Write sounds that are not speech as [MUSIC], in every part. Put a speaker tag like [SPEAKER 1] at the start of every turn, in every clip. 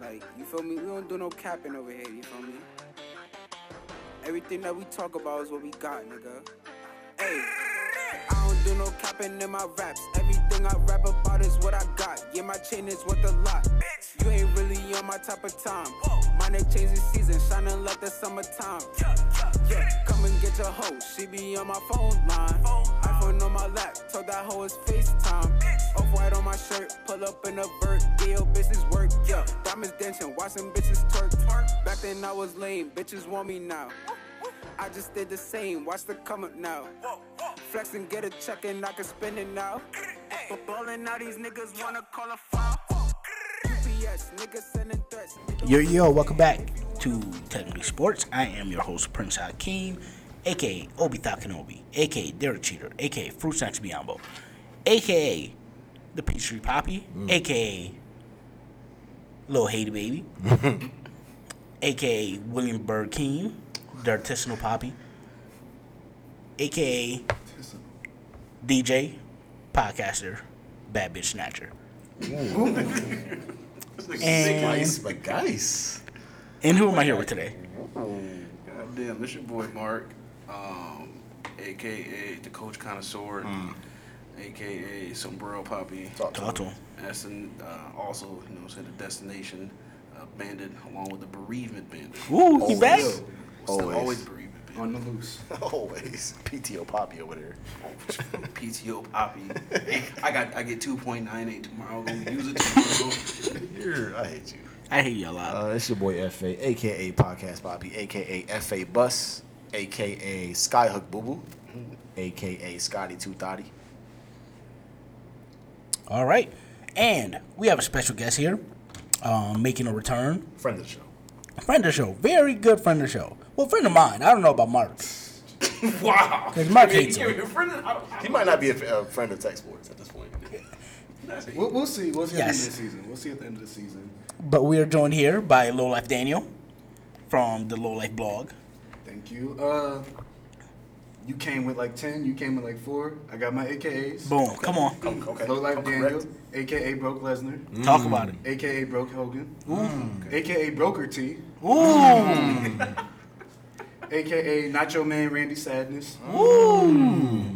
[SPEAKER 1] Like, you feel me? We don't do no capping over here, you feel me? Everything that we talk about is what we got, nigga. Hey, I don't do no capping in my raps. Everything I rap about is what I got. Yeah, my chain is worth a lot. You ain't really on my type of time. My neck changes season, shining like the summertime. Yeah, come and get your hoe. She be on my phone line. iPhone on my lap, told that hoe it's FaceTime. Off white on my shirt, pull up in a vert. Deal, bitches work. Yeah, diamonds dancing, watching bitches twerk. Oh, Back then I was lame, bitches want me now. I just did the same, watch the come up now. Flex and get a check and I can spend it now. But ballin' now these niggas wanna call a foul. UPS, niggas sending threats.
[SPEAKER 2] Yo, yo, welcome back to Technically Sports. I am your host, Prince Hakeem, aka Obi Thought Kenobi, aka Derek Cheater, aka Fruit Snacks Biombo, aka The Peachtree Poppy, aka Lil Hater Baby, aka William Bird King, The Artisanal Poppy, aka DJ, Podcaster, Bad Bitch Snatcher.
[SPEAKER 3] Nice, but guys.
[SPEAKER 2] And who am I here with today?
[SPEAKER 4] God Uh, damn, this your boy Mark, um, aka the Coach Connoisseur,
[SPEAKER 2] Mm.
[SPEAKER 4] aka Sombrero Poppy.
[SPEAKER 2] Talk to him.
[SPEAKER 4] That's an, uh, also, you know, what I'm saying the destination uh, bandit, along with the bereavement bandit.
[SPEAKER 2] Ooh, he back?
[SPEAKER 4] Still
[SPEAKER 3] Always.
[SPEAKER 4] always bereavement bandit.
[SPEAKER 2] Oh,
[SPEAKER 5] On the loose.
[SPEAKER 3] Always. PTO Poppy over there.
[SPEAKER 4] PTO
[SPEAKER 2] [LAUGHS]
[SPEAKER 4] Poppy. I got I get 2.98 tomorrow. I'm gonna use it tomorrow.
[SPEAKER 2] [LAUGHS]
[SPEAKER 3] You're, I hate you.
[SPEAKER 2] I hate y'all out.
[SPEAKER 3] Uh, it's your boy FA, aka Podcast Poppy, aka FA Bus, aka Skyhook Boo Boo, aka Scotty Two Thotty.
[SPEAKER 2] All right. And we have a special guest here um, making a return.
[SPEAKER 3] Friend of the show.
[SPEAKER 2] A friend of the show. Very good friend of the show. Well, friend of mine. I don't know about Mark.
[SPEAKER 4] wow.
[SPEAKER 2] Because Mark
[SPEAKER 4] You're-
[SPEAKER 2] hates
[SPEAKER 4] you're-
[SPEAKER 2] him.
[SPEAKER 4] you're friend of- I don't-
[SPEAKER 3] He might not be a, f- a friend of Tech Sports at this [LAUGHS] point.
[SPEAKER 5] We'll, we'll see. We'll see at the end
[SPEAKER 2] Yes.
[SPEAKER 5] of the season. We'll see at the end of the season.
[SPEAKER 2] But we are joined here by Low Life Daniel from the Low Life blog.
[SPEAKER 5] Thank you. Uh, you came with like 10. You came with like 4. I got my AKAs.
[SPEAKER 2] Boom. Come on. Mm.
[SPEAKER 3] Okay.
[SPEAKER 5] Low Life
[SPEAKER 3] I'm
[SPEAKER 5] Daniel,
[SPEAKER 3] correct.
[SPEAKER 5] AKA Broke Lesnar,
[SPEAKER 2] Talk about it.
[SPEAKER 5] AKA Broke Hogan, AKA Broker T,
[SPEAKER 2] Ooh.
[SPEAKER 5] [LAUGHS] AKA Nacho Man Randy Sadness,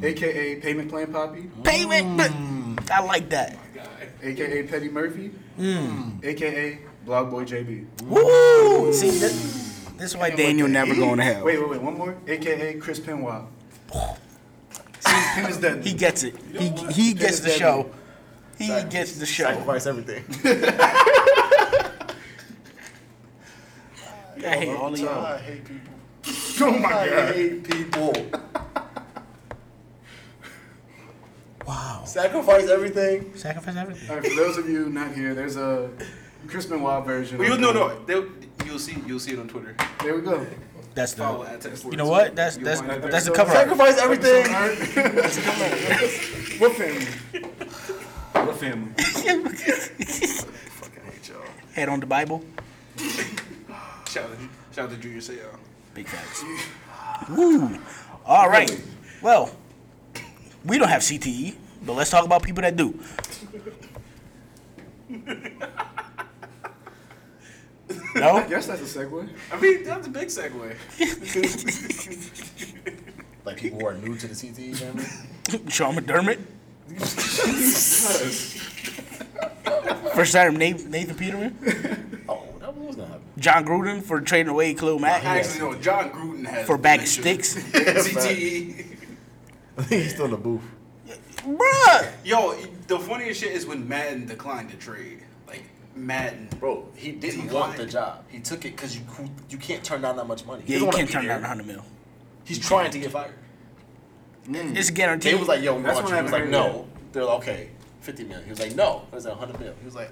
[SPEAKER 5] AKA Payment Plan Poppy,
[SPEAKER 2] Mm. Payment. Mm. I like that. Mm.
[SPEAKER 5] AKA Petty Murphy, AKA Blog Boy JB.
[SPEAKER 2] Woo. See, this, this is why Daniel never going to hell.
[SPEAKER 5] Wait, wait, wait, one more. AKA Chris Penwild. See, Penn is deadly.
[SPEAKER 2] He gets it. He, he gets the show. He gets the show.
[SPEAKER 3] Sacrifice
[SPEAKER 2] [LAUGHS]
[SPEAKER 3] everything.
[SPEAKER 2] I hate all of y'all.
[SPEAKER 3] I hate people. Oh my God. I hate people.
[SPEAKER 2] Wow.
[SPEAKER 3] Sacrifice everything.
[SPEAKER 2] Sacrifice everything.
[SPEAKER 5] All right, for those of you not here, there's a Chris Benoit version.
[SPEAKER 4] Well,
[SPEAKER 5] of-
[SPEAKER 4] you no no. They'll- You'll see you'll see it on Twitter.
[SPEAKER 5] There we go.
[SPEAKER 2] That's
[SPEAKER 4] Follow
[SPEAKER 2] the.
[SPEAKER 4] at Tech Sports.
[SPEAKER 2] You know what? That's
[SPEAKER 4] You'll
[SPEAKER 2] that's
[SPEAKER 4] find out
[SPEAKER 2] that's the
[SPEAKER 4] there.
[SPEAKER 2] cover up.
[SPEAKER 3] Sacrifice everything.
[SPEAKER 5] All right. [LAUGHS] We're family. We're family.
[SPEAKER 3] Fucking hate y'all.
[SPEAKER 2] Head on the Bible.
[SPEAKER 4] Shout out, shout out to Junior Seau.
[SPEAKER 2] Big facts. Woo. All right. Well, we don't have CTE, but let's talk about people that
[SPEAKER 3] [LAUGHS]
[SPEAKER 2] do.
[SPEAKER 5] I
[SPEAKER 2] No.
[SPEAKER 5] guess that's a segue.
[SPEAKER 4] I mean, that's a big segue.
[SPEAKER 3] Like people who are new to the CTE family.
[SPEAKER 2] Sean
[SPEAKER 3] [LAUGHS]
[SPEAKER 2] McDermott. First time Nathan, Nathan Peterman.
[SPEAKER 3] Oh, that was gonna happen.
[SPEAKER 2] John Gruden for trading away Khalil
[SPEAKER 4] I
[SPEAKER 2] Mack
[SPEAKER 4] actually know John Gruden has
[SPEAKER 2] for a bag of
[SPEAKER 4] mentioned [LAUGHS]
[SPEAKER 2] sticks.
[SPEAKER 4] CTE.
[SPEAKER 3] [LAUGHS] He's still in the booth.
[SPEAKER 2] Bruh.
[SPEAKER 4] Yo, the funniest shit is when Madden declined to trade. Like Madden.
[SPEAKER 3] Bro, he didn't
[SPEAKER 4] He
[SPEAKER 3] want
[SPEAKER 4] lied.
[SPEAKER 3] the job. He took it because you cou- you can't turn down that much money. He
[SPEAKER 2] Yeah,
[SPEAKER 3] doesn't
[SPEAKER 2] you
[SPEAKER 3] wanna
[SPEAKER 2] can't
[SPEAKER 3] be
[SPEAKER 2] turn
[SPEAKER 3] there.
[SPEAKER 2] down 100 mil.
[SPEAKER 3] He's trying to get fired.
[SPEAKER 2] It's a guarantee.
[SPEAKER 3] They was like, yo, we
[SPEAKER 5] That's
[SPEAKER 3] want
[SPEAKER 5] what
[SPEAKER 3] you. He was like,
[SPEAKER 5] happened
[SPEAKER 3] no. They're like, okay, 50 million. He was like, no. It was like 100 mil. He was like,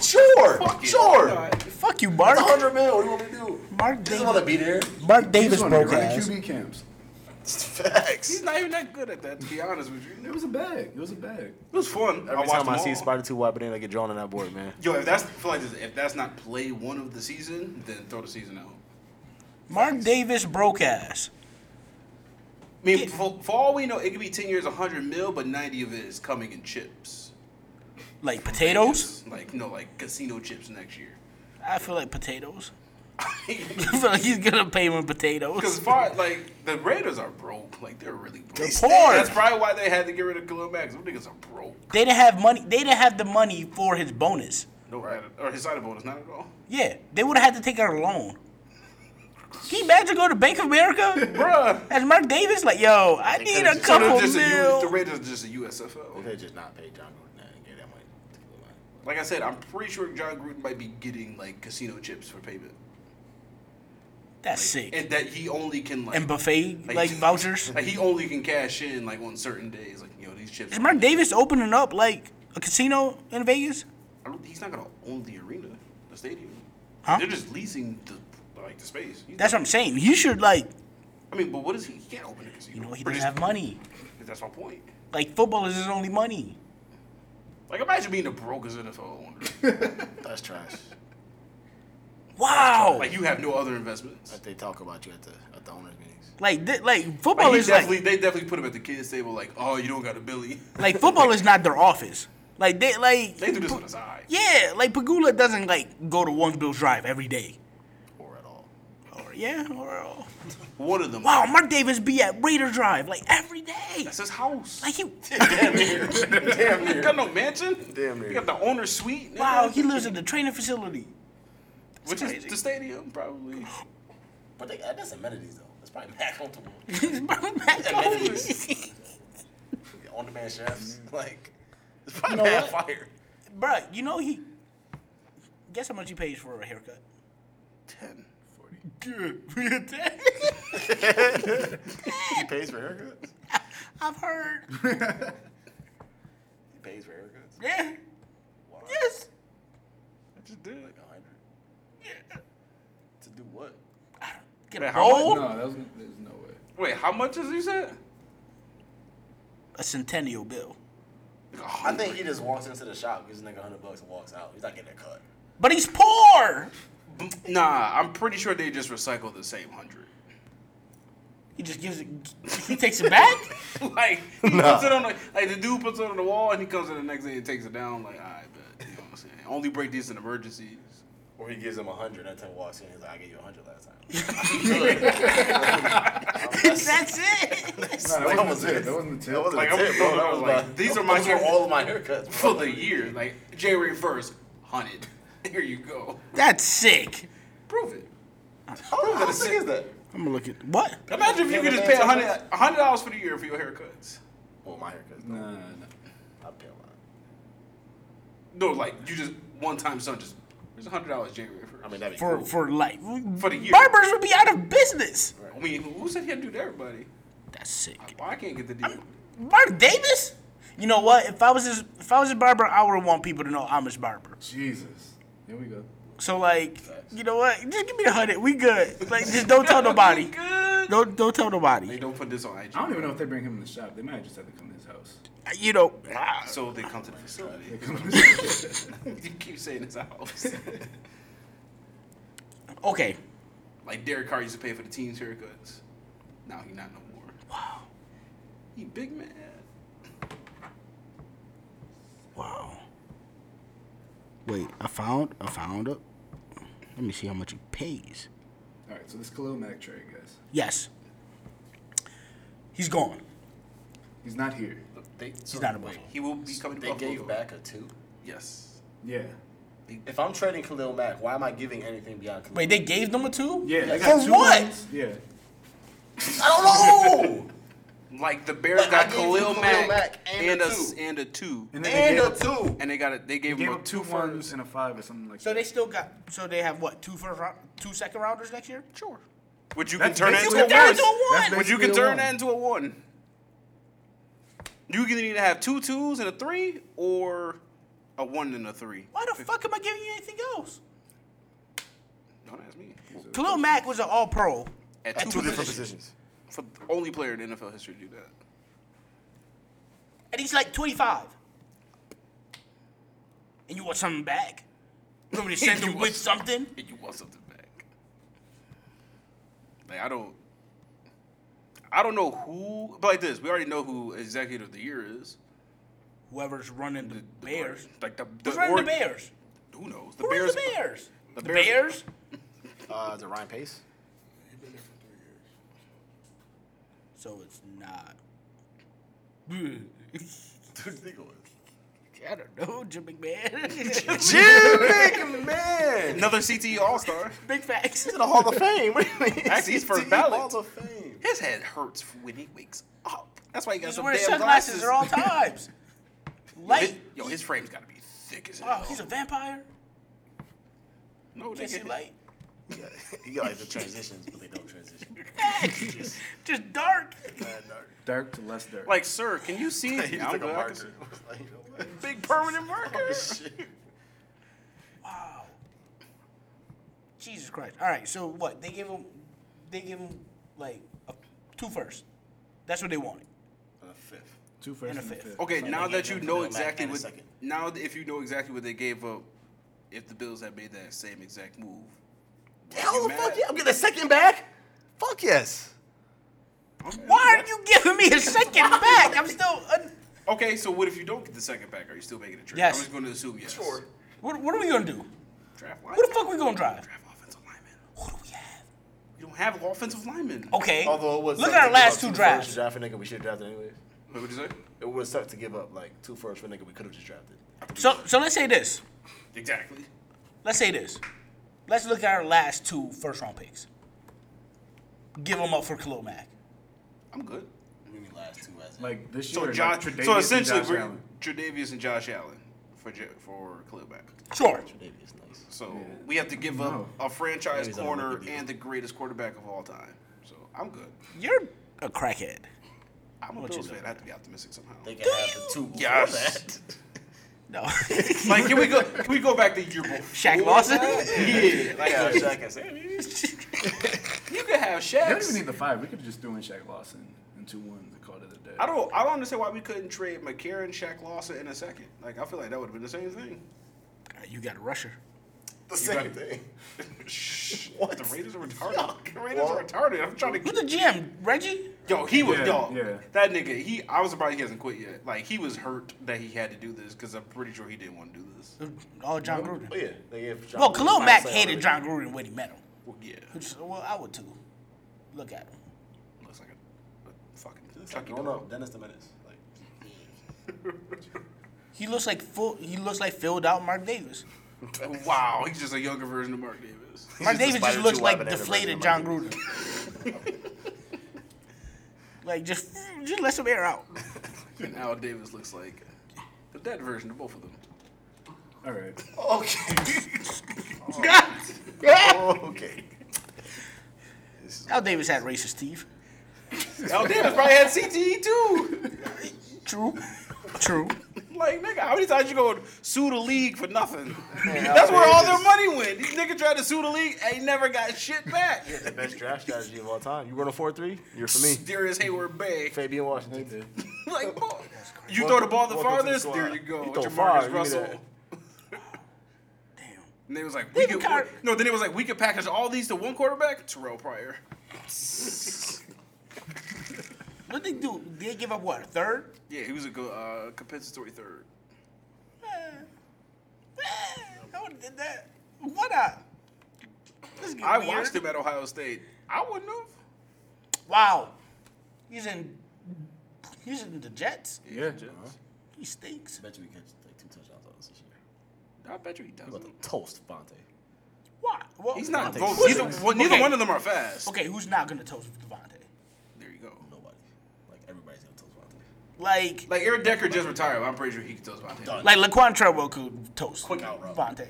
[SPEAKER 3] sure,
[SPEAKER 4] Fuck it.
[SPEAKER 3] sure.
[SPEAKER 4] All right.
[SPEAKER 2] fuck you, Mark.
[SPEAKER 3] It's 100 mil. What do you want me to do?
[SPEAKER 2] Mark
[SPEAKER 3] He doesn't want to
[SPEAKER 2] Davis-
[SPEAKER 3] be there.
[SPEAKER 2] Mark Davis
[SPEAKER 5] Just wanted to
[SPEAKER 2] broke
[SPEAKER 5] run the
[SPEAKER 2] ass.
[SPEAKER 5] QB camps.
[SPEAKER 3] It's
[SPEAKER 4] He's
[SPEAKER 3] facts.
[SPEAKER 4] not even that good at that, to be honest with you.
[SPEAKER 5] It was a bag. It was a bag.
[SPEAKER 4] It was fun.
[SPEAKER 3] Every
[SPEAKER 4] watched
[SPEAKER 3] time I
[SPEAKER 4] them
[SPEAKER 3] see
[SPEAKER 4] all.
[SPEAKER 3] Spider 2 wide, but then I get drawn on that board, man.
[SPEAKER 4] Yo, if that's I feel like this, if that's not play one of the season, then throw the season out.
[SPEAKER 2] Mark Davis broke ass.
[SPEAKER 4] I mean, for, for all we know, it could be ten years, hundred mil, but ninety of it is coming in chips.
[SPEAKER 2] Like potatoes?
[SPEAKER 4] Like no, like casino chips next year. [LAUGHS]
[SPEAKER 2] I feel like potatoes. [LAUGHS] I feel like he's gonna pay him in
[SPEAKER 4] Because
[SPEAKER 2] potatoes.
[SPEAKER 4] far like the Raiders are broke, like they're really broke.
[SPEAKER 2] They're poor.
[SPEAKER 4] That's probably why they had to get rid of Khalil Mack. Some niggas are broke.
[SPEAKER 2] They didn't have money. They didn't have the money for his bonus.
[SPEAKER 4] No, right? Or his side bonus, not at all.
[SPEAKER 2] Yeah, they would have had to take out a loan. Can you imagine going to Bank of
[SPEAKER 4] [LAUGHS]
[SPEAKER 2] America?
[SPEAKER 4] Bruh.
[SPEAKER 2] As Mark Davis, like, yo, I need a couple
[SPEAKER 4] just A, U- the
[SPEAKER 2] mil.
[SPEAKER 4] Raiders are just a USFL.
[SPEAKER 3] They just not paid John Gruden that and gave that money. to Khalil Mack.
[SPEAKER 4] Like I said, I'm pretty sure John Gruden might be getting like casino chips for payment,
[SPEAKER 2] That's sick.
[SPEAKER 4] and that he only can like
[SPEAKER 2] And buffet
[SPEAKER 4] Like-
[SPEAKER 2] like vouchers.
[SPEAKER 4] like, he only can cash in like on certain days. Like you know these chips.
[SPEAKER 2] Is Mark Davis opening up like a casino in Vegas?
[SPEAKER 4] I don't, he's not gonna own the arena, the stadium.
[SPEAKER 2] Huh?
[SPEAKER 4] They're just leasing the like the space. He's
[SPEAKER 2] That's
[SPEAKER 4] not-
[SPEAKER 2] what I'm saying. You should like,
[SPEAKER 4] I mean, but what is he? He can't open a casino.
[SPEAKER 2] you know, he
[SPEAKER 4] Or
[SPEAKER 2] doesn't
[SPEAKER 4] just-
[SPEAKER 2] have money.
[SPEAKER 4] That's my point.
[SPEAKER 2] Like football is his only money.
[SPEAKER 4] Like imagine being the brokest NFL owner.
[SPEAKER 3] That's trash.
[SPEAKER 2] Wow.
[SPEAKER 4] Like you have no other investments.
[SPEAKER 3] That they talk about you at the at the owners meetings.
[SPEAKER 2] Like thi- like football
[SPEAKER 4] Like, he
[SPEAKER 2] is like
[SPEAKER 4] definitely, they definitely put him at the kids table. Like, oh, you don't got a Billy. [LAUGHS]
[SPEAKER 2] like football is not their office. Like they like
[SPEAKER 4] They do this on the side.
[SPEAKER 2] yeah, like Pagula doesn't like go to one Bills Drive every day.
[SPEAKER 3] Or at all.
[SPEAKER 2] Or yeah, or, or
[SPEAKER 4] One of them.
[SPEAKER 2] wow, Mark Davis be at Raider Drive like every day.
[SPEAKER 4] That's his house.
[SPEAKER 2] Like he [LAUGHS]
[SPEAKER 4] Damn near. Damn near. got no mansion.
[SPEAKER 3] Damn near.
[SPEAKER 4] He got the owner's suite. nigga.
[SPEAKER 2] wow, he lives in the training facility. [LAUGHS]
[SPEAKER 4] Which
[SPEAKER 2] crazy.
[SPEAKER 4] is the stadium, probably.
[SPEAKER 3] But they, that's amenities though. It's probably Mac on
[SPEAKER 4] [LAUGHS]
[SPEAKER 3] the
[SPEAKER 2] He's probably back home.
[SPEAKER 3] on demand chefs. Like
[SPEAKER 4] It's probably
[SPEAKER 3] know
[SPEAKER 4] mad
[SPEAKER 3] what?
[SPEAKER 4] fire.
[SPEAKER 2] Bruh, you know he. Guess how much he pays for a haircut?
[SPEAKER 4] Ten. Forty. [LAUGHS]
[SPEAKER 3] he pays for haircuts.
[SPEAKER 2] [LAUGHS] I've heard.
[SPEAKER 3] He pays for haircuts.
[SPEAKER 2] Yeah. Yes.
[SPEAKER 4] I just did. Like a hundred.
[SPEAKER 3] To do what?
[SPEAKER 2] Get
[SPEAKER 4] Man,
[SPEAKER 2] a
[SPEAKER 4] how much-
[SPEAKER 2] bowl?
[SPEAKER 5] No, that was, there's no way.
[SPEAKER 4] Wait, how much is he said?
[SPEAKER 2] A centennial bill.
[SPEAKER 4] Like a
[SPEAKER 3] I
[SPEAKER 4] hundred.
[SPEAKER 3] think he just walks into the shop, gives a nigga hundred bucks, and walks out. He's not getting a cut.
[SPEAKER 2] But he's poor.
[SPEAKER 4] Nah, I'm pretty sure they just recycled the same hundred. [LAUGHS]
[SPEAKER 2] He just gives it. He takes it back.
[SPEAKER 4] like he
[SPEAKER 3] Nah.
[SPEAKER 4] puts it on the like the dude puts it on the wall and he comes in the next day and takes it down. Like I bet you know what I'm saying. Only break these in emergencies. [LAUGHS]
[SPEAKER 3] Or he gives him a hundred until he walks in. He's like, I gave you a hundred last [LAUGHS] time.
[SPEAKER 2] That's it.
[SPEAKER 5] No, that wasn't the tip. That wasn't the tip.
[SPEAKER 4] Like, I'm- bro, I was like, these are my
[SPEAKER 3] Those were
[SPEAKER 4] hair-
[SPEAKER 3] all of my haircuts.
[SPEAKER 4] For [LAUGHS] the year, like January first, hundred. [LAUGHS] Here you go.
[SPEAKER 2] That's sick.
[SPEAKER 4] Prove it.
[SPEAKER 3] How the fuck is that?
[SPEAKER 2] I'm gonna look at what?
[SPEAKER 4] Imagine if you could just pay a hundred a hundred dollars for the year for your haircuts.
[SPEAKER 3] Well, my haircuts.
[SPEAKER 5] Nah,
[SPEAKER 3] No.
[SPEAKER 5] nah, nah.
[SPEAKER 3] I pay a lot.
[SPEAKER 4] No, like you just one time, son. Just here's a hundred dollars January first.
[SPEAKER 3] I mean, that'd be
[SPEAKER 2] For
[SPEAKER 3] cool.
[SPEAKER 2] for life.
[SPEAKER 4] For the year.
[SPEAKER 2] Barbers would be out of business.
[SPEAKER 4] I mean, who said he had to do that, everybody?
[SPEAKER 2] That's sick.
[SPEAKER 4] Why I can't get the deal?
[SPEAKER 2] Mark Davis. You know what? If I was his, if I was his barber, I would want people to know I'm his barber.
[SPEAKER 5] Jesus. Here we go.
[SPEAKER 2] So like, you know what? Just give me the hundred. We good. Like, just don't tell nobody.
[SPEAKER 4] [LAUGHS] Good.
[SPEAKER 2] Don't don't tell
[SPEAKER 4] They
[SPEAKER 2] nobody.
[SPEAKER 4] don't put this on IG.
[SPEAKER 5] I don't even know if they bring him in the shop. They might just have to come to his house. [LAUGHS]
[SPEAKER 2] You know.
[SPEAKER 4] Ah.
[SPEAKER 2] ah,
[SPEAKER 4] So they come to the facility.
[SPEAKER 5] They come to his house.
[SPEAKER 4] [LAUGHS] you keep saying it's a house.
[SPEAKER 2] Okay.
[SPEAKER 4] like Derek Carr used to pay for the team's haircuts. Now he not no more. Wow. He big man.
[SPEAKER 2] Wow. Wait, I found I found it. Let me see how much he pays.
[SPEAKER 5] All right, so this Khalil Mack trade, guys.
[SPEAKER 2] Yes. He's gone.
[SPEAKER 5] He's not here.
[SPEAKER 3] They, so
[SPEAKER 2] He's not a Buffalo.
[SPEAKER 4] He will be coming to
[SPEAKER 3] They
[SPEAKER 4] Buffalo.
[SPEAKER 3] gave back a two.
[SPEAKER 4] Yes.
[SPEAKER 5] Yeah.
[SPEAKER 3] If I'm trading Khalil Mack, why am I giving anything beyond Khalil?
[SPEAKER 2] Wait, they gave them a two?
[SPEAKER 5] Yeah. They
[SPEAKER 3] For
[SPEAKER 5] got two
[SPEAKER 2] what?
[SPEAKER 5] ones. Yeah.
[SPEAKER 3] I [LAUGHS] don't know.
[SPEAKER 4] Like the Bears
[SPEAKER 3] But I
[SPEAKER 4] got
[SPEAKER 3] gave you
[SPEAKER 4] Khalil
[SPEAKER 3] Khalil
[SPEAKER 4] Mack,
[SPEAKER 3] Mack and
[SPEAKER 4] and,
[SPEAKER 3] a
[SPEAKER 4] a
[SPEAKER 3] two.
[SPEAKER 4] s- and a two.
[SPEAKER 5] And
[SPEAKER 4] And,
[SPEAKER 5] then
[SPEAKER 3] and
[SPEAKER 5] they
[SPEAKER 3] a
[SPEAKER 5] gave,
[SPEAKER 3] two.
[SPEAKER 4] they got it. They gave,
[SPEAKER 5] Gave
[SPEAKER 4] him a
[SPEAKER 5] up two ones and a five or something like
[SPEAKER 2] So
[SPEAKER 5] that.
[SPEAKER 2] they still got so they have what, two first round two second rounders next year? Sure.
[SPEAKER 4] Which you
[SPEAKER 5] That's
[SPEAKER 4] can turn it
[SPEAKER 5] basically
[SPEAKER 4] into a
[SPEAKER 5] a
[SPEAKER 2] turn it
[SPEAKER 4] one.
[SPEAKER 2] into a
[SPEAKER 5] That's
[SPEAKER 2] one.
[SPEAKER 4] But you
[SPEAKER 5] basically
[SPEAKER 4] can
[SPEAKER 5] a
[SPEAKER 4] turn
[SPEAKER 5] one.
[SPEAKER 4] that into a one. You can either have two twos and a three, or a one and a three.
[SPEAKER 2] Why the fuck am I giving you anything else?
[SPEAKER 4] Don't ask me.
[SPEAKER 2] Khalil Mack was an all pro.
[SPEAKER 4] At,
[SPEAKER 3] At two different positions.
[SPEAKER 4] For the only player in NFL history to do that.
[SPEAKER 2] And he's like twenty five. And you want something back? You want me
[SPEAKER 4] [LAUGHS]
[SPEAKER 2] to send
[SPEAKER 4] You
[SPEAKER 2] him
[SPEAKER 4] want
[SPEAKER 2] with something?
[SPEAKER 4] And you want something back. Like I don't I don't know who but like this, we already know who executive of the year is.
[SPEAKER 2] Whoever's running the, Bears.
[SPEAKER 4] Like the,
[SPEAKER 2] Who's running
[SPEAKER 4] or-
[SPEAKER 2] the Bears?
[SPEAKER 4] Who knows? The
[SPEAKER 2] Who
[SPEAKER 4] Bears
[SPEAKER 2] Bears? the Bears? The Bears?
[SPEAKER 3] Uh, is it Ryan Pace?
[SPEAKER 6] He's been there for three years.
[SPEAKER 2] So it's not. [LAUGHS]
[SPEAKER 4] [LAUGHS]
[SPEAKER 2] I don't know, Jim McMahon.
[SPEAKER 3] Jim man.
[SPEAKER 4] Another
[SPEAKER 3] E
[SPEAKER 4] CTE All Star.
[SPEAKER 2] Big facts.
[SPEAKER 3] [LAUGHS] the Hall of Fame. [LAUGHS] What do you mean?
[SPEAKER 4] Actually, he's first
[SPEAKER 3] CTE
[SPEAKER 4] ballot.
[SPEAKER 3] Hall of Fame.
[SPEAKER 4] His head hurts when he wakes up. That's why he got
[SPEAKER 2] He's
[SPEAKER 4] some
[SPEAKER 2] wearing
[SPEAKER 4] damn
[SPEAKER 2] sunglasses
[SPEAKER 4] glasses.
[SPEAKER 2] at all times.
[SPEAKER 4] His-
[SPEAKER 2] Light.
[SPEAKER 4] yo, his frame's gotta be thick as hell.
[SPEAKER 2] Wow, he's a vampire.
[SPEAKER 4] no,
[SPEAKER 2] Can't see
[SPEAKER 4] nigga.
[SPEAKER 2] light.
[SPEAKER 3] Yeah, [LAUGHS] he like the transitions, but they don't [LAUGHS] transition.
[SPEAKER 2] Facts. Just dark.
[SPEAKER 5] Dark to less dark.
[SPEAKER 4] Like, sir, can you
[SPEAKER 3] [LAUGHS]
[SPEAKER 4] see?
[SPEAKER 3] He's
[SPEAKER 4] I'm
[SPEAKER 3] like a
[SPEAKER 4] good, I can
[SPEAKER 3] marker.
[SPEAKER 4] see. Big permanent marker.
[SPEAKER 2] Wow. Jesus Christ. All right. So what? They give him. They give him like a, two first. That's what they wanted.
[SPEAKER 4] fifth.
[SPEAKER 5] two first
[SPEAKER 2] and
[SPEAKER 5] and
[SPEAKER 2] a
[SPEAKER 5] a
[SPEAKER 2] fifth.
[SPEAKER 5] fifth.
[SPEAKER 4] Okay,
[SPEAKER 3] So
[SPEAKER 4] now
[SPEAKER 3] they
[SPEAKER 4] that
[SPEAKER 3] gave
[SPEAKER 4] you
[SPEAKER 3] them
[SPEAKER 4] know
[SPEAKER 3] Khalil Mack
[SPEAKER 4] exactly
[SPEAKER 3] and a
[SPEAKER 4] what
[SPEAKER 3] second.
[SPEAKER 4] now that if you know exactly what they gave up, if the Bills had made that same exact move,
[SPEAKER 3] Hell the
[SPEAKER 4] mad?
[SPEAKER 3] fuck yeah! I'm getting a second back. Fuck yes.
[SPEAKER 2] Why are you giving me a second back? I'm still. Un-
[SPEAKER 4] okay. So what if you don't get the second pack? Are you still making a trade?
[SPEAKER 2] Yes.
[SPEAKER 4] I'm just going to assume yes.
[SPEAKER 6] Sure.
[SPEAKER 2] what, what are we gonna do?
[SPEAKER 4] Draft
[SPEAKER 2] What the
[SPEAKER 4] lineman.
[SPEAKER 2] fuck we gonna drive?
[SPEAKER 4] Draft offensive lineman.
[SPEAKER 2] What do we have?
[SPEAKER 4] You don't have offensive linemen.
[SPEAKER 2] Okay.
[SPEAKER 3] Although it was
[SPEAKER 2] look
[SPEAKER 3] suck
[SPEAKER 2] at
[SPEAKER 3] to
[SPEAKER 2] our
[SPEAKER 3] give
[SPEAKER 2] last
[SPEAKER 3] up
[SPEAKER 2] two
[SPEAKER 3] firsts
[SPEAKER 2] drafts.
[SPEAKER 3] to draft a nigga we should have drafted anyways.
[SPEAKER 4] What would you say?
[SPEAKER 3] It would have sucked to give up like two firsts for a nigga we could have just drafted.
[SPEAKER 2] So so let's say this.
[SPEAKER 4] Exactly.
[SPEAKER 2] Let's say this. Let's look at our last two first round picks. Give them up for Khalil Mack.
[SPEAKER 4] I'm good.
[SPEAKER 3] Maybe last two as
[SPEAKER 5] Like this year.
[SPEAKER 4] So
[SPEAKER 5] like,
[SPEAKER 4] Josh.
[SPEAKER 5] Tre'Davious
[SPEAKER 4] so
[SPEAKER 5] and
[SPEAKER 4] essentially,
[SPEAKER 5] Josh
[SPEAKER 4] we're-
[SPEAKER 5] Allen.
[SPEAKER 4] Tre'Davious and Josh Allen for J- for Khalil Mack.
[SPEAKER 2] Sure.
[SPEAKER 3] Maybe it's nice.
[SPEAKER 4] So we have to give up
[SPEAKER 5] No.
[SPEAKER 4] a
[SPEAKER 3] Maybe
[SPEAKER 4] franchise
[SPEAKER 3] it's not a
[SPEAKER 4] corner
[SPEAKER 3] rookie deal.
[SPEAKER 4] and the greatest quarterback of all time. So I'm good.
[SPEAKER 2] You're a crackhead.
[SPEAKER 4] I'm a
[SPEAKER 2] What you
[SPEAKER 4] Bills fan.
[SPEAKER 2] know?
[SPEAKER 4] I have to be optimistic somehow.
[SPEAKER 3] They can have the two.
[SPEAKER 4] Yes.
[SPEAKER 3] [LAUGHS]
[SPEAKER 2] No. [LAUGHS]
[SPEAKER 4] Like, can we go? Can we go back to year before?
[SPEAKER 2] Shaq Lawson.
[SPEAKER 4] Yeah, like
[SPEAKER 3] Yeah,
[SPEAKER 4] uh,
[SPEAKER 3] Shaq and Sammy.
[SPEAKER 4] you could have
[SPEAKER 5] We don't even
[SPEAKER 4] Shaq.
[SPEAKER 5] need the five. We could have just threw in Shaq Lawson and two ones and called it a day.
[SPEAKER 4] I don't. I don't understand why we couldn't trade McCarron, Shaq Lawson in a second. Like, I feel like that would have been the same thing.
[SPEAKER 2] you got a rusher.
[SPEAKER 3] The same thing.
[SPEAKER 4] Shh.
[SPEAKER 3] What?
[SPEAKER 4] The Raiders are retarded.
[SPEAKER 3] Yuck.
[SPEAKER 4] The Raiders are
[SPEAKER 3] What?
[SPEAKER 4] retarded. I'm trying
[SPEAKER 2] Who's the
[SPEAKER 4] to.
[SPEAKER 2] GM? Reggie?
[SPEAKER 4] Yo, he was
[SPEAKER 5] Yeah,
[SPEAKER 4] yo.
[SPEAKER 5] yeah.
[SPEAKER 4] That nigga. He. I was surprised he hasn't quit yet. Like, he was hurt that he had to do this because I'm pretty sure he didn't want to do this.
[SPEAKER 2] Oh, John Gruden.
[SPEAKER 3] Oh yeah, they gave John
[SPEAKER 2] Well,
[SPEAKER 3] Gruden
[SPEAKER 2] Khalil
[SPEAKER 3] five
[SPEAKER 2] Mack
[SPEAKER 3] sacks
[SPEAKER 2] hated John
[SPEAKER 3] already.
[SPEAKER 2] Gruden when he met him.
[SPEAKER 4] Well, yeah.
[SPEAKER 2] Which, well, I would too. Look at him.
[SPEAKER 4] Looks like a, a fucking
[SPEAKER 3] It's like
[SPEAKER 4] Chucky
[SPEAKER 3] growing
[SPEAKER 4] dog.
[SPEAKER 3] up, Dennis the Menace. [LAUGHS] Like,
[SPEAKER 2] He looks like full. He looks like filled out Mark Davis.
[SPEAKER 4] Wow, he's just a younger version of Mark Davis.
[SPEAKER 2] Mark
[SPEAKER 3] just
[SPEAKER 2] Davis
[SPEAKER 3] the
[SPEAKER 2] just looks
[SPEAKER 3] Spider-Two
[SPEAKER 2] like
[SPEAKER 3] Robin Anderson
[SPEAKER 2] deflated
[SPEAKER 3] Mark
[SPEAKER 2] John Gruden.
[SPEAKER 4] [LAUGHS]
[SPEAKER 2] like just just let some air out.
[SPEAKER 4] And Al Davis looks like the dead version of both of them.
[SPEAKER 5] All right.
[SPEAKER 3] [LAUGHS] okay.
[SPEAKER 2] Al Davis had racist teeth.
[SPEAKER 4] [LAUGHS] Al Davis probably had CTE too.
[SPEAKER 2] True. True.
[SPEAKER 4] Like nigga, how many times you go sue the league for nothing? That's where all their money went. These nigga tried to sue the league, ain't never got shit back.
[SPEAKER 3] The best draft strategy of all time. You run a four three, you're for [LAUGHS] me.
[SPEAKER 4] Darius Hayward Bay.
[SPEAKER 3] Fabian Washington.
[SPEAKER 4] Like, boy, you throw the ball the
[SPEAKER 3] Oh, Welcome to the
[SPEAKER 4] farthest,
[SPEAKER 3] squad.
[SPEAKER 4] there you go.
[SPEAKER 3] You
[SPEAKER 4] with
[SPEAKER 3] throw
[SPEAKER 4] your
[SPEAKER 3] far,
[SPEAKER 4] Marcus
[SPEAKER 3] give me
[SPEAKER 4] Russell.
[SPEAKER 3] that.
[SPEAKER 2] Damn.
[SPEAKER 4] And they was like, we
[SPEAKER 2] can
[SPEAKER 4] could,
[SPEAKER 2] car-
[SPEAKER 4] no. Then it was like, we could package all these to one quarterback, Terrell Pryor.
[SPEAKER 2] What they do? They give up what? A third?
[SPEAKER 4] Yeah, he was a good uh, compensatory third.
[SPEAKER 2] Eh. Eh, I would have did that. Why not? This is
[SPEAKER 4] I
[SPEAKER 2] weird.
[SPEAKER 4] watched him at Ohio State. I wouldn't have.
[SPEAKER 2] Wow. He's in. He's in the Jets.
[SPEAKER 5] Yeah.
[SPEAKER 2] He stinks.
[SPEAKER 3] bet you we catch like two touchdowns on this year.
[SPEAKER 4] I bet you he
[SPEAKER 3] About
[SPEAKER 4] doesn't.
[SPEAKER 3] to toast Fonte.
[SPEAKER 2] Why? Well,
[SPEAKER 4] He's not.
[SPEAKER 2] Devontae-
[SPEAKER 4] Both,
[SPEAKER 2] who's-
[SPEAKER 4] neither well, neither
[SPEAKER 2] okay.
[SPEAKER 4] one of them are fast.
[SPEAKER 2] Okay, who's not gonna toast with Devontae?
[SPEAKER 4] There you go.
[SPEAKER 3] Nobody. Like everybody's gonna toast Fonte.
[SPEAKER 2] Like,
[SPEAKER 4] Like Eric Decker just retired. but I'm pretty sure he can tell us about him.
[SPEAKER 2] like Laquan Treadwell could toast
[SPEAKER 3] Quick out route.
[SPEAKER 2] Devontae.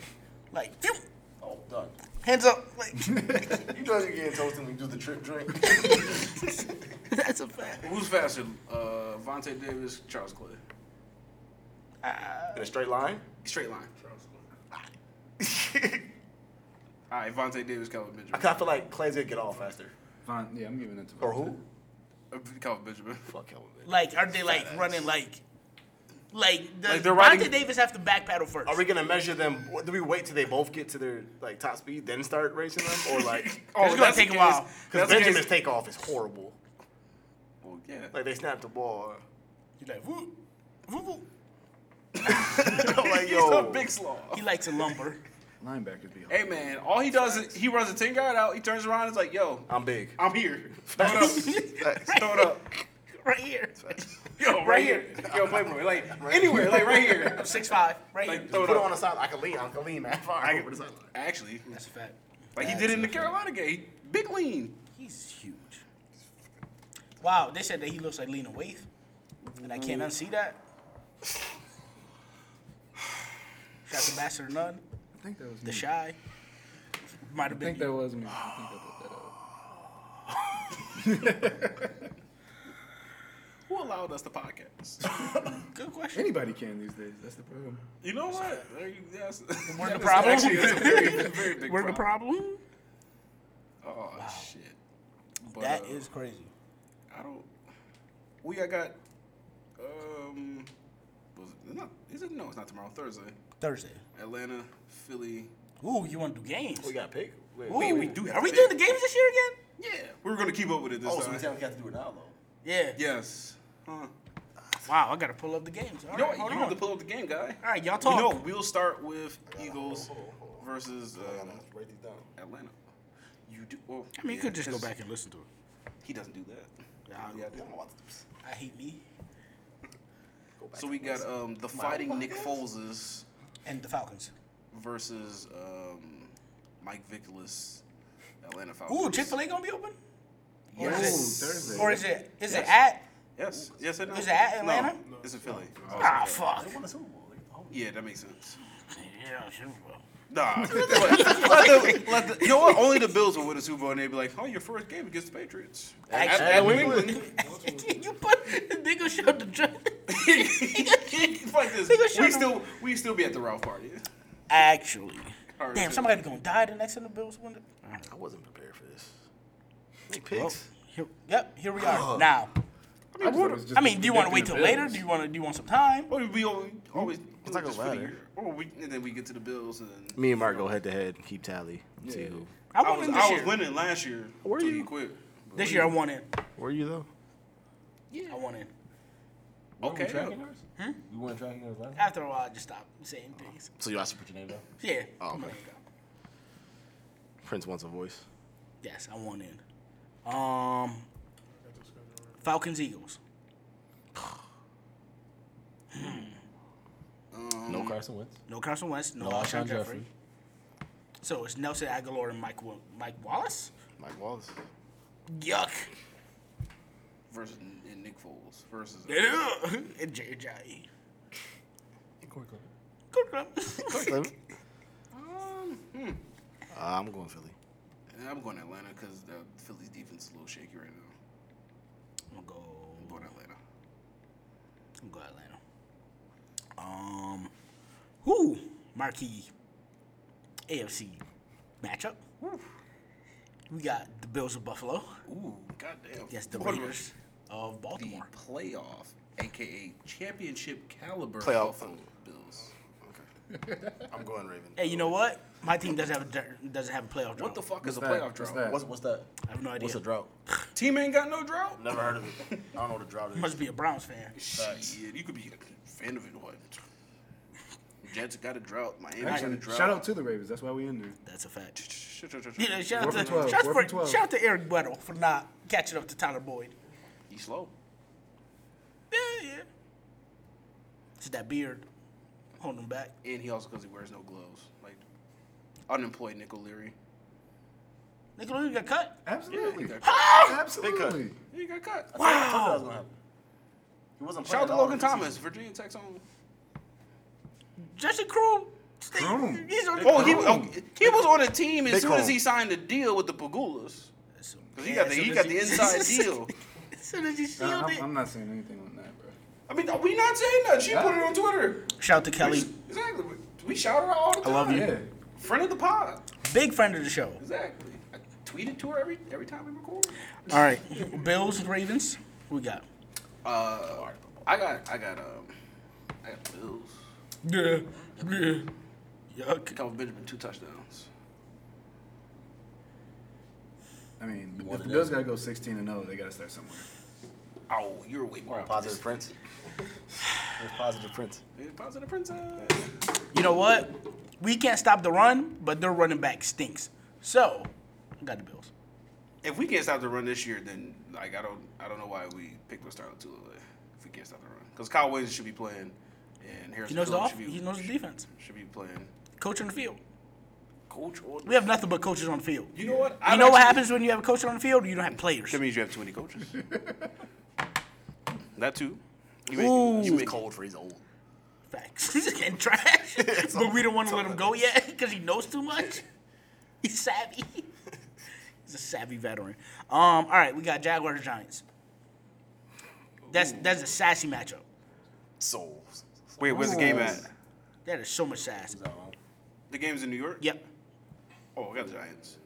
[SPEAKER 2] Like, phew,
[SPEAKER 3] Oh, done.
[SPEAKER 2] hands up. Like,
[SPEAKER 3] you know you're getting toasted when you do the trip drink.
[SPEAKER 2] [LAUGHS] that's a fact.
[SPEAKER 4] Who's faster, uh, Vontae Davis, Charles Clay?
[SPEAKER 3] In a straight line.
[SPEAKER 4] Straight line. Charles Clay. [LAUGHS] All right, Vontae Davis, Calvin
[SPEAKER 3] I
[SPEAKER 4] Benjamin.
[SPEAKER 3] kind of feel like Clay's gonna get off faster.
[SPEAKER 5] Von, yeah, I'm giving it to
[SPEAKER 3] Or
[SPEAKER 5] Von.
[SPEAKER 3] who?
[SPEAKER 4] Uh, Calvin Benjamin.
[SPEAKER 3] Fuck Kelvin. Man.
[SPEAKER 2] Like, are they like running like, like does
[SPEAKER 4] Like,
[SPEAKER 2] Devontae
[SPEAKER 4] they're riding-
[SPEAKER 2] Davis have to back paddle first?
[SPEAKER 3] Are we gonna measure them? Do we wait till they both get to their like top speed, then start racing them, or
[SPEAKER 4] [LAUGHS]
[SPEAKER 3] like?
[SPEAKER 4] Oh,
[SPEAKER 2] gonna
[SPEAKER 4] that's
[SPEAKER 2] take
[SPEAKER 4] the
[SPEAKER 2] a while.
[SPEAKER 4] case-
[SPEAKER 3] Because
[SPEAKER 4] that's the
[SPEAKER 3] Benjamin's
[SPEAKER 4] case-
[SPEAKER 3] takeoff is horrible.
[SPEAKER 4] Well, yeah.
[SPEAKER 3] Like they snapped the ball.
[SPEAKER 2] You're like, whoop, whoop, whoop.
[SPEAKER 3] I'm like
[SPEAKER 4] [LAUGHS] He's a
[SPEAKER 3] yo,
[SPEAKER 4] big slaw. [LAUGHS]
[SPEAKER 2] He likes a lumber. [LAUGHS]
[SPEAKER 5] Linebackers be hard.
[SPEAKER 4] Hey man, all he does is he runs a ten guard out. He turns around. and is like, yo,
[SPEAKER 3] I'm big.
[SPEAKER 4] I'm here. Throw it up. Throw it up.
[SPEAKER 2] Right here.
[SPEAKER 4] Yo, right, here. Yo, Playboy. Like anywhere. Like right here.
[SPEAKER 2] I'm six five. Right
[SPEAKER 4] Like
[SPEAKER 2] here.
[SPEAKER 4] throw it
[SPEAKER 3] Put it
[SPEAKER 4] up.
[SPEAKER 3] on the side. I can lean. I can lean that far.
[SPEAKER 4] I
[SPEAKER 3] over the
[SPEAKER 4] can,
[SPEAKER 3] sideline.
[SPEAKER 4] actually,
[SPEAKER 2] That's a fact.
[SPEAKER 4] like he did it in the Carolina game. He- Big lean.
[SPEAKER 2] He's huge. Wow, they said that he looks like Lena Waithe, and I can't unsee that. [SIGHS] Shout out to Master None,
[SPEAKER 5] I think that was
[SPEAKER 2] the
[SPEAKER 5] me.
[SPEAKER 2] shy. Might have
[SPEAKER 5] I think
[SPEAKER 2] been. you.
[SPEAKER 5] that was me. I think I put that up.
[SPEAKER 4] Who allowed us to podcast?
[SPEAKER 2] Good question.
[SPEAKER 5] Anybody can these days. That's the problem.
[SPEAKER 4] You know what? There you- That's, [LAUGHS]
[SPEAKER 2] We're the problem. [LAUGHS]
[SPEAKER 4] Actually, that's a very, very big
[SPEAKER 2] We're the
[SPEAKER 4] problem.
[SPEAKER 2] problem.
[SPEAKER 4] Oh shit. But,
[SPEAKER 2] That
[SPEAKER 4] uh,
[SPEAKER 2] is crazy.
[SPEAKER 4] I don't. We I got. Um. Was it not? Is it no? It's not tomorrow. Thursday.
[SPEAKER 2] Thursday.
[SPEAKER 4] Atlanta, Philly.
[SPEAKER 2] Ooh, you want to do games?
[SPEAKER 3] We got pick. Wait,
[SPEAKER 2] Ooh.
[SPEAKER 4] we- we do have
[SPEAKER 2] Are we
[SPEAKER 4] to
[SPEAKER 2] doing the games this year again?
[SPEAKER 4] Yeah, we were gonna keep up with it this
[SPEAKER 3] Oh, so
[SPEAKER 4] time.
[SPEAKER 3] we got to do it now, though.
[SPEAKER 2] Yeah.
[SPEAKER 4] yes. Huh.
[SPEAKER 2] Wow, I gotta pull up the games. All
[SPEAKER 4] You know
[SPEAKER 2] right,
[SPEAKER 4] what?
[SPEAKER 2] hold
[SPEAKER 4] You have to
[SPEAKER 2] on.
[SPEAKER 4] pull up the game, guy.
[SPEAKER 2] All right, y'all
[SPEAKER 4] We
[SPEAKER 2] talk. Oh,
[SPEAKER 4] know we'll start with Eagles versus uh,
[SPEAKER 3] Write these down.
[SPEAKER 4] Atlanta. You do. Well,
[SPEAKER 2] I mean, you
[SPEAKER 4] yeah,
[SPEAKER 2] could just go
[SPEAKER 4] 'cause
[SPEAKER 2] back and listen to it.
[SPEAKER 4] He doesn't do that.
[SPEAKER 2] Yeah, I
[SPEAKER 4] Yeah, I do.
[SPEAKER 2] I hate me
[SPEAKER 3] Go back
[SPEAKER 4] So
[SPEAKER 3] to
[SPEAKER 4] we got
[SPEAKER 3] this.
[SPEAKER 4] um the fighting Nick
[SPEAKER 3] podcast?
[SPEAKER 4] Foleses
[SPEAKER 2] and the Falcons.
[SPEAKER 4] versus um Mike Vickles, Atlanta Falcons.
[SPEAKER 2] Ooh, Chick Fil A gonna be open? Or is
[SPEAKER 5] Ooh,
[SPEAKER 2] it,
[SPEAKER 5] Thursday.
[SPEAKER 2] or is it is it at?
[SPEAKER 4] Yes. Yes, it is.
[SPEAKER 2] Is it at Atlanta?
[SPEAKER 4] No, it's in Philly.
[SPEAKER 2] Ah, fuck.
[SPEAKER 3] They won the Super Bowl. They won
[SPEAKER 4] Yeah, that makes sense.
[SPEAKER 2] Yeah, Super Bowl.
[SPEAKER 4] Nah. [LAUGHS] let the, let the, you know what? Only the Bills will win a Super Bowl, and they'd be like, "Oh, your first game against the Patriots."
[SPEAKER 2] Actually-
[SPEAKER 4] at, at New England.
[SPEAKER 2] [LAUGHS]
[SPEAKER 4] [LAUGHS]
[SPEAKER 2] you put [LAUGHS] the nigga showed the dress.
[SPEAKER 4] Fuck
[SPEAKER 2] They gonna
[SPEAKER 4] this.
[SPEAKER 2] show
[SPEAKER 4] We
[SPEAKER 2] them-
[SPEAKER 4] still, we still be at the Ralph party.
[SPEAKER 2] [LAUGHS] Actually,
[SPEAKER 4] All right.
[SPEAKER 2] damn, somebody gonna die the next time the Bills win. the-
[SPEAKER 3] the- I wasn't prepared for this.
[SPEAKER 2] Well,
[SPEAKER 3] Picks.
[SPEAKER 2] here, yep, here we are now.
[SPEAKER 5] I, mean, was just
[SPEAKER 2] I mean, do you want to wait till
[SPEAKER 5] predicting the
[SPEAKER 2] later?
[SPEAKER 5] Bills.
[SPEAKER 2] Do you want to? Do you want some time?
[SPEAKER 4] Well, Oh, we always, always do it
[SPEAKER 3] not gonna
[SPEAKER 4] just for the
[SPEAKER 3] lie.
[SPEAKER 4] year. Or we, and then we get to the Bills, and then
[SPEAKER 3] Me and Mark go head to head. Keep tally. and See
[SPEAKER 5] Yeah.
[SPEAKER 3] who.
[SPEAKER 2] I
[SPEAKER 4] I
[SPEAKER 2] won
[SPEAKER 4] was,
[SPEAKER 2] it this
[SPEAKER 4] I was
[SPEAKER 2] year.
[SPEAKER 4] winning last year.
[SPEAKER 3] Were
[SPEAKER 4] till
[SPEAKER 3] you?
[SPEAKER 4] He quit.
[SPEAKER 2] This year I won it.
[SPEAKER 3] Where are you though?
[SPEAKER 2] I won it.
[SPEAKER 4] Okay.
[SPEAKER 3] You weren't tracking those last.
[SPEAKER 2] After a while, I just stopped saying things.
[SPEAKER 3] So you also put your name down.
[SPEAKER 2] Yeah.
[SPEAKER 3] Oh,
[SPEAKER 2] I'm
[SPEAKER 3] okay.
[SPEAKER 2] like, uh,
[SPEAKER 3] Prince wants a voice.
[SPEAKER 2] Yes, I won it. Um, Falcons Eagles.
[SPEAKER 3] no Carson Wentz.
[SPEAKER 2] No Carson Wentz. No,
[SPEAKER 3] Mm. No
[SPEAKER 2] Alshon
[SPEAKER 3] Alshon
[SPEAKER 2] Jeffrey.
[SPEAKER 3] Jeffrey.
[SPEAKER 2] So it's Nelson Aguilar and Mike Wa- Mike Wallace.
[SPEAKER 3] Mike Wallace.
[SPEAKER 2] Yuck. [LAUGHS]
[SPEAKER 4] Versus and Nick Foles versus.
[SPEAKER 2] and JJ. Good [LAUGHS] luck.
[SPEAKER 3] Clement.
[SPEAKER 4] Um, hmm.
[SPEAKER 3] Uh, I'm going Philly.
[SPEAKER 4] And I'm going to Atlanta because the Phillies defense is a little shaky right now.
[SPEAKER 2] I'm gonna go.
[SPEAKER 4] I'm going to Atlanta.
[SPEAKER 2] I'm gonna go Atlanta. Um, who marquee AFC matchup? We got the Bills of Buffalo.
[SPEAKER 4] Ooh, goddamn.
[SPEAKER 2] Yes, the
[SPEAKER 4] What a-
[SPEAKER 2] Raiders of
[SPEAKER 4] The
[SPEAKER 2] Baltimore.
[SPEAKER 4] playoff, aka championship caliber
[SPEAKER 3] Playoff.
[SPEAKER 4] Buffalo Bills.
[SPEAKER 3] I'm going Raven.
[SPEAKER 2] Hey, you know what? My team doesn't have a dir- doesn't have a playoff
[SPEAKER 4] What
[SPEAKER 2] drought.
[SPEAKER 4] the fuck is a
[SPEAKER 5] that?
[SPEAKER 4] playoff
[SPEAKER 5] What's
[SPEAKER 4] drought?
[SPEAKER 5] that?
[SPEAKER 3] What's what's that?
[SPEAKER 2] I have no idea.
[SPEAKER 3] What's a drought?
[SPEAKER 4] Team ain't got no drought.
[SPEAKER 3] Never heard of it. I don't know what a drought
[SPEAKER 2] [LAUGHS]
[SPEAKER 3] is.
[SPEAKER 2] Must be a Browns fan.
[SPEAKER 4] Shit, you could be a fan of it. What? Jets got a drought. Miami got a
[SPEAKER 5] Actually,
[SPEAKER 4] drought.
[SPEAKER 5] shout out to the Ravens. That's why we in there.
[SPEAKER 2] That's a fact.
[SPEAKER 4] Shut- shut- shut- shut.
[SPEAKER 2] Yeah, shout out
[SPEAKER 5] Four
[SPEAKER 2] to
[SPEAKER 5] for 12,
[SPEAKER 2] shout, out
[SPEAKER 5] four
[SPEAKER 2] for-
[SPEAKER 5] for 12.
[SPEAKER 2] shout out to Eric Weddle for not catching up to Tyler Boyd.
[SPEAKER 4] He slow.
[SPEAKER 2] Yeah, yeah. It's that beard holding him back.
[SPEAKER 4] And he also because he wears no gloves. Like unemployed Nick O'Leary.
[SPEAKER 2] Nick O'Leary got cut.
[SPEAKER 5] Absolutely.
[SPEAKER 4] Yeah,
[SPEAKER 5] Absolutely.
[SPEAKER 4] He got cut.
[SPEAKER 2] Wow.
[SPEAKER 3] He wasn't
[SPEAKER 4] Shout
[SPEAKER 3] playing
[SPEAKER 4] out to
[SPEAKER 3] at all
[SPEAKER 4] Logan
[SPEAKER 3] this
[SPEAKER 4] Thomas,
[SPEAKER 3] season.
[SPEAKER 4] Virginia Tech's own.
[SPEAKER 2] Justin Crew.
[SPEAKER 5] Kroon.
[SPEAKER 2] He's on
[SPEAKER 4] Oh, he
[SPEAKER 2] Kroon.
[SPEAKER 4] oh, he was on a team as
[SPEAKER 3] Big
[SPEAKER 4] soon as
[SPEAKER 3] home.
[SPEAKER 4] he signed the deal with the Pagulas.
[SPEAKER 2] Because
[SPEAKER 4] Cause he got the he got
[SPEAKER 2] [LAUGHS]
[SPEAKER 4] the inside Uh, deal.
[SPEAKER 2] As soon as he
[SPEAKER 5] Nah,
[SPEAKER 2] sealed
[SPEAKER 5] I'm, I'm
[SPEAKER 2] it.
[SPEAKER 5] not saying anything on that, bro.
[SPEAKER 4] I mean, we not saying that. She put it on Twitter.
[SPEAKER 2] Shout out to Kelly.
[SPEAKER 4] Exactly. We shout her out all the time.
[SPEAKER 5] Yeah.
[SPEAKER 4] Friend of the pod.
[SPEAKER 2] Big friend of the show.
[SPEAKER 4] Exactly. I tweeted to her every every time we record.
[SPEAKER 2] All right. Bills, Ravens. Who we got?
[SPEAKER 4] Uh, I got I got um I got the Bills.
[SPEAKER 2] Yeah. Yeah. Yuck.
[SPEAKER 4] Calvin Benjamin two touchdowns.
[SPEAKER 5] I mean, if the Bills gotta go 16 and 0, they gotta start somewhere.
[SPEAKER 4] Oh, you're way more
[SPEAKER 3] Positive Prince. There's positive Prince.
[SPEAKER 4] Positive princess.
[SPEAKER 2] You know what? we can't stop the run, but their running back stinks. So I got the Bills.
[SPEAKER 4] If we can't stop the run this year, then like I don't I don't know why we picked with Starlin Tula if we can't stop the run because Kyle Williams should be playing and Harrison
[SPEAKER 2] He knows the
[SPEAKER 4] Phillips
[SPEAKER 2] off.
[SPEAKER 4] should be
[SPEAKER 2] He knows the defense.
[SPEAKER 4] should be playing.
[SPEAKER 2] Coach on the field.
[SPEAKER 4] Coach Orton.
[SPEAKER 2] We have nothing but coaches on the field. You
[SPEAKER 4] You know what?
[SPEAKER 2] know what happens when you have a coach on the field? You don't have players.
[SPEAKER 4] That means you have too many coaches. that too. You
[SPEAKER 2] Ooh.
[SPEAKER 4] you
[SPEAKER 3] He was cold for his old.
[SPEAKER 2] Facts. [LAUGHS] He's getting
[SPEAKER 4] [LAUGHS]
[SPEAKER 2] trash. but we don't want to let him go yet [LAUGHS] because he knows too much. [LAUGHS] He's savvy. [LAUGHS] He's a savvy veteran. Um, all right, we got Jaguars Giants. That's that's a sassy matchup.
[SPEAKER 3] Souls.
[SPEAKER 4] Wait, where's the game at?
[SPEAKER 2] That is so much sass.
[SPEAKER 4] The game's in New York.
[SPEAKER 2] Yep.
[SPEAKER 4] Oh, I got the Giants.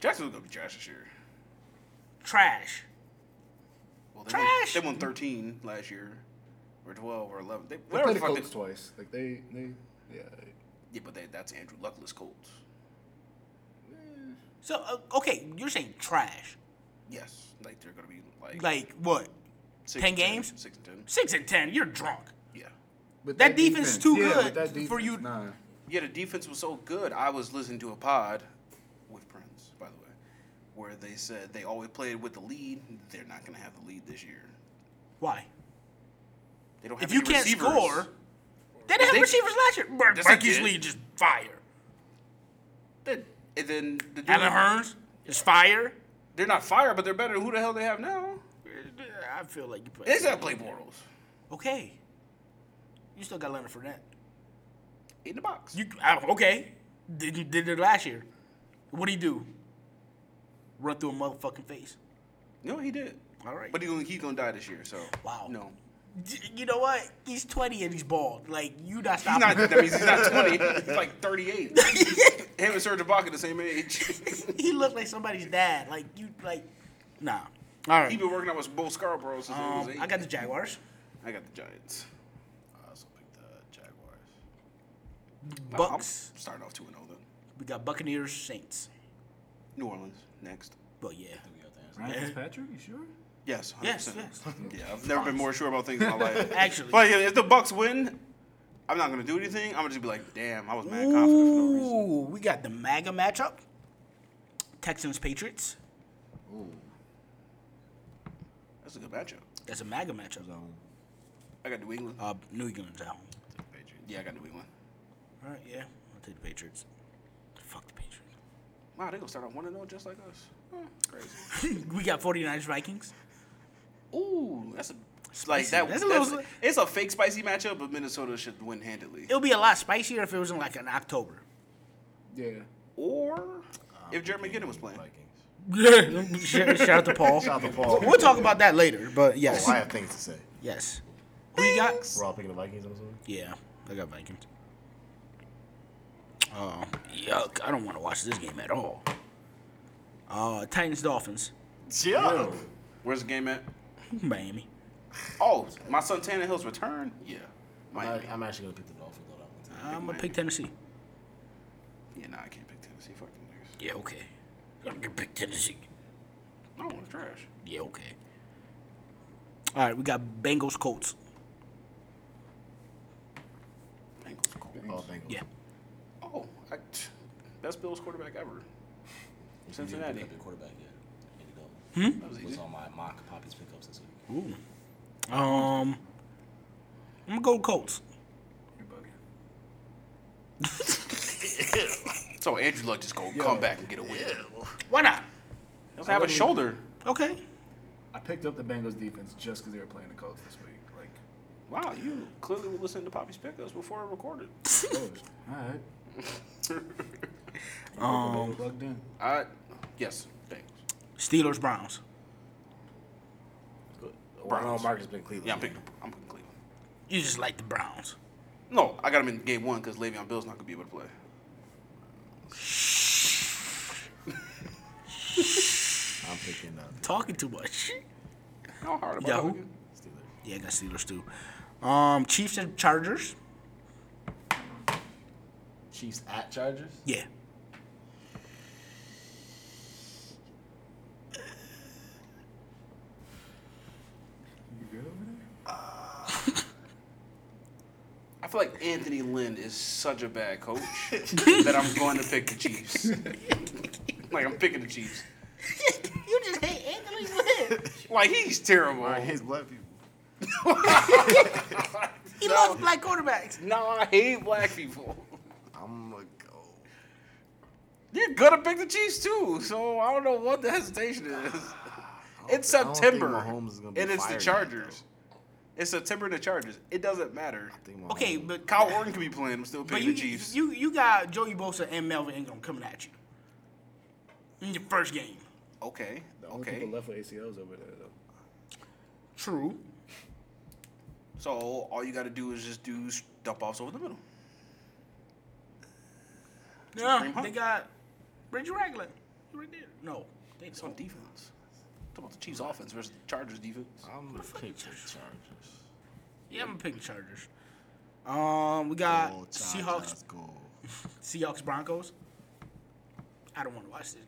[SPEAKER 4] Jacksonville's gonna be trash this year.
[SPEAKER 2] Trash.
[SPEAKER 4] Well, they
[SPEAKER 2] Trash.
[SPEAKER 4] Won, they won 13 last year, or 12 or 11. They,
[SPEAKER 5] They
[SPEAKER 4] whatever the
[SPEAKER 5] played the
[SPEAKER 4] fuck they-
[SPEAKER 5] Colts twice. Like they, they, yeah.
[SPEAKER 4] Yeah, but they, that's Andrew Luckless Colts.
[SPEAKER 2] So uh, okay, you're saying trash.
[SPEAKER 4] Yes, like they're gonna be like
[SPEAKER 2] Like what?
[SPEAKER 4] six
[SPEAKER 2] 10
[SPEAKER 4] and
[SPEAKER 2] games?
[SPEAKER 4] six and ten.
[SPEAKER 2] Six and ten. You're drunk.
[SPEAKER 4] Yeah,
[SPEAKER 5] But
[SPEAKER 2] That defense too
[SPEAKER 5] yeah,
[SPEAKER 2] good
[SPEAKER 5] but that defense,
[SPEAKER 2] for you-
[SPEAKER 5] Nah.
[SPEAKER 4] yeah. The defense was so good. I was listening to a pod with Prince, by the way, where they said they always played with the lead. They're not gonna have the lead this year.
[SPEAKER 2] Why?
[SPEAKER 4] They don't have
[SPEAKER 2] If you
[SPEAKER 4] any
[SPEAKER 2] can't
[SPEAKER 4] receivers.
[SPEAKER 2] score, they didn't have
[SPEAKER 4] They-
[SPEAKER 2] receivers last year. Bro,
[SPEAKER 4] Yes, they
[SPEAKER 2] Marquise
[SPEAKER 4] did.
[SPEAKER 2] Lee just fire.
[SPEAKER 4] Then- and then the dude,
[SPEAKER 2] Alan Hearns is fire.
[SPEAKER 4] they're not fire, but they're better than who the hell they have now.
[SPEAKER 2] I feel like you put.
[SPEAKER 4] It's that Blake Bortles
[SPEAKER 2] Okay. You still got Leonard Fournette.
[SPEAKER 4] in the box.
[SPEAKER 2] You I, okay? Did did it last year? What do you do? Run through a motherfucking face.
[SPEAKER 4] no, he did.
[SPEAKER 2] All right.
[SPEAKER 4] But he's gonna, he gonna die this year. So
[SPEAKER 2] Wow.
[SPEAKER 4] no.
[SPEAKER 2] D- you know what? He's twenty and he's bald. Like you not
[SPEAKER 4] He's
[SPEAKER 2] stopping.
[SPEAKER 4] not. That means he's not twenty. He's like thirty-eight. Him and Serge Ibaka the same age.
[SPEAKER 2] [LAUGHS] he looked like somebody's dad. Like you like, nah. All
[SPEAKER 4] he
[SPEAKER 2] right.
[SPEAKER 4] been working out with Bo Scarborough since he was
[SPEAKER 2] Um,
[SPEAKER 4] eight.
[SPEAKER 2] I got the Jaguars.
[SPEAKER 4] I got the Giants.
[SPEAKER 3] I also picked the Jaguars.
[SPEAKER 4] I'm-
[SPEAKER 2] Bucks.
[SPEAKER 4] I'm starting off two and zero then.
[SPEAKER 2] We got Buccaneers. Saints.
[SPEAKER 4] New Orleans next.
[SPEAKER 2] Well, yeah.
[SPEAKER 7] Ryan Fitzpatrick, you sure?
[SPEAKER 4] Yes. 100%.
[SPEAKER 2] Yes. Yes.
[SPEAKER 4] Yeah, I've never been more sure about things in my life.
[SPEAKER 2] [LAUGHS] Actually.
[SPEAKER 4] but yeah, if the Bucks win, I'm not gonna do anything. I'm gonna just be like, damn, I was mad confident for no reason.
[SPEAKER 2] Ooh, we got the MAGA matchup. Texans Patriots.
[SPEAKER 4] That's a good matchup.
[SPEAKER 2] That's a MAGA matchup.
[SPEAKER 4] I got New England.
[SPEAKER 2] Uh, New England's at home.
[SPEAKER 4] Oh, Yeah, I got New England.
[SPEAKER 2] All right, yeah, I'll take the Patriots. Fuck the Patriots. [LAUGHS]
[SPEAKER 4] Wow, they gonna start off one and zero just like us. Huh, crazy.
[SPEAKER 2] we got 49ers Vikings.
[SPEAKER 4] Ooh, that's a like
[SPEAKER 2] Spicy.
[SPEAKER 4] that.
[SPEAKER 2] That's
[SPEAKER 4] That's
[SPEAKER 2] a little-
[SPEAKER 4] it's a fake spicy matchup, but Minnesota should win handedly.
[SPEAKER 2] It'll be a lot spicier if it was in like an October.
[SPEAKER 5] Yeah.
[SPEAKER 4] Or if Jared McGinnis was playing,
[SPEAKER 3] Vikings.
[SPEAKER 2] Yeah. Shout shout out to Paul.
[SPEAKER 3] Shout out to Paul.
[SPEAKER 2] We'll talk about that later, but yes,
[SPEAKER 3] Oh, I have things to say.
[SPEAKER 2] yes. We got
[SPEAKER 3] We're all picking the Vikings, I'm assuming.
[SPEAKER 2] yeah, I got Vikings. Oh yuck! I don't want to watch this game at all. Uh, Titans Dolphins,
[SPEAKER 3] Yeah.
[SPEAKER 4] where's the game at?
[SPEAKER 2] Miami.
[SPEAKER 4] Oh, my son Tannehill's return. Yeah,
[SPEAKER 3] I,
[SPEAKER 4] Miami.
[SPEAKER 3] I'm actually gonna pick the Dolphins though. that one.
[SPEAKER 2] I'm gonna pick Tennessee.
[SPEAKER 4] Yeah, nah, I can't pick Tennessee. Fuck them niggas.
[SPEAKER 2] Yeah, okay. I'm gonna pick Tennessee.
[SPEAKER 4] I don't want to trash.
[SPEAKER 2] Yeah, okay. All right, we got Bengals Colts.
[SPEAKER 4] Bengals. Colts.
[SPEAKER 3] Oh, Bengals.
[SPEAKER 2] Yeah.
[SPEAKER 4] Oh, I, t- best Bills quarterback ever. Cincinnati. Hmm?
[SPEAKER 7] Pick up your quarterback yet? Any of them?
[SPEAKER 4] That was
[SPEAKER 7] What's
[SPEAKER 4] easy.
[SPEAKER 7] on my mock Poppy's pickups this week?
[SPEAKER 2] Ooh. Um, I'm gonna go Colts.
[SPEAKER 7] You're bugging.
[SPEAKER 4] So Andrew Luck just gonna come back and get a win.
[SPEAKER 2] Why not?
[SPEAKER 4] Doesn't have a shoulder.
[SPEAKER 2] Okay.
[SPEAKER 5] I picked up the Bengals defense just because they were playing the Colts this week. Like,
[SPEAKER 4] Wow, you clearly were listening to Poppy's pickups before I recorded.
[SPEAKER 2] [LAUGHS]
[SPEAKER 5] oh, all [LAUGHS] right. Um, plugged in.
[SPEAKER 4] I yes, thanks.
[SPEAKER 2] Steelers Browns.
[SPEAKER 3] Well, no, Marcus has been Cleveland.
[SPEAKER 4] Yeah, I'm picking. I'm picking Cleveland.
[SPEAKER 2] You just like the Browns.
[SPEAKER 4] No, I got him in game one because Le'Veon Bill's not gonna be able to play.
[SPEAKER 3] I'm picking uh,
[SPEAKER 2] Talking too much.
[SPEAKER 4] How hard am I
[SPEAKER 2] Yahoo?
[SPEAKER 4] talking?
[SPEAKER 3] Steelers.
[SPEAKER 2] Yeah, I got Steelers too. Um, Chiefs and Chargers.
[SPEAKER 3] Chiefs at Chargers.
[SPEAKER 2] Yeah.
[SPEAKER 4] I feel like Anthony Lynn is such a
[SPEAKER 2] [LAUGHS]
[SPEAKER 4] bad coach that I'm going to pick the Chiefs. like I'm picking the Chiefs.
[SPEAKER 2] [LAUGHS] You just hate Anthony Lynn.
[SPEAKER 4] [LAUGHS] Like he's terrible.
[SPEAKER 3] His black people.
[SPEAKER 2] He loves black quarterbacks.
[SPEAKER 4] No, I hate black people.
[SPEAKER 3] I'm oh. gonna go.
[SPEAKER 4] You're gonna pick the Chiefs too, so I don't know what the
[SPEAKER 2] [SIGHS]
[SPEAKER 4] hesitation is. It's
[SPEAKER 3] I don't think
[SPEAKER 4] September,
[SPEAKER 3] Mahomes is gonna be
[SPEAKER 4] and it's
[SPEAKER 3] fired
[SPEAKER 4] the
[SPEAKER 3] yet,
[SPEAKER 4] Chargers. it's September and the Chargers. It doesn't matter.
[SPEAKER 3] I think my
[SPEAKER 2] Okay,
[SPEAKER 3] homie-
[SPEAKER 2] but
[SPEAKER 4] Kyle Orton could be playing. I'm still
[SPEAKER 2] but
[SPEAKER 4] picking
[SPEAKER 2] you,
[SPEAKER 4] the Chiefs.
[SPEAKER 2] you you got Joey Bosa and Melvin Ingram coming at you in your first game.
[SPEAKER 4] okay,
[SPEAKER 7] Only
[SPEAKER 4] okay.
[SPEAKER 7] People left with ACLs over there though.
[SPEAKER 2] True.
[SPEAKER 4] So all you got to do is just do s- dump offs over the middle.
[SPEAKER 2] Yeah,
[SPEAKER 4] Kareem Hunt.
[SPEAKER 2] they got Reggie Ragland. He right there. No, they
[SPEAKER 4] It's on
[SPEAKER 2] don't.
[SPEAKER 4] defense. Talk about the Chiefs' offense versus the Chargers' defense.
[SPEAKER 3] I'm
[SPEAKER 2] [LAUGHS]
[SPEAKER 3] gonna pick the Chargers.
[SPEAKER 2] Yeah, I'm picking Chargers. Um, we got
[SPEAKER 3] Go Chargers,
[SPEAKER 2] Seahawks,
[SPEAKER 3] go.
[SPEAKER 2] [LAUGHS] Seahawks, Broncos. I don't want to watch this game.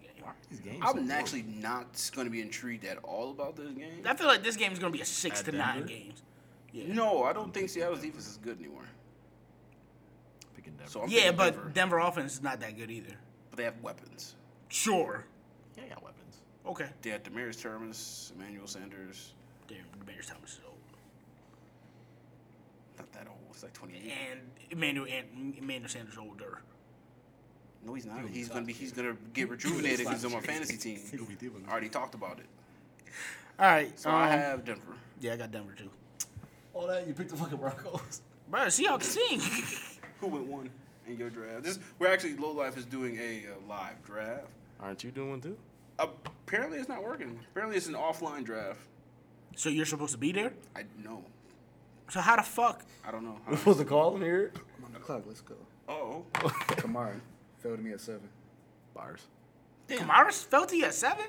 [SPEAKER 3] These games are
[SPEAKER 4] I'm
[SPEAKER 3] good.
[SPEAKER 4] actually not going to be intrigued at all about this game.
[SPEAKER 2] I feel like this game is gonna be a six
[SPEAKER 7] At
[SPEAKER 2] to nine
[SPEAKER 7] Denver?
[SPEAKER 2] games.
[SPEAKER 4] No, I don't think Seattle's defense is good anymore.
[SPEAKER 7] Picking Denver.
[SPEAKER 4] So I'm
[SPEAKER 2] yeah,
[SPEAKER 4] picking
[SPEAKER 2] but
[SPEAKER 4] Denver.
[SPEAKER 2] Denver. offense is not that good either.
[SPEAKER 4] but they have weapons.
[SPEAKER 2] Sure.
[SPEAKER 7] Yeah, I got weapons.
[SPEAKER 2] Okay.
[SPEAKER 4] They had Demaris Thomas, Emmanuel Sanders.
[SPEAKER 2] Damn, the Bears' Thomas is old.
[SPEAKER 4] Not that old. It's like 28.
[SPEAKER 2] And Emmanuel and Emmanuel Sanders is older.
[SPEAKER 4] No, he's not. He's gonna be. He's gonna get rejuvenated because he's on my fantasy team. [LAUGHS] I already talked about it.
[SPEAKER 2] All right. um,
[SPEAKER 4] So I have Denver.
[SPEAKER 2] yeah, I got Denver too.
[SPEAKER 7] All that you picked the fucking Broncos.
[SPEAKER 2] Bro, Seahawks sing.
[SPEAKER 4] Who went one in your draft? This we're actually low life is doing a uh, live draft.
[SPEAKER 3] Aren't you doing one too?
[SPEAKER 4] Apparently, it's not working. Apparently, it's an offline draft.
[SPEAKER 2] so you're supposed to be there.
[SPEAKER 4] I know.
[SPEAKER 2] So how the fuck?
[SPEAKER 4] I don't know. [LAUGHS]
[SPEAKER 3] What was the call here?
[SPEAKER 5] I'm on the clock. Let's go.
[SPEAKER 4] Oh,
[SPEAKER 5] Kamara failed me at seven.
[SPEAKER 3] Bars.
[SPEAKER 2] Kamara's fell to you at seven.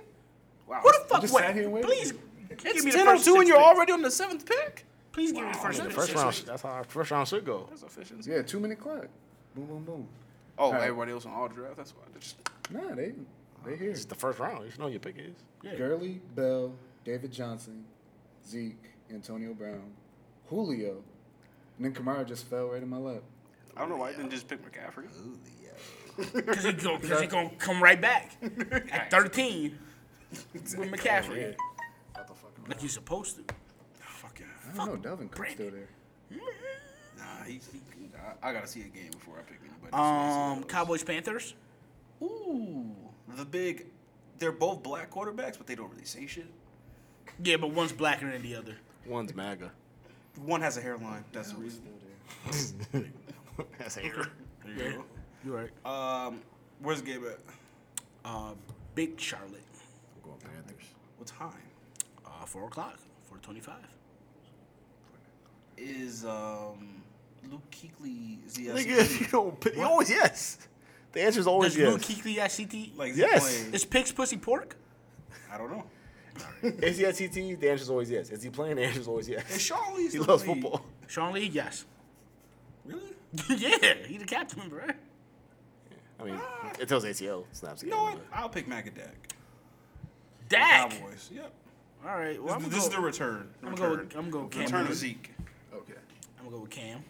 [SPEAKER 4] wow.
[SPEAKER 2] Who the fuck
[SPEAKER 5] just sat here and
[SPEAKER 2] went?
[SPEAKER 5] waited.
[SPEAKER 2] Please
[SPEAKER 4] It's
[SPEAKER 2] give me the
[SPEAKER 4] ten oh
[SPEAKER 2] first
[SPEAKER 4] two, and
[SPEAKER 2] six
[SPEAKER 4] you're
[SPEAKER 2] picks.
[SPEAKER 4] already on the seventh pick.
[SPEAKER 2] Please give me the first,
[SPEAKER 3] The
[SPEAKER 2] pick.
[SPEAKER 3] first round. That's how our first round should go.
[SPEAKER 4] That's efficiency.
[SPEAKER 5] Yeah, two minute clock. Boom, boom, boom.
[SPEAKER 4] Oh,
[SPEAKER 5] right.
[SPEAKER 4] everybody else on all draft. That's why. They're Just,
[SPEAKER 5] Nah, they they here.
[SPEAKER 3] It's the first round. You should know what your pick is.
[SPEAKER 5] Gurley, Bell, David Johnson, Zeke, Antonio Brown, Julio, and then Kamara just fell right in my lap.
[SPEAKER 4] I don't know why I didn't just pick McCaffrey.
[SPEAKER 2] Because he go, cause he gonna come right back
[SPEAKER 4] [LAUGHS]
[SPEAKER 2] at 13 with McCaffrey. Like you're supposed to.
[SPEAKER 4] Fucking.
[SPEAKER 5] I don't know. Delvin Cook's still there.
[SPEAKER 4] Nah, he, he, I, I gotta see a game before I pick anybody.
[SPEAKER 2] Um, Cowboys Panthers.
[SPEAKER 4] Ooh, the big. They're both black quarterbacks, but they don't really say shit.
[SPEAKER 2] Yeah, but one's blacker than the other.
[SPEAKER 3] One's [LAUGHS] MAGA.
[SPEAKER 4] One has a hairline. That's the reason.
[SPEAKER 3] That's hair.
[SPEAKER 4] There you
[SPEAKER 2] You right.
[SPEAKER 4] go. Um, where's the game at?
[SPEAKER 2] Uh, Big Charlotte.
[SPEAKER 3] I'm going Panthers.
[SPEAKER 4] What time?
[SPEAKER 2] Uh, four o'clock. Four twenty-five.
[SPEAKER 4] Is um, Luke Keekley? Is he
[SPEAKER 3] Nigga, [LAUGHS] if you don't pick, you always yes. The answer is always
[SPEAKER 2] Does Lou
[SPEAKER 3] yes.
[SPEAKER 2] Kuechly at CT?
[SPEAKER 4] Like, is
[SPEAKER 3] Yes.
[SPEAKER 4] He playing?
[SPEAKER 2] is pigs pussy pork?
[SPEAKER 4] I don't know.
[SPEAKER 3] Is he at TT? The answer is always yes. Is he playing? The answer is always
[SPEAKER 4] Is
[SPEAKER 3] yes.
[SPEAKER 4] Sean
[SPEAKER 3] [LAUGHS]
[SPEAKER 4] Lee
[SPEAKER 3] He
[SPEAKER 4] still
[SPEAKER 3] loves
[SPEAKER 4] in the league?
[SPEAKER 3] football.
[SPEAKER 2] Sean Lee, yes. [LAUGHS]
[SPEAKER 4] Really?
[SPEAKER 2] yeah, he the captain, bro.
[SPEAKER 3] I mean, it tells ACL snaps.
[SPEAKER 4] You know what? I'll pick Macadac.
[SPEAKER 2] Dak.
[SPEAKER 4] Cowboys. Yep.
[SPEAKER 2] All right. Well, I'm
[SPEAKER 4] this
[SPEAKER 2] gonna
[SPEAKER 4] this is
[SPEAKER 2] go-
[SPEAKER 4] the return.
[SPEAKER 2] I'm gonna go
[SPEAKER 4] return.
[SPEAKER 2] with- I'm gonna go with Cam
[SPEAKER 4] Return of
[SPEAKER 2] Newton.
[SPEAKER 4] Zeke.
[SPEAKER 5] Okay.
[SPEAKER 2] I'm gonna go with Cam.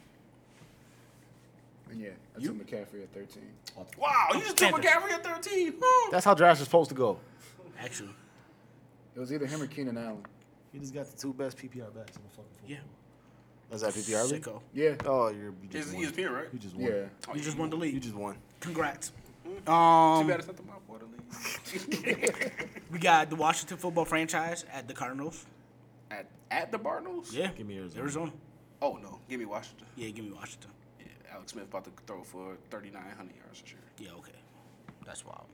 [SPEAKER 5] And yeah, I took McCaffrey at 13.
[SPEAKER 4] Wow, you just took
[SPEAKER 2] Panthers.
[SPEAKER 4] McCaffrey at 13.
[SPEAKER 3] That's how drafts are supposed to go.
[SPEAKER 2] Actually,
[SPEAKER 5] It was either him or Keenan Allen.
[SPEAKER 3] He just got the two best PPR backs in the fucking football.
[SPEAKER 2] yeah.
[SPEAKER 3] Is that PPR league?
[SPEAKER 2] Sicko.
[SPEAKER 5] Yeah.
[SPEAKER 3] Oh, you're, you
[SPEAKER 4] Is
[SPEAKER 3] just won.
[SPEAKER 4] ESPN right? Oh,
[SPEAKER 3] You just won.
[SPEAKER 5] Yeah.
[SPEAKER 2] You just won the
[SPEAKER 3] You
[SPEAKER 2] league.
[SPEAKER 3] just won.
[SPEAKER 2] Congrats.
[SPEAKER 4] Too
[SPEAKER 2] Um,
[SPEAKER 4] bad it's not the Mop Water League.
[SPEAKER 2] we got the Washington football franchise at the Cardinals.
[SPEAKER 4] at, at the Cardinals?
[SPEAKER 2] Yeah.
[SPEAKER 3] Give me Arizona.
[SPEAKER 2] Arizona.
[SPEAKER 4] Oh no, give me Washington.
[SPEAKER 2] Yeah, give me Washington.
[SPEAKER 4] Yeah, Alex Smith about to throw for 3,900 yards this year.
[SPEAKER 2] Yeah, okay. That's wild.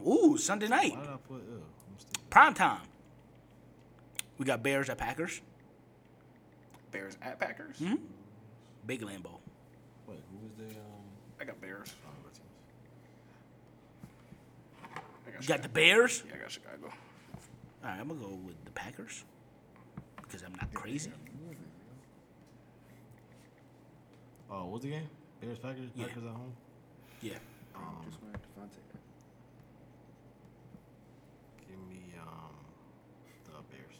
[SPEAKER 2] Um, ooh, Sunday night,
[SPEAKER 7] Why did I put? Ew, I'm stupid.
[SPEAKER 2] prime time. We got Bears at Packers.
[SPEAKER 4] Bears at Packers.
[SPEAKER 2] Mm-hmm. Big Lambo.
[SPEAKER 7] Wait, who was the um?
[SPEAKER 4] I got Bears.
[SPEAKER 7] Oh, my teams.
[SPEAKER 4] I got,
[SPEAKER 2] You
[SPEAKER 4] Chicago.
[SPEAKER 2] got the Bears.
[SPEAKER 4] yeah, I got Chicago.
[SPEAKER 2] All right, I'm gonna go with the Packers because I'm not crazy.
[SPEAKER 7] Oh, what's the game? Bears Packers.
[SPEAKER 2] Yeah.
[SPEAKER 7] Packers at home.
[SPEAKER 2] Yeah.
[SPEAKER 5] Just went Devontae.
[SPEAKER 7] Give me um the Bears.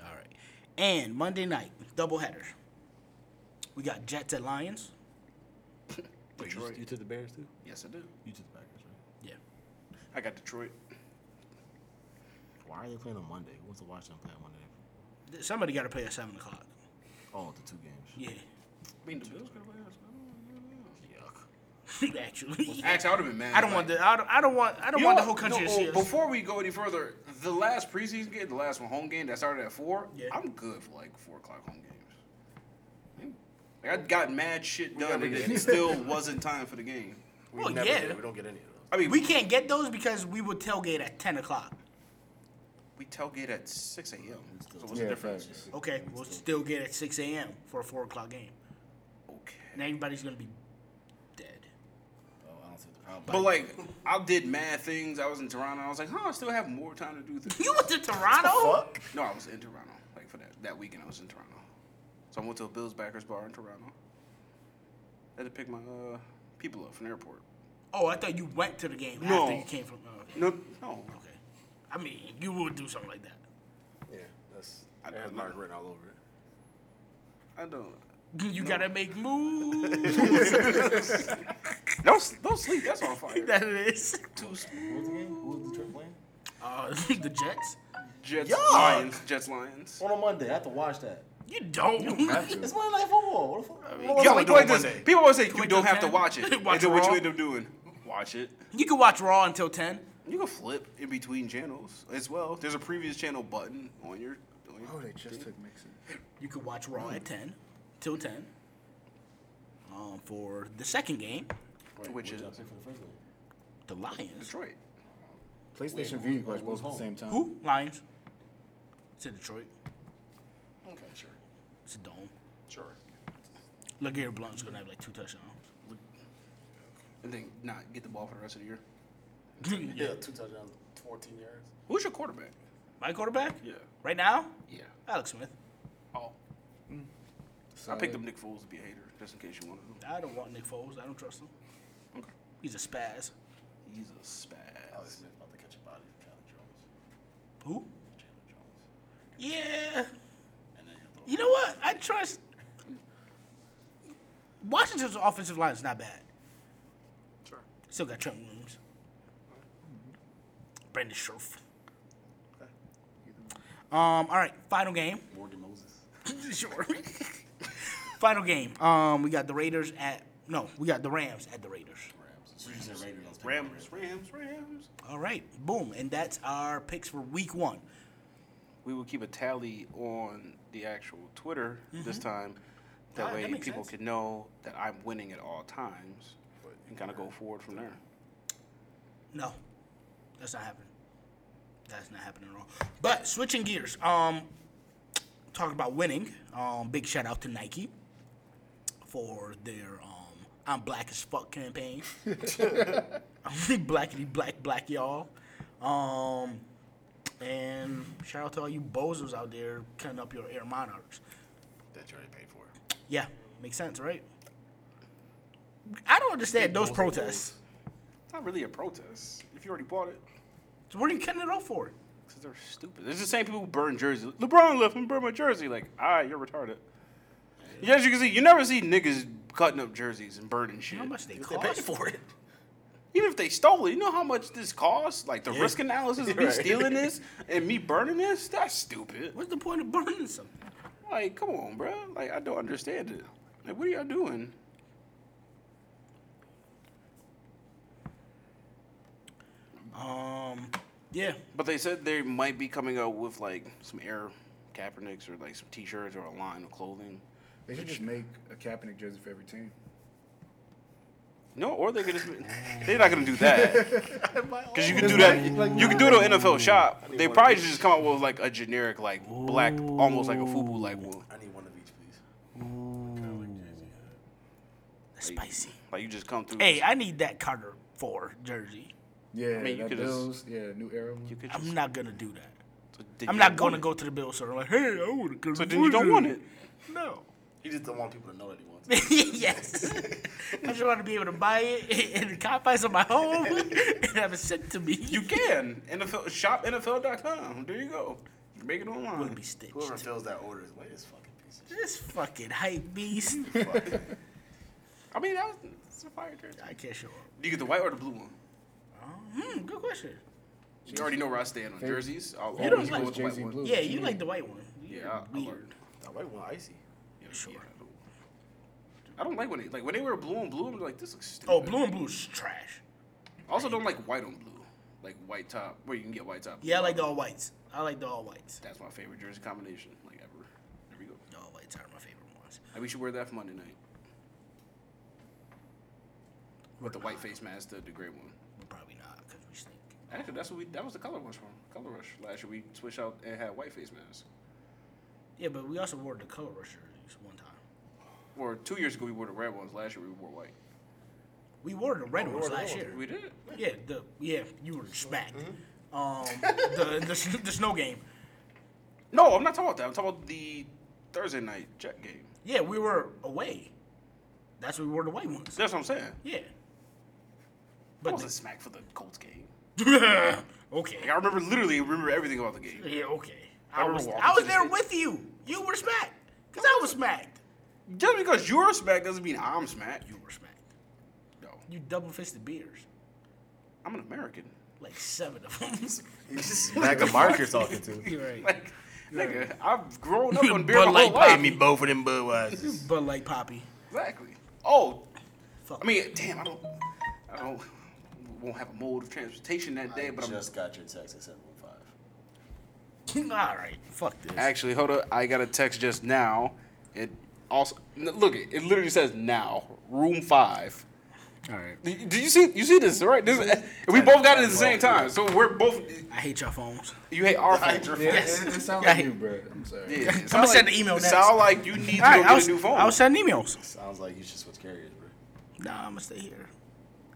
[SPEAKER 2] All right. And Monday night doubleheader. We got Jets at Lions.
[SPEAKER 4] Detroit.
[SPEAKER 7] You took the Bears too?
[SPEAKER 4] yes, I do.
[SPEAKER 7] You took the Packers, right?
[SPEAKER 2] Yeah.
[SPEAKER 4] I got Detroit.
[SPEAKER 7] Why are they playing on Monday? Who wants to watch them play on Monday?
[SPEAKER 2] Th- Somebody got to play at seven o'clock.
[SPEAKER 7] Oh, the two games.
[SPEAKER 2] Yeah, [LAUGHS]
[SPEAKER 4] I mean, the Bills could have
[SPEAKER 7] Yuck.
[SPEAKER 2] actually.
[SPEAKER 4] Actually, I would have been mad.
[SPEAKER 2] I don't want the I don't, I don't want I don't want the whole country to see us.
[SPEAKER 4] oh, Before we go any further, the last preseason game, the last one home game that started at four,
[SPEAKER 2] Yeah.
[SPEAKER 4] I'm good for like four o'clock home games. Like, I got mad shit done and it still wasn't time for the game.
[SPEAKER 3] We
[SPEAKER 2] Well,
[SPEAKER 3] never
[SPEAKER 2] yeah.
[SPEAKER 3] get it. We don't get any of those.
[SPEAKER 4] I mean,
[SPEAKER 2] we
[SPEAKER 4] we
[SPEAKER 2] can't get those because we would tailgate at ten o'clock.
[SPEAKER 4] we tailgate at six a.m. So what's
[SPEAKER 5] Yeah,
[SPEAKER 4] the difference?
[SPEAKER 5] facts.
[SPEAKER 2] Okay, we'll still get at six a.m. for a four o'clock game, and
[SPEAKER 4] Okay.
[SPEAKER 2] everybody's gonna be dead.
[SPEAKER 7] Oh, I don't see the problem.
[SPEAKER 4] But like, I did mad things. I was in Toronto. I was like, huh, I still have more time to do things.
[SPEAKER 2] You went to Toronto?
[SPEAKER 3] Fuck.
[SPEAKER 4] No, I was in Toronto. Like for that that weekend, I was in Toronto. So I went to a Bills backers bar in Toronto. I had to pick my uh, people up from the airport.
[SPEAKER 2] Oh, I thought you went to the game
[SPEAKER 4] No.
[SPEAKER 2] after you came from. oh, okay.
[SPEAKER 4] No, no.
[SPEAKER 2] Okay. I mean, you would do something like that.
[SPEAKER 3] Yeah, that's
[SPEAKER 4] I-
[SPEAKER 3] there's
[SPEAKER 4] I-
[SPEAKER 3] Mark written all over it.
[SPEAKER 4] I don't.
[SPEAKER 2] You gotta make moves. [LAUGHS]
[SPEAKER 4] Don't s- don't sleep. That's on [LAUGHS] fire.
[SPEAKER 2] that it is.
[SPEAKER 7] Who was the game? Who was Detroit playing?
[SPEAKER 2] Uh, [LAUGHS] the Jets.
[SPEAKER 4] Jets
[SPEAKER 7] Yuck.
[SPEAKER 4] Lions. Jets Lions.
[SPEAKER 7] On a Monday. I have to watch that.
[SPEAKER 2] You don't.
[SPEAKER 7] It's Monday Night Football. What the fuck? What
[SPEAKER 4] Yo,
[SPEAKER 7] the
[SPEAKER 4] like,
[SPEAKER 7] fuck?
[SPEAKER 4] like this. People always say you
[SPEAKER 2] Wait
[SPEAKER 4] don't
[SPEAKER 2] till
[SPEAKER 4] have to
[SPEAKER 2] 10?
[SPEAKER 4] [LAUGHS] watch it.
[SPEAKER 2] Watch
[SPEAKER 4] and then what
[SPEAKER 2] Raw?
[SPEAKER 4] you end up doing? Watch it.
[SPEAKER 2] [LAUGHS] you can watch Raw until ten.
[SPEAKER 4] You can flip in between channels as well. There's a previous channel button on your. On your
[SPEAKER 5] Oh, they just took Mixon.
[SPEAKER 2] You could watch Raw at ten, till ten. Um, for the second game,
[SPEAKER 4] which is
[SPEAKER 7] Pick for the first game.
[SPEAKER 2] the Lions.
[SPEAKER 4] Detroit.
[SPEAKER 5] PlayStation V, you
[SPEAKER 7] who-
[SPEAKER 5] guys both at
[SPEAKER 7] who's
[SPEAKER 5] the same time.
[SPEAKER 2] Who? Lions. It's in Detroit.
[SPEAKER 4] Okay, sure,
[SPEAKER 2] It's a dome.
[SPEAKER 4] sure.
[SPEAKER 2] LeGarrette Blunt's gonna have like two touchdowns.
[SPEAKER 4] And then not get the ball for the rest of the year.
[SPEAKER 2] [LAUGHS] yeah.
[SPEAKER 3] two touchdowns, 14 yards.
[SPEAKER 4] Who's your quarterback?
[SPEAKER 2] My quarterback?
[SPEAKER 4] Yeah.
[SPEAKER 2] Right now?
[SPEAKER 4] Yeah.
[SPEAKER 2] Alex Smith.
[SPEAKER 4] Oh. I picked up Nick Foles to be a hater, just in case you wanted him.
[SPEAKER 2] I don't want Nick Foles. I don't trust him.
[SPEAKER 4] Okay.
[SPEAKER 2] He's a spaz.
[SPEAKER 4] He's a spaz.
[SPEAKER 7] Smith about to catch a body from Chandler Jones.
[SPEAKER 2] Who?
[SPEAKER 7] Chandler Jones.
[SPEAKER 2] Yeah.
[SPEAKER 7] And then he'll
[SPEAKER 2] You know what? I trust. Washington's offensive line is not bad.
[SPEAKER 4] Sure.
[SPEAKER 2] Still got Trent Williams, Brandon Scherf. Um. All right. Final game. [LAUGHS]
[SPEAKER 7] throw Morgan Moses.
[SPEAKER 2] sure. Final game. Um. We got the Raiders at. No, we got the Rams at the Raiders.
[SPEAKER 7] Rams. So you said Raiders. I was picking
[SPEAKER 4] Rams, Rams, Rams.
[SPEAKER 2] All right. Boom. And that's our picks for Week One.
[SPEAKER 4] We will keep a tally on the actual Twitter this time.
[SPEAKER 2] Ah,
[SPEAKER 4] Mm-hmm. That
[SPEAKER 2] that
[SPEAKER 4] way
[SPEAKER 2] makes
[SPEAKER 4] people
[SPEAKER 2] sense.
[SPEAKER 4] can know that I'm winning at all times and kind of go forward from there.
[SPEAKER 2] No, that's not happening. That's not happening at all. But switching gears, um, talking about winning. Um, big shout out to Nike for their um, "I'm Black as Fuck"
[SPEAKER 7] [LAUGHS]
[SPEAKER 2] campaign. I'm blackity black black y'all. Um, and shout out to all you bozos out there cutting up your Air Monarchs.
[SPEAKER 7] That you already paid for.
[SPEAKER 2] Yeah, makes sense, right? I don't understand those protests.
[SPEAKER 4] It's not really a protest if you already bought it.
[SPEAKER 2] So what are you cutting it off for?
[SPEAKER 4] Because they're stupid. It's the same people who burn jerseys. LeBron left and burned my jersey. Like, ah, you're retarded. Yeah, as you can see, you never see niggas cutting up jerseys and burning shit.
[SPEAKER 2] How much they
[SPEAKER 7] They paid
[SPEAKER 2] cost?
[SPEAKER 7] for it.
[SPEAKER 4] Even if they stole it, you know how much this costs? Like the risk analysis of
[SPEAKER 2] [LAUGHS]
[SPEAKER 4] me
[SPEAKER 7] Right.
[SPEAKER 4] stealing this and me burning this? That's stupid.
[SPEAKER 2] What's the point of burning something?
[SPEAKER 4] Like, come on, bro. Like, I don't understand it. Like, what are y'all doing?
[SPEAKER 2] Um, yeah,
[SPEAKER 4] But they said they might be coming out with like some air Kaepernicks or like some t shirts or a line of clothing.
[SPEAKER 5] They should just make a Kaepernick jersey for every team.
[SPEAKER 4] No, or they could just. They're not gonna do that. Because you can do that. You can do it on NFL Shop. They probably should just come out with like a generic, like black, almost like a FUBU like one.
[SPEAKER 7] I need one of each, please.
[SPEAKER 2] that's spicy.
[SPEAKER 4] Like you just come through.
[SPEAKER 2] Hey, I need that Carter Four jersey.
[SPEAKER 5] Yeah,
[SPEAKER 4] mean, you
[SPEAKER 5] that
[SPEAKER 4] could just-
[SPEAKER 5] Bills, yeah, new era one.
[SPEAKER 4] you could just.
[SPEAKER 2] I'm not gonna do that.
[SPEAKER 4] so did
[SPEAKER 2] I'm
[SPEAKER 4] you
[SPEAKER 2] not
[SPEAKER 4] want
[SPEAKER 2] gonna
[SPEAKER 4] it?
[SPEAKER 2] go to the Bill store like, hey, I want a Carter
[SPEAKER 4] So then you don't want it.
[SPEAKER 2] No. [LAUGHS]
[SPEAKER 7] He just don't want people to know that he wants it.
[SPEAKER 2] yes. I just want to be able to buy it [LAUGHS] in the confines of my home [LAUGHS] and have it sent to me. [LAUGHS]
[SPEAKER 4] You can. NFL shop NFL.com. There you go. You can make it
[SPEAKER 2] would
[SPEAKER 4] online.
[SPEAKER 2] be stitched.
[SPEAKER 4] [LAUGHS]
[SPEAKER 7] Whoever fills that order is like this fucking piece of shit.
[SPEAKER 2] This fucking hype beast.
[SPEAKER 4] I mean, that was it's a fire jersey.
[SPEAKER 2] I can't show up.
[SPEAKER 4] Do you get the white or the blue one?
[SPEAKER 2] Hmm, good question.
[SPEAKER 4] You already know where I stand on jerseys. I'll
[SPEAKER 2] You don't
[SPEAKER 4] always go
[SPEAKER 2] like
[SPEAKER 4] with the white
[SPEAKER 5] Jay-Z
[SPEAKER 4] one.
[SPEAKER 5] blue.
[SPEAKER 2] Yeah, you like the white one. You're
[SPEAKER 4] Yeah, I, I
[SPEAKER 2] weird.
[SPEAKER 4] learned.
[SPEAKER 3] That white one icy.
[SPEAKER 4] Yeah,
[SPEAKER 2] Sure.
[SPEAKER 4] yeah, I don't- I don't like when they like when they wear blue on blue. I'm like, this looks stupid.
[SPEAKER 2] Oh, blue and blue is trash.
[SPEAKER 4] I also don't like white on blue, like white top where you can get white top.
[SPEAKER 2] Yeah, I like the all whites. I like the all whites.
[SPEAKER 4] that's my favorite jersey combination, like ever. There we go.
[SPEAKER 2] The all whites are my favorite ones.
[SPEAKER 4] Like, we should wear that for Monday night with the white face mask, the, the gray one.
[SPEAKER 2] But probably not because we stink.
[SPEAKER 4] Actually, that's what we that was the color rush from color rush last year. We switched out and had white face masks.
[SPEAKER 2] Yeah, but we also wore the color rush jerseys one time.
[SPEAKER 4] Or two years ago we wore the red ones. Last year we wore white.
[SPEAKER 2] We wore the red ones
[SPEAKER 3] the
[SPEAKER 2] last
[SPEAKER 3] red
[SPEAKER 2] year.
[SPEAKER 4] We did.
[SPEAKER 2] Yeah, the yeah you were smacked. Um, the, the sn- the snow game.
[SPEAKER 4] No, I'm not talking about that. I'm talking about the Thursday night jet game.
[SPEAKER 2] Yeah, we were away. That's what we wore the white ones.
[SPEAKER 4] That's what I'm saying.
[SPEAKER 2] Yeah.
[SPEAKER 4] But
[SPEAKER 2] But
[SPEAKER 4] I wasn't smacked for the Colts game.
[SPEAKER 2] [LAUGHS] the,
[SPEAKER 4] Like I
[SPEAKER 2] okay.
[SPEAKER 4] remember literally remember everything about the game.
[SPEAKER 2] Yeah, okay.
[SPEAKER 4] I
[SPEAKER 2] I,
[SPEAKER 4] remember
[SPEAKER 2] was
[SPEAKER 4] walking
[SPEAKER 2] I
[SPEAKER 4] to
[SPEAKER 2] was
[SPEAKER 4] the
[SPEAKER 2] there
[SPEAKER 4] station.
[SPEAKER 2] with you. You were smacked. Cause I was smacked.
[SPEAKER 4] Just because you're smacked doesn't mean I'm smacked.
[SPEAKER 2] You were smacked.
[SPEAKER 4] No,
[SPEAKER 2] You double fisted beers,
[SPEAKER 4] I'm an American.
[SPEAKER 2] like seven of them.
[SPEAKER 3] Like the Mark you're talking to.
[SPEAKER 2] You're right.
[SPEAKER 4] Like, nigga, I've grown up on beer my
[SPEAKER 2] Bud Light
[SPEAKER 4] whole life.
[SPEAKER 3] both of them Budweisers.
[SPEAKER 2] But like Poppy.
[SPEAKER 4] Exactly. Oh,
[SPEAKER 2] Fuck.
[SPEAKER 4] I mean, damn, I don't, I don't, won't have a mode of transportation that day, but I'm.
[SPEAKER 3] just got your text at 715.
[SPEAKER 2] [LAUGHS] all right. Fuck this.
[SPEAKER 4] Actually, hold up, I got a text just now. It also n- look, it it literally says now, room five.
[SPEAKER 2] all right.
[SPEAKER 4] Did did you see? You see this right? This, we both got it at the same time, so we're both.
[SPEAKER 2] I hate y'all phones.
[SPEAKER 4] You hate our phone.
[SPEAKER 5] Yeah, it, it sounds like you, bro. I'm
[SPEAKER 2] [LAUGHS]
[SPEAKER 5] sorry.
[SPEAKER 4] Yeah,
[SPEAKER 2] I'm gonna send an email next.
[SPEAKER 4] Sound like you need to
[SPEAKER 2] All
[SPEAKER 4] go
[SPEAKER 2] right,
[SPEAKER 4] get
[SPEAKER 2] I was,
[SPEAKER 4] a new phone.
[SPEAKER 2] I was sending emails.
[SPEAKER 3] Sounds like you should switch carriers, bro.
[SPEAKER 2] Nah, I'm gonna stay here.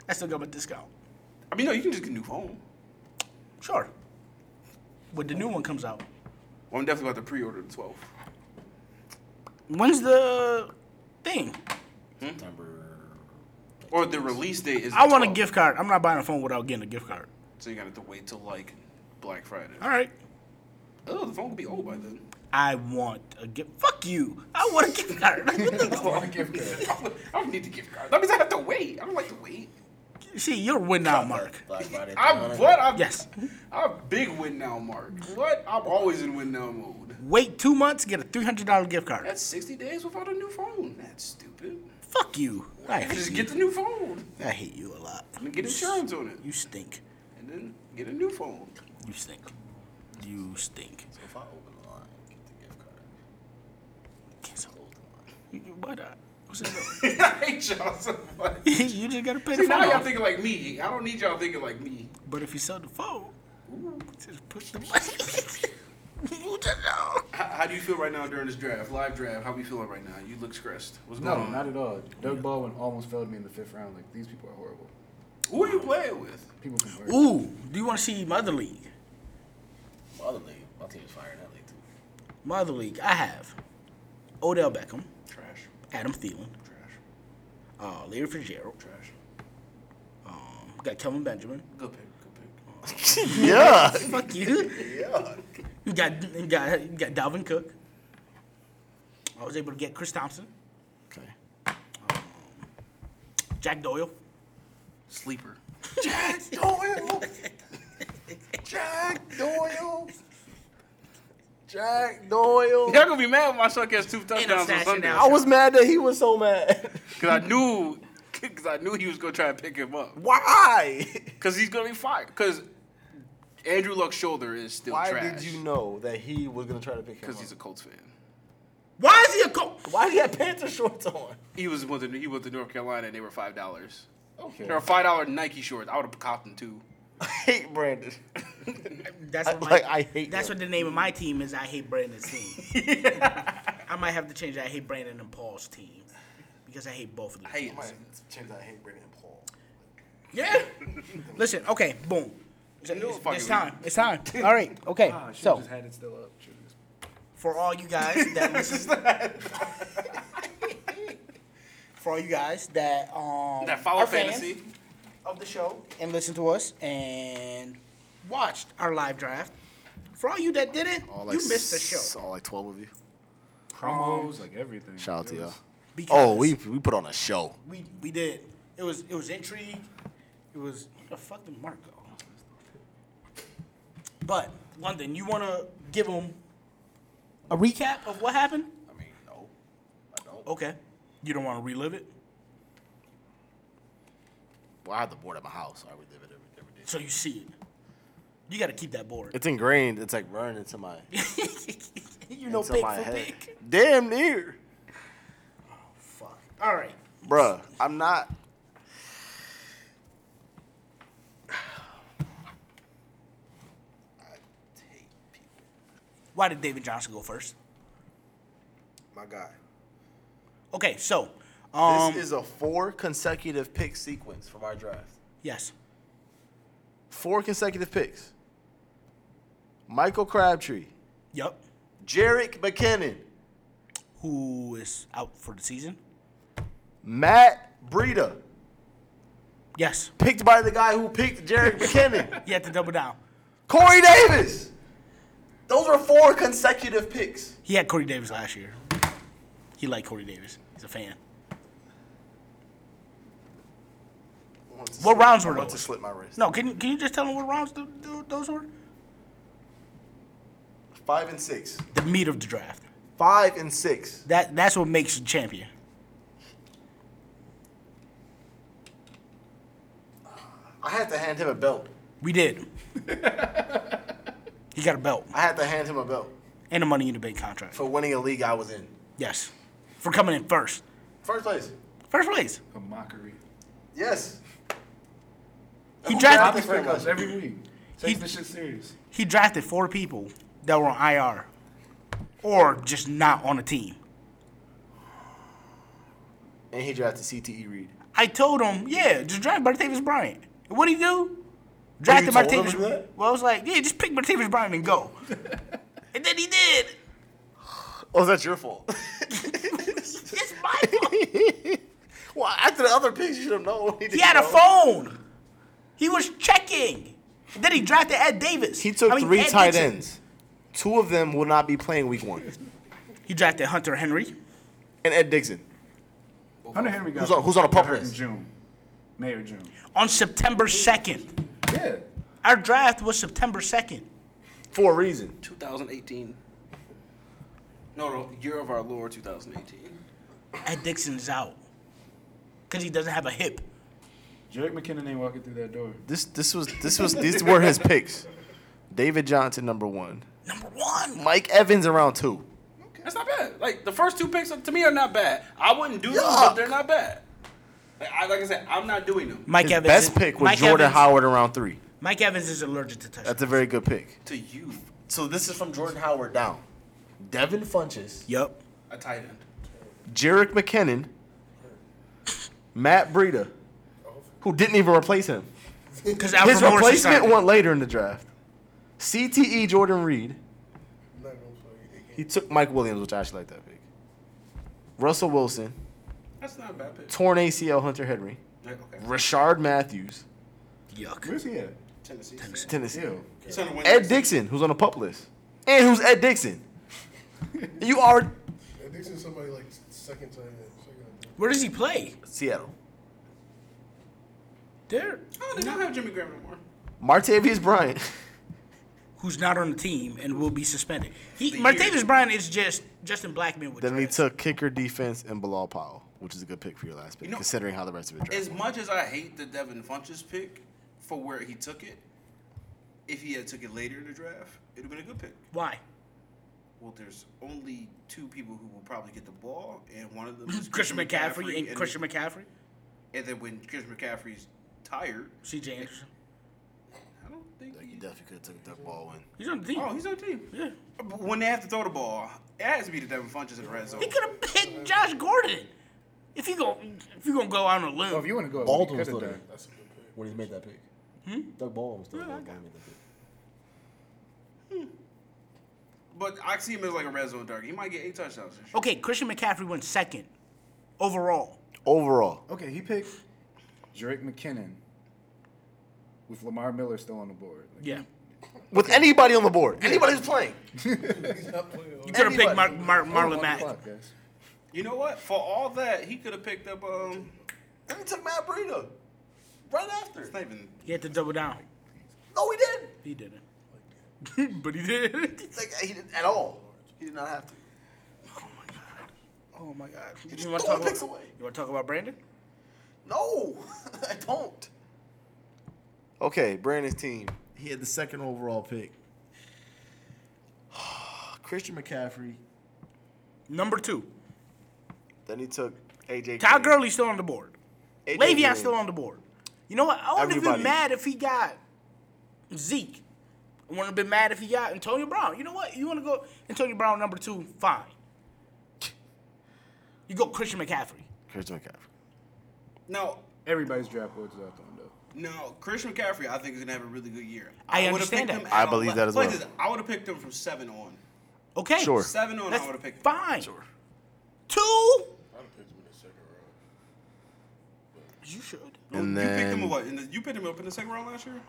[SPEAKER 2] I still got my discount.
[SPEAKER 4] I mean, no, you can just get a new phone.
[SPEAKER 2] Sure. When the new one comes out.
[SPEAKER 4] Well, I'm definitely about to pre-order the 12.
[SPEAKER 2] When's the thing?
[SPEAKER 3] Number.
[SPEAKER 4] Or the release date is.
[SPEAKER 2] I
[SPEAKER 4] the
[SPEAKER 2] want a
[SPEAKER 4] 12th.
[SPEAKER 2] gift card. I'm not buying a phone without getting a gift card.
[SPEAKER 4] So you gotta have to wait till like Black Friday.
[SPEAKER 2] All right.
[SPEAKER 4] Oh, the phone will be old by then.
[SPEAKER 2] I want a gift. Fuck you. I want a gift card. [LAUGHS] What the-
[SPEAKER 5] I give credit.
[SPEAKER 4] I don't- [LAUGHS] I don't need to gift card. That means I have to wait. I don't like to wait.
[SPEAKER 2] See, you're winning out, Mark.
[SPEAKER 3] Black Friday.
[SPEAKER 4] [LAUGHS] I'm what? I'm
[SPEAKER 2] Yes.
[SPEAKER 4] I'm big win now, Mark. What? I'm always in win now mode.
[SPEAKER 2] Wait two months, get a three hundred dollar gift card.
[SPEAKER 4] That's 60 days without a new phone. That's stupid.
[SPEAKER 2] Fuck you. I
[SPEAKER 4] You just
[SPEAKER 2] hate
[SPEAKER 4] get
[SPEAKER 2] you.
[SPEAKER 4] the new phone
[SPEAKER 2] I hate you a lot.
[SPEAKER 4] and get insurance on it,
[SPEAKER 2] You stink.
[SPEAKER 4] and then get a new phone.
[SPEAKER 2] You stink. You stink.
[SPEAKER 3] So if I open the line, get the gift card.
[SPEAKER 2] Cancel.
[SPEAKER 3] Open the
[SPEAKER 2] You- you- Why
[SPEAKER 4] [LAUGHS]
[SPEAKER 2] not? What's this?
[SPEAKER 4] I [LAUGHS] hate y'all so much.
[SPEAKER 2] [LAUGHS] you just gotta pay the phone
[SPEAKER 4] See, now y'all
[SPEAKER 2] off.
[SPEAKER 4] thinking like me. I don't need y'all thinking like me.
[SPEAKER 2] But if you sell the phone, just
[SPEAKER 4] [LAUGHS]
[SPEAKER 2] push the button. you just know.
[SPEAKER 4] How, how do you feel right now during this draft, live draft? How we feeling right now? You look stressed. What's going
[SPEAKER 5] No,
[SPEAKER 4] on?
[SPEAKER 5] not at all. Doug Baldwin almost failed me in the fifth round. Like these people are horrible.
[SPEAKER 4] Who are you playing with?
[SPEAKER 5] People can work.
[SPEAKER 2] Ooh, do you want to see Mother League?
[SPEAKER 3] line. My other league, my team is firing that league too.
[SPEAKER 2] Mother League, I have Odell Beckham,
[SPEAKER 4] Trash.
[SPEAKER 2] Adam Thielen,
[SPEAKER 4] Trash.
[SPEAKER 2] uh, Larry Fitzgerald.
[SPEAKER 4] Trash.
[SPEAKER 2] Um, got Kelvin Benjamin.
[SPEAKER 4] Good pick. Good pick.
[SPEAKER 3] Yeah.
[SPEAKER 2] Fuck you. You got you got you got Dalvin Cook. I was able to get Chris Thompson, Um,
[SPEAKER 3] Okay.
[SPEAKER 2] Jack Doyle.
[SPEAKER 4] Sleeper.
[SPEAKER 3] Jack Doyle. Jack Doyle. Jack Doyle.
[SPEAKER 4] [LAUGHS] Y'all gonna be mad when my son gets two touchdowns on
[SPEAKER 2] Interception
[SPEAKER 4] Sunday.
[SPEAKER 2] now.
[SPEAKER 4] I was-
[SPEAKER 3] was mad that he was so mad.
[SPEAKER 4] [LAUGHS] Cause I knew, [LAUGHS] cause I knew he was gonna try and pick him up.
[SPEAKER 3] Why?
[SPEAKER 4] Cause he's gonna be fired. Cause Andrew Luck's shoulder is still
[SPEAKER 3] Why
[SPEAKER 4] trash.
[SPEAKER 3] did you know that he was gonna try to pick him
[SPEAKER 4] Cause
[SPEAKER 3] up?
[SPEAKER 4] he's a Colts fan.
[SPEAKER 2] Why is he a coach?
[SPEAKER 3] Why did he have Panther shorts on?
[SPEAKER 4] He was with the, he went to North Carolina and they were five dollars.
[SPEAKER 3] Okay.
[SPEAKER 4] They were five dollar Nike shorts. I would have copped them too.
[SPEAKER 3] I hate Brandon.
[SPEAKER 2] That's what my,
[SPEAKER 3] Like, I hate
[SPEAKER 2] That's
[SPEAKER 3] him.
[SPEAKER 2] what the name of my team is. I hate Brandon's team.
[SPEAKER 3] [LAUGHS]
[SPEAKER 2] I might have to change. I hate Brandon and Paul's team because I hate both of them.
[SPEAKER 4] Hey,
[SPEAKER 3] Change I hate Brandon and Paul.
[SPEAKER 2] Yeah. Listen. Okay. Boom. It's,
[SPEAKER 4] knew it
[SPEAKER 2] it's-
[SPEAKER 4] fucking
[SPEAKER 2] it's
[SPEAKER 4] was
[SPEAKER 2] time. It's time. All right. Okay.
[SPEAKER 5] Ah, should have
[SPEAKER 2] so
[SPEAKER 5] just had it still up. Should've just-
[SPEAKER 2] for all you guys that listen, [LAUGHS] for all you guys that um
[SPEAKER 4] that follow
[SPEAKER 2] are fans
[SPEAKER 4] fantasy.
[SPEAKER 2] of the show and listen to us and watched our live draft. For all you that didn't, you missed the show.
[SPEAKER 3] All like 12 of you.
[SPEAKER 5] Promos, like everything.
[SPEAKER 3] Shout out to
[SPEAKER 5] It
[SPEAKER 3] y'all.
[SPEAKER 5] was-
[SPEAKER 2] Because
[SPEAKER 3] Oh, we we put on a show.
[SPEAKER 2] we we did. It was it was intrigue. It was where the fuck did Mark go? But London, you want to give him a recap of what happened?
[SPEAKER 6] I mean, no, I don't.
[SPEAKER 2] Okay. You don't want to relive it,
[SPEAKER 3] Well, I have the board at my house. I would live it every, every day.
[SPEAKER 2] so you see it. You got to keep that board.
[SPEAKER 3] It's ingrained. It's like burned into my
[SPEAKER 2] [LAUGHS] you know,
[SPEAKER 3] into
[SPEAKER 2] big
[SPEAKER 3] my
[SPEAKER 2] for
[SPEAKER 3] head.
[SPEAKER 2] big.
[SPEAKER 3] Damn near,
[SPEAKER 2] Fuck. All right.
[SPEAKER 3] bruh. I'm not.
[SPEAKER 2] Why did David Johnson go first?
[SPEAKER 6] My guy.
[SPEAKER 2] Okay, so um,
[SPEAKER 3] this is a four consecutive pick sequence from our draft.
[SPEAKER 2] yes,
[SPEAKER 3] Four consecutive picks. Michael Crabtree,
[SPEAKER 2] yep.
[SPEAKER 3] Jarek McKinnon,
[SPEAKER 2] Who is out for the season?
[SPEAKER 3] Matt Breida,
[SPEAKER 2] Yes,
[SPEAKER 3] picked by the guy who picked
[SPEAKER 2] [LAUGHS]
[SPEAKER 3] Jarek McKinnon,
[SPEAKER 2] you have to double down.
[SPEAKER 3] Corey Davis. Those are four consecutive picks.
[SPEAKER 2] He had Corey Davis last year. He liked Corey Davis. He's a fan. What rounds were
[SPEAKER 3] I want to
[SPEAKER 2] those?
[SPEAKER 3] slip my wrist.
[SPEAKER 2] No, can you can you just tell him what rounds th- th- those were?
[SPEAKER 3] Five and six.
[SPEAKER 2] The meat of the draft.
[SPEAKER 3] Five and six.
[SPEAKER 2] That that's what makes a champion.
[SPEAKER 3] I had to hand him a belt.
[SPEAKER 2] We did. he got a belt
[SPEAKER 3] I had to hand him a belt
[SPEAKER 2] and a money in the bank contract.
[SPEAKER 3] for winning a league I was in.
[SPEAKER 2] Yes, for coming in first,
[SPEAKER 3] First place.
[SPEAKER 2] first place.
[SPEAKER 5] A mockery.
[SPEAKER 3] Yes.
[SPEAKER 2] He drafted
[SPEAKER 3] Happens for
[SPEAKER 5] Pretty much
[SPEAKER 3] us.
[SPEAKER 5] every week. Takes
[SPEAKER 2] He-
[SPEAKER 5] this shit serious.
[SPEAKER 2] he drafted four people that were on IR or just not on the team.
[SPEAKER 3] And he drafted CTE Reed.
[SPEAKER 2] I told him, yeah, just draft Martavis Bryant. And what'd he do? Drafted
[SPEAKER 3] Oh, told him
[SPEAKER 2] Martavis.
[SPEAKER 3] to do that?
[SPEAKER 2] Well, I was like, yeah, just pick Martavis Bryant and
[SPEAKER 3] [LAUGHS]
[SPEAKER 2] go. and then he did.
[SPEAKER 3] Oh, that's your fault.
[SPEAKER 2] It's my fault.
[SPEAKER 3] [LAUGHS] well, after the other picks, you should have known. [LAUGHS]
[SPEAKER 2] He had a phone. He was checking. And then he drafted Ed Davis.
[SPEAKER 3] He took
[SPEAKER 2] I mean,
[SPEAKER 3] three
[SPEAKER 2] Ed
[SPEAKER 3] tight
[SPEAKER 2] Dixon.
[SPEAKER 3] ends. Two of them will not be playing week one.
[SPEAKER 2] He drafted Hunter Henry.
[SPEAKER 3] And Ed Dixon.
[SPEAKER 5] Hunter Henry got
[SPEAKER 3] Who's on- who's on the pup
[SPEAKER 5] got hurt in
[SPEAKER 3] list?
[SPEAKER 5] June, May or June.
[SPEAKER 2] On September 2nd.
[SPEAKER 5] Yeah,
[SPEAKER 2] Our draft was September 2nd.
[SPEAKER 3] For a reason.
[SPEAKER 4] 2018. No, no, year of our Lord 2018.
[SPEAKER 2] Ed Dixon's out. Because he doesn't have a hip.
[SPEAKER 5] Jarek McKinnon ain't walking through that door.
[SPEAKER 3] This this was this was these were his picks. David Johnson number one.
[SPEAKER 2] Number one.
[SPEAKER 3] Mike Evans around two.
[SPEAKER 4] That's not bad. Like the first two picks to me are not bad. I wouldn't do them, but
[SPEAKER 3] Yuck.
[SPEAKER 4] they're not bad. Like I, like I said, I'm not doing them.
[SPEAKER 2] Mike
[SPEAKER 3] His
[SPEAKER 2] Evans.
[SPEAKER 3] best pick was
[SPEAKER 2] Mike
[SPEAKER 3] Jordan
[SPEAKER 2] Evans-
[SPEAKER 3] Howard around three.
[SPEAKER 2] Mike Evans is allergic to touch.
[SPEAKER 3] That's a very good pick.
[SPEAKER 4] To you,
[SPEAKER 3] So this is from Jordan Howard down. Devin Funches,
[SPEAKER 2] Yep.
[SPEAKER 4] a tight end.
[SPEAKER 3] Jarek McKinnon, Matt Breida, who didn't even replace him.
[SPEAKER 2] Because
[SPEAKER 3] His replacement went later in the draft. CTE Jordan Reed.
[SPEAKER 6] I'm not gonna play again.
[SPEAKER 3] He took Mike Williams, which I actually like that pick. Russell Wilson,
[SPEAKER 4] That's not a bad pick.
[SPEAKER 3] torn ACL Hunter Henry,
[SPEAKER 4] Yeah, okay.
[SPEAKER 3] Rashard Matthews,
[SPEAKER 2] Yuck.
[SPEAKER 5] Where's he at?
[SPEAKER 4] Tennessee.
[SPEAKER 3] Tennessee.
[SPEAKER 5] Ew.
[SPEAKER 4] It's on the win-
[SPEAKER 3] Ed Dixon, who's on the pup list. And who's Ed [LAUGHS] Dixon? you are
[SPEAKER 6] And this is somebody like second tight end. Second tight
[SPEAKER 2] Where does he play?
[SPEAKER 3] Seattle.
[SPEAKER 2] There.
[SPEAKER 4] Oh, they don't have Jimmy Graham no more.
[SPEAKER 3] Martavius Bryant.
[SPEAKER 2] Who's not on the team and will be suspended? He
[SPEAKER 4] The
[SPEAKER 2] Martavis
[SPEAKER 4] year.
[SPEAKER 2] Bryant is just Justin Blackman with.
[SPEAKER 3] then we
[SPEAKER 2] dreads.
[SPEAKER 3] took kicker defense and Bilal Powell, which is a good pick for your last pick,
[SPEAKER 4] You know-
[SPEAKER 3] considering how the rest of the draft.
[SPEAKER 4] As
[SPEAKER 3] went.
[SPEAKER 4] much as I hate the Devin Funches pick for where he took it, if he had took it later in the draft, it would have been a good pick.
[SPEAKER 2] Why?
[SPEAKER 4] Well, there's only two people who will probably get the ball, and one of them is
[SPEAKER 2] [LAUGHS] Christian McCaffrey and
[SPEAKER 4] then-
[SPEAKER 2] Christian McCaffrey,
[SPEAKER 4] And then when Christian McCaffrey's tired,
[SPEAKER 2] C.J. Anderson.
[SPEAKER 4] I don't think
[SPEAKER 3] Like,
[SPEAKER 4] he.
[SPEAKER 3] you definitely could have took Doug Baldwin.
[SPEAKER 2] He's on the team.
[SPEAKER 4] Oh, he's on the team.
[SPEAKER 2] yeah.
[SPEAKER 4] But when they have to throw the ball, it has to be the Devin Funches in the red zone.
[SPEAKER 2] He could have picked Josh Gordon. If you go, if you gonna go out on a
[SPEAKER 5] Oh, if
[SPEAKER 2] limb,
[SPEAKER 5] you want to go,
[SPEAKER 3] Baldwin was
[SPEAKER 5] Baldwin's could
[SPEAKER 3] still
[SPEAKER 5] have
[SPEAKER 3] there
[SPEAKER 5] done.
[SPEAKER 6] That's a good pick.
[SPEAKER 3] when he made that pick.
[SPEAKER 2] Hmm?
[SPEAKER 3] Doug Baldwin was still there when he made that pick.
[SPEAKER 4] But I see him as like a red zone target. He might get eight touchdowns. This year.
[SPEAKER 2] okay. Christian McCaffrey went second overall.
[SPEAKER 3] Overall,
[SPEAKER 5] Okay, he picked Jarek McKinnon with Lamar Miller still on the board. Like,
[SPEAKER 2] Yeah.
[SPEAKER 3] with anybody on
[SPEAKER 2] [LAUGHS]
[SPEAKER 3] the board, anybody who's playing.
[SPEAKER 6] He's not playing.
[SPEAKER 2] You could have picked Mar-
[SPEAKER 3] Anybody.
[SPEAKER 2] Mar- Marlon
[SPEAKER 5] on the
[SPEAKER 2] Mack.
[SPEAKER 5] clock, guys.
[SPEAKER 4] You know what? For all that, he could have picked up. Um,
[SPEAKER 3] Then he took Matt Breida right after.
[SPEAKER 4] it's not even.
[SPEAKER 2] He had to double down.
[SPEAKER 3] No, he didn't.
[SPEAKER 2] He didn't. [LAUGHS] but he did. [LAUGHS]
[SPEAKER 3] It's like he didn't at all. He did not have to.
[SPEAKER 2] Oh my God. You,
[SPEAKER 3] just
[SPEAKER 2] want to talk
[SPEAKER 3] threw the
[SPEAKER 2] about?
[SPEAKER 3] picks away.
[SPEAKER 2] You want to talk about Brandon?
[SPEAKER 3] No, [LAUGHS] I don't. Okay, Brandon's team. He had the second overall pick. [SIGHS] Christian McCaffrey.
[SPEAKER 2] Number two.
[SPEAKER 3] Then he took AJ.
[SPEAKER 2] Todd
[SPEAKER 3] Green.
[SPEAKER 2] Gurley's still on the board.
[SPEAKER 3] AJ Green.
[SPEAKER 2] Le'Veon's still on the board. You know what? I wouldn't have
[SPEAKER 3] Everybody.
[SPEAKER 2] been mad if he got Zeke. I wouldn't have been mad if he got Antonio Brown. You know what? You want to go Antonio Brown number two? Fine. You go Christian McCaffrey.
[SPEAKER 3] Christian McCaffrey.
[SPEAKER 4] No,
[SPEAKER 5] Everybody's draft boards is out the window.
[SPEAKER 4] no. Christian McCaffrey, I think, is gonna have a really good year.
[SPEAKER 2] I
[SPEAKER 4] would've
[SPEAKER 2] understand
[SPEAKER 4] picked
[SPEAKER 2] that.
[SPEAKER 4] at
[SPEAKER 3] I
[SPEAKER 4] all-
[SPEAKER 3] believe
[SPEAKER 4] like-
[SPEAKER 3] that as
[SPEAKER 4] like
[SPEAKER 3] well.
[SPEAKER 4] this, I would have picked him from seven on.
[SPEAKER 2] Okay.
[SPEAKER 3] Sure.
[SPEAKER 4] Seven on,
[SPEAKER 2] That's
[SPEAKER 4] I would have picked.
[SPEAKER 2] fine. Two.
[SPEAKER 6] I'd have picked him in the second round.
[SPEAKER 2] You should.
[SPEAKER 3] And
[SPEAKER 4] you picked him
[SPEAKER 3] then
[SPEAKER 4] up what? In the, you picked him up in the second round last year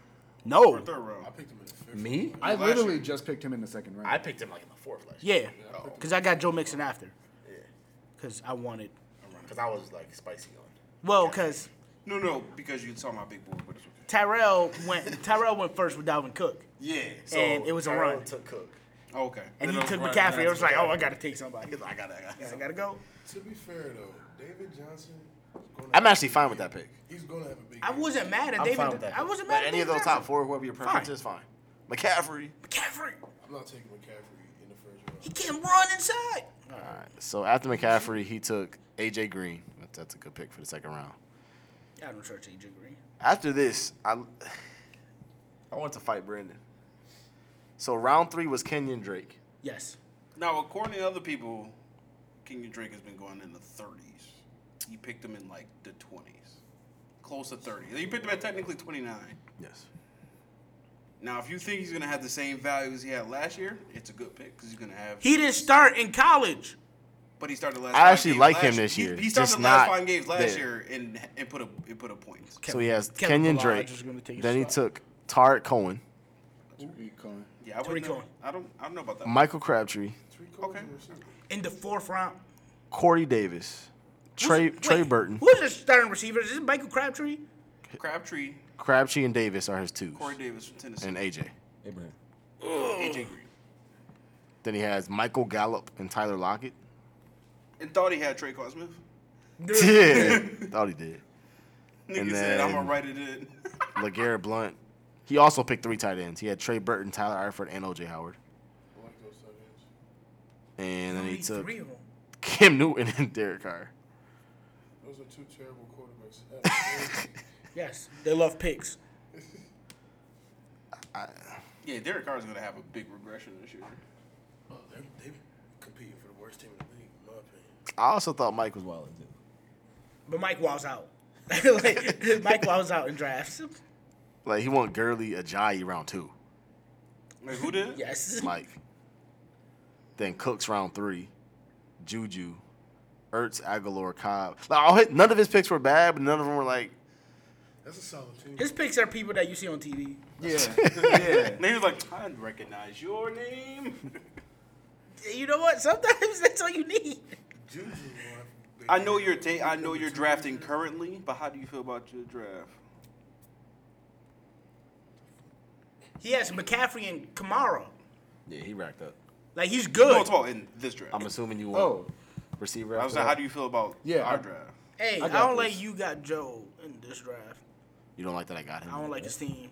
[SPEAKER 2] No.
[SPEAKER 4] or third round?
[SPEAKER 6] I picked him in the fifth.
[SPEAKER 7] Me?
[SPEAKER 5] I
[SPEAKER 4] Last
[SPEAKER 5] literally
[SPEAKER 4] year.
[SPEAKER 5] just picked him in the second round.
[SPEAKER 7] I picked him like in the fourth last
[SPEAKER 2] Yeah.
[SPEAKER 6] Oh.
[SPEAKER 2] Because I got Joe Mixon after. Because I wanted.
[SPEAKER 7] because I was like spicy on.
[SPEAKER 2] Well, because
[SPEAKER 4] No, no, because you saw my big board, but it's okay.
[SPEAKER 2] Tyrell went. Tyrell went first with Dalvin Cook,
[SPEAKER 4] Yeah. So,
[SPEAKER 2] and it was a
[SPEAKER 7] Tyrone
[SPEAKER 2] run.
[SPEAKER 7] Oh, Took Cook.
[SPEAKER 4] okay.
[SPEAKER 2] And
[SPEAKER 4] Then
[SPEAKER 2] he
[SPEAKER 4] it was
[SPEAKER 2] took
[SPEAKER 4] right
[SPEAKER 2] McCaffrey.
[SPEAKER 4] back
[SPEAKER 2] I was
[SPEAKER 4] to
[SPEAKER 2] like,
[SPEAKER 4] that.
[SPEAKER 2] oh, I gotta take somebody.
[SPEAKER 7] I got that.
[SPEAKER 2] I gotta go.
[SPEAKER 6] To be fair though, David Johnson. is Gonna
[SPEAKER 3] I'm actually fine with that pick.
[SPEAKER 6] He's gonna have a big.
[SPEAKER 2] I
[SPEAKER 6] game.
[SPEAKER 2] wasn't mad at
[SPEAKER 7] I'm fine with
[SPEAKER 2] David.
[SPEAKER 7] that.
[SPEAKER 2] I wasn't
[SPEAKER 3] Like,
[SPEAKER 2] mad at
[SPEAKER 3] any of
[SPEAKER 2] David
[SPEAKER 3] those top
[SPEAKER 2] Johnson.
[SPEAKER 3] four, whoever your preference
[SPEAKER 2] Fine.
[SPEAKER 3] is, fine. McCaffrey.
[SPEAKER 2] McCaffrey,
[SPEAKER 6] I'm not taking McCaffrey in the first round.
[SPEAKER 2] he can't run inside.
[SPEAKER 3] All right. So after McCaffrey, he took AJ Green. That- That's a good pick for the second round.
[SPEAKER 2] I don't trust AJ Green.
[SPEAKER 3] After this, I I want to fight Brandon. So round three was Kenyon Drake.
[SPEAKER 2] Yes.
[SPEAKER 4] Now, according to other people, King and Drake has been going in the 30s. You picked him in like the 20s, close to 30. You picked him at technically 29.
[SPEAKER 3] Yes.
[SPEAKER 4] Now, if you think he's gonna have the same value as he had last year, it's a good pick because he's gonna have.
[SPEAKER 2] He didn't start in college.
[SPEAKER 4] but he started the last.
[SPEAKER 3] I
[SPEAKER 4] five
[SPEAKER 3] actually
[SPEAKER 4] games
[SPEAKER 3] like
[SPEAKER 4] last
[SPEAKER 3] him this
[SPEAKER 4] He-
[SPEAKER 3] year,
[SPEAKER 4] He, started
[SPEAKER 3] just
[SPEAKER 4] the last
[SPEAKER 3] not
[SPEAKER 4] five games last
[SPEAKER 3] there.
[SPEAKER 4] year and and put a and put a point.
[SPEAKER 3] so he has
[SPEAKER 2] Kevin
[SPEAKER 3] Kenyon
[SPEAKER 2] Ballard
[SPEAKER 3] Drake.
[SPEAKER 2] is gonna take a
[SPEAKER 3] Then he
[SPEAKER 2] shot.
[SPEAKER 3] took Tarek Cohen,
[SPEAKER 5] Tariq Cohen.
[SPEAKER 4] Yeah, I
[SPEAKER 2] Tariq
[SPEAKER 4] wouldn't know.
[SPEAKER 2] Cohen.
[SPEAKER 4] I don't. I don't know about that.
[SPEAKER 3] Michael Crabtree,
[SPEAKER 6] Three coaches
[SPEAKER 4] Okay.
[SPEAKER 6] and receivers.
[SPEAKER 2] In the fourth round.
[SPEAKER 3] Corey Davis, Trey
[SPEAKER 2] Who's-
[SPEAKER 3] Trey
[SPEAKER 2] wait,
[SPEAKER 3] Burton,
[SPEAKER 2] Who's his starting receivers? Is it Michael Crabtree?
[SPEAKER 4] Crabtree,
[SPEAKER 3] Crabtree and Davis are his twos,
[SPEAKER 4] Corey Davis from Tennessee,
[SPEAKER 3] and AJ.
[SPEAKER 4] AJ Green,
[SPEAKER 3] Then he has Michael Gallup and
[SPEAKER 2] [LAUGHS]
[SPEAKER 3] Tyler Lockett.
[SPEAKER 4] and thought he had Trey Smith.
[SPEAKER 3] Yeah, thought he did.
[SPEAKER 4] [LAUGHS] Nigga
[SPEAKER 3] And
[SPEAKER 4] said, "I'm
[SPEAKER 3] then-
[SPEAKER 4] gonna write it in." [LAUGHS]
[SPEAKER 3] Legarrette Blunt. He also picked three tight ends. He had Trey Burton, Tyler Eifert, and OJ Howard.
[SPEAKER 6] I like those tight ends.
[SPEAKER 3] And then he
[SPEAKER 2] He's
[SPEAKER 3] took
[SPEAKER 2] three of them.
[SPEAKER 3] Kim Newton and Derek Carr.
[SPEAKER 6] Those are two terrible quarterbacks. Uh,
[SPEAKER 2] Yes. They love picks.
[SPEAKER 4] yeah, Derek Carr's gonna have a big regression this year.
[SPEAKER 6] oh, they're, they're competing for the worst team in the league, in my opinion.
[SPEAKER 3] I also thought Mike was wild too.
[SPEAKER 2] But Mike Wall's out. [LAUGHS]
[SPEAKER 3] [LAUGHS]
[SPEAKER 2] Like, Mike Wall's out in drafts.
[SPEAKER 3] Like he won Gurley Ajayi round two.
[SPEAKER 4] Like, who did? [LAUGHS]
[SPEAKER 2] Yes.
[SPEAKER 3] Mike. then Cooks round three. Juju. Ertz, Aguilar, Cobb. Like all his, none of his picks were bad, but none of them were like
[SPEAKER 6] That's a solid team.
[SPEAKER 2] His picks are people that you see on TV.
[SPEAKER 4] [LAUGHS] And he was like, I recognize your name. [LAUGHS]
[SPEAKER 2] You know what? Sometimes [LAUGHS] that's all you need.
[SPEAKER 6] Juju will have a big
[SPEAKER 4] I know you're ta- I know you're drafting currently, but how do you feel about your draft?
[SPEAKER 2] He has McCaffrey and Kamara.
[SPEAKER 3] Yeah, he racked up.
[SPEAKER 2] Like he's
[SPEAKER 4] No,
[SPEAKER 2] good.
[SPEAKER 4] it's all in this draft.
[SPEAKER 3] I'm assuming you want
[SPEAKER 5] [LAUGHS] Oh,
[SPEAKER 3] receiver.
[SPEAKER 4] I was like, how do you feel about
[SPEAKER 5] Yeah,
[SPEAKER 4] our
[SPEAKER 5] I-
[SPEAKER 4] draft?
[SPEAKER 2] hey,
[SPEAKER 5] I
[SPEAKER 2] I,
[SPEAKER 5] got
[SPEAKER 2] don't
[SPEAKER 5] this.
[SPEAKER 2] like you got Joe in this draft.
[SPEAKER 3] you don't like that I got him.
[SPEAKER 2] I don't like his team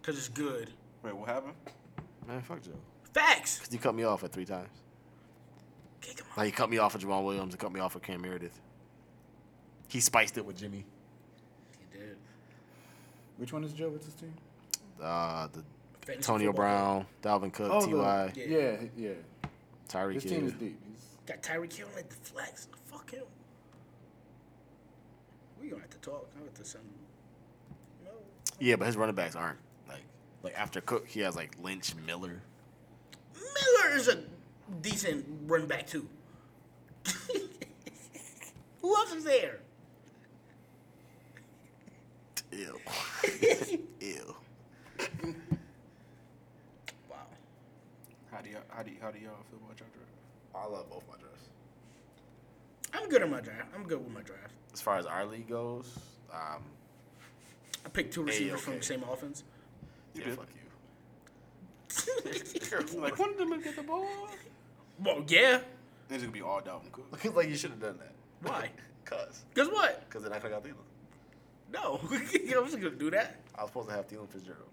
[SPEAKER 2] because it's good.
[SPEAKER 4] Wait, what happened?
[SPEAKER 3] Man, fuck Joe.
[SPEAKER 2] Facts.
[SPEAKER 3] He cut me off at three times.
[SPEAKER 2] Kick him out.
[SPEAKER 3] Like he cut me off with Jamal Williams and cut me off with Cam Meredith. He spiced it with Jimmy.
[SPEAKER 2] He did.
[SPEAKER 5] which one is Joe? What's his team?
[SPEAKER 3] Uh, the
[SPEAKER 2] Fantasy
[SPEAKER 3] Antonio
[SPEAKER 2] football player.
[SPEAKER 3] Brown, Dalvin Cook,
[SPEAKER 5] Oh,
[SPEAKER 3] T.Y.,
[SPEAKER 5] the, yeah, yeah.
[SPEAKER 3] Tyreek
[SPEAKER 5] His team is
[SPEAKER 3] Hill.
[SPEAKER 5] deep. He's,
[SPEAKER 2] Got Tyreek Hill at the flex. Fuck him. We gonna have to talk. I'm gonna have to send him. No.
[SPEAKER 3] Yeah, but his running backs aren't like like after Cook, he has like Lynch, Miller.
[SPEAKER 2] Miller is a decent run back too. [LAUGHS] Who else is there? [LAUGHS]
[SPEAKER 3] Ew. Ew.
[SPEAKER 2] Wow.
[SPEAKER 4] How do y'all how do y- how do y'all feel about your draft?
[SPEAKER 3] I love both my drafts.
[SPEAKER 2] I'm good in my draft. I'm good with my draft.
[SPEAKER 3] As far as our league goes, um,
[SPEAKER 2] I picked two receivers from
[SPEAKER 3] okay.
[SPEAKER 2] the same
[SPEAKER 3] [LAUGHS]
[SPEAKER 2] offense. [LAUGHS]
[SPEAKER 3] yeah,
[SPEAKER 4] did.
[SPEAKER 3] fuck you. [LAUGHS]
[SPEAKER 4] Like, one of them would get the ball.
[SPEAKER 2] Well, yeah.
[SPEAKER 4] Niggas gonna be all Dalvin Cook.
[SPEAKER 3] Looks like you should have done that.
[SPEAKER 2] Why?
[SPEAKER 3] Cause,
[SPEAKER 2] Guess what?
[SPEAKER 3] cause then I could have got Thielen.
[SPEAKER 2] No, [LAUGHS] I wasn't gonna do that.
[SPEAKER 3] I was supposed to have Thielen Fitzgerald.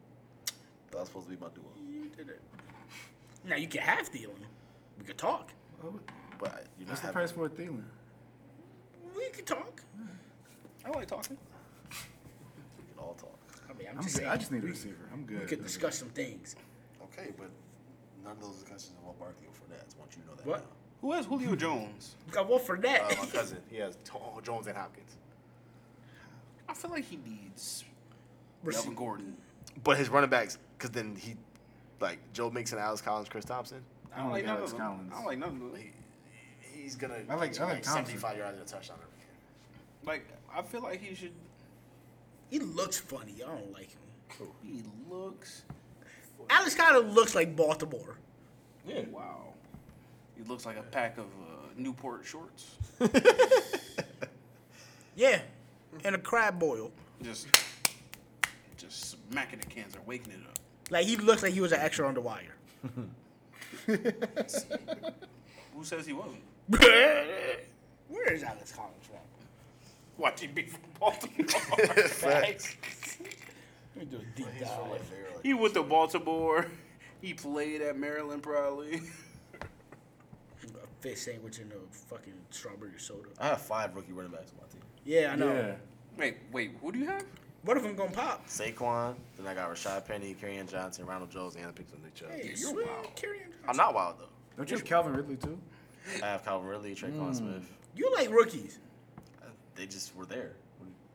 [SPEAKER 3] That was supposed to be my duo.
[SPEAKER 2] You did it. Now you can have Thielen. We could talk.
[SPEAKER 3] But I- you're not
[SPEAKER 5] What's the
[SPEAKER 3] having.
[SPEAKER 5] price for a Thielen?
[SPEAKER 2] We could talk.
[SPEAKER 4] I like talking.
[SPEAKER 3] We can all talk.
[SPEAKER 2] I mean, I'm
[SPEAKER 5] I'm
[SPEAKER 2] just
[SPEAKER 5] good.
[SPEAKER 2] saying.
[SPEAKER 5] I just need a receiver. I'm good.
[SPEAKER 2] we could discuss some things.
[SPEAKER 3] Okay, but none of those discussions involve Barkley or Fournette. I want you to know that.
[SPEAKER 2] What?
[SPEAKER 4] Who has Julio Jones?
[SPEAKER 2] We got one for that.
[SPEAKER 3] now. Uh, my cousin. He has T- oh, Jones and Hopkins.
[SPEAKER 4] I feel like he needs
[SPEAKER 2] [LAUGHS] Rece-
[SPEAKER 4] Melvin Gordon.
[SPEAKER 3] But his running backs, because then he, like Joe Mixon, Alex Collins, Chris Thompson.
[SPEAKER 5] I don't like
[SPEAKER 4] none
[SPEAKER 5] Alex
[SPEAKER 4] of them.
[SPEAKER 5] Collins.
[SPEAKER 4] I don't like none of them.
[SPEAKER 3] He's gonna.
[SPEAKER 5] I like- I like Thompson.
[SPEAKER 3] 75 yards and a touchdown every game.
[SPEAKER 4] Like, I feel like he should.
[SPEAKER 2] he looks funny. I don't like him.
[SPEAKER 4] He looks.
[SPEAKER 2] Alex kind of looks like Baltimore.
[SPEAKER 4] Wow. He looks like a pack of uh, Newport shorts.
[SPEAKER 2] Yeah, and a crab boil.
[SPEAKER 4] Just, just smacking the cans or waking it up.
[SPEAKER 2] Like he looks like he was an extra on the wire. [LAUGHS]
[SPEAKER 4] Who says he wasn't?
[SPEAKER 2] Where is Alex Collins from?
[SPEAKER 4] Watch him be from Baltimore.
[SPEAKER 2] Let me do a deep dive.
[SPEAKER 4] he went to Baltimore. He played at Maryland probably.
[SPEAKER 2] A fish sandwich and a fucking strawberry soda.
[SPEAKER 3] I have five rookie running backs on my team.
[SPEAKER 2] Yeah, I know.
[SPEAKER 5] Yeah.
[SPEAKER 4] Wait, wait, who do you have?
[SPEAKER 2] What if I'm gonna pop?
[SPEAKER 3] Saquon. Then I got Rashad Penny, Karrion Johnson, Ronald Jones, and I picked up Nick Chubb.
[SPEAKER 2] Hey,
[SPEAKER 4] you're
[SPEAKER 2] sweet
[SPEAKER 4] wild.
[SPEAKER 2] Karrion
[SPEAKER 3] I'm
[SPEAKER 2] Johnson.
[SPEAKER 3] not wild though. Hmm.
[SPEAKER 5] Don't you have Calvin Ridley too?
[SPEAKER 3] I have Calvin Ridley, Traquan Smith.
[SPEAKER 2] You like rookies.
[SPEAKER 3] Uh, They just were there.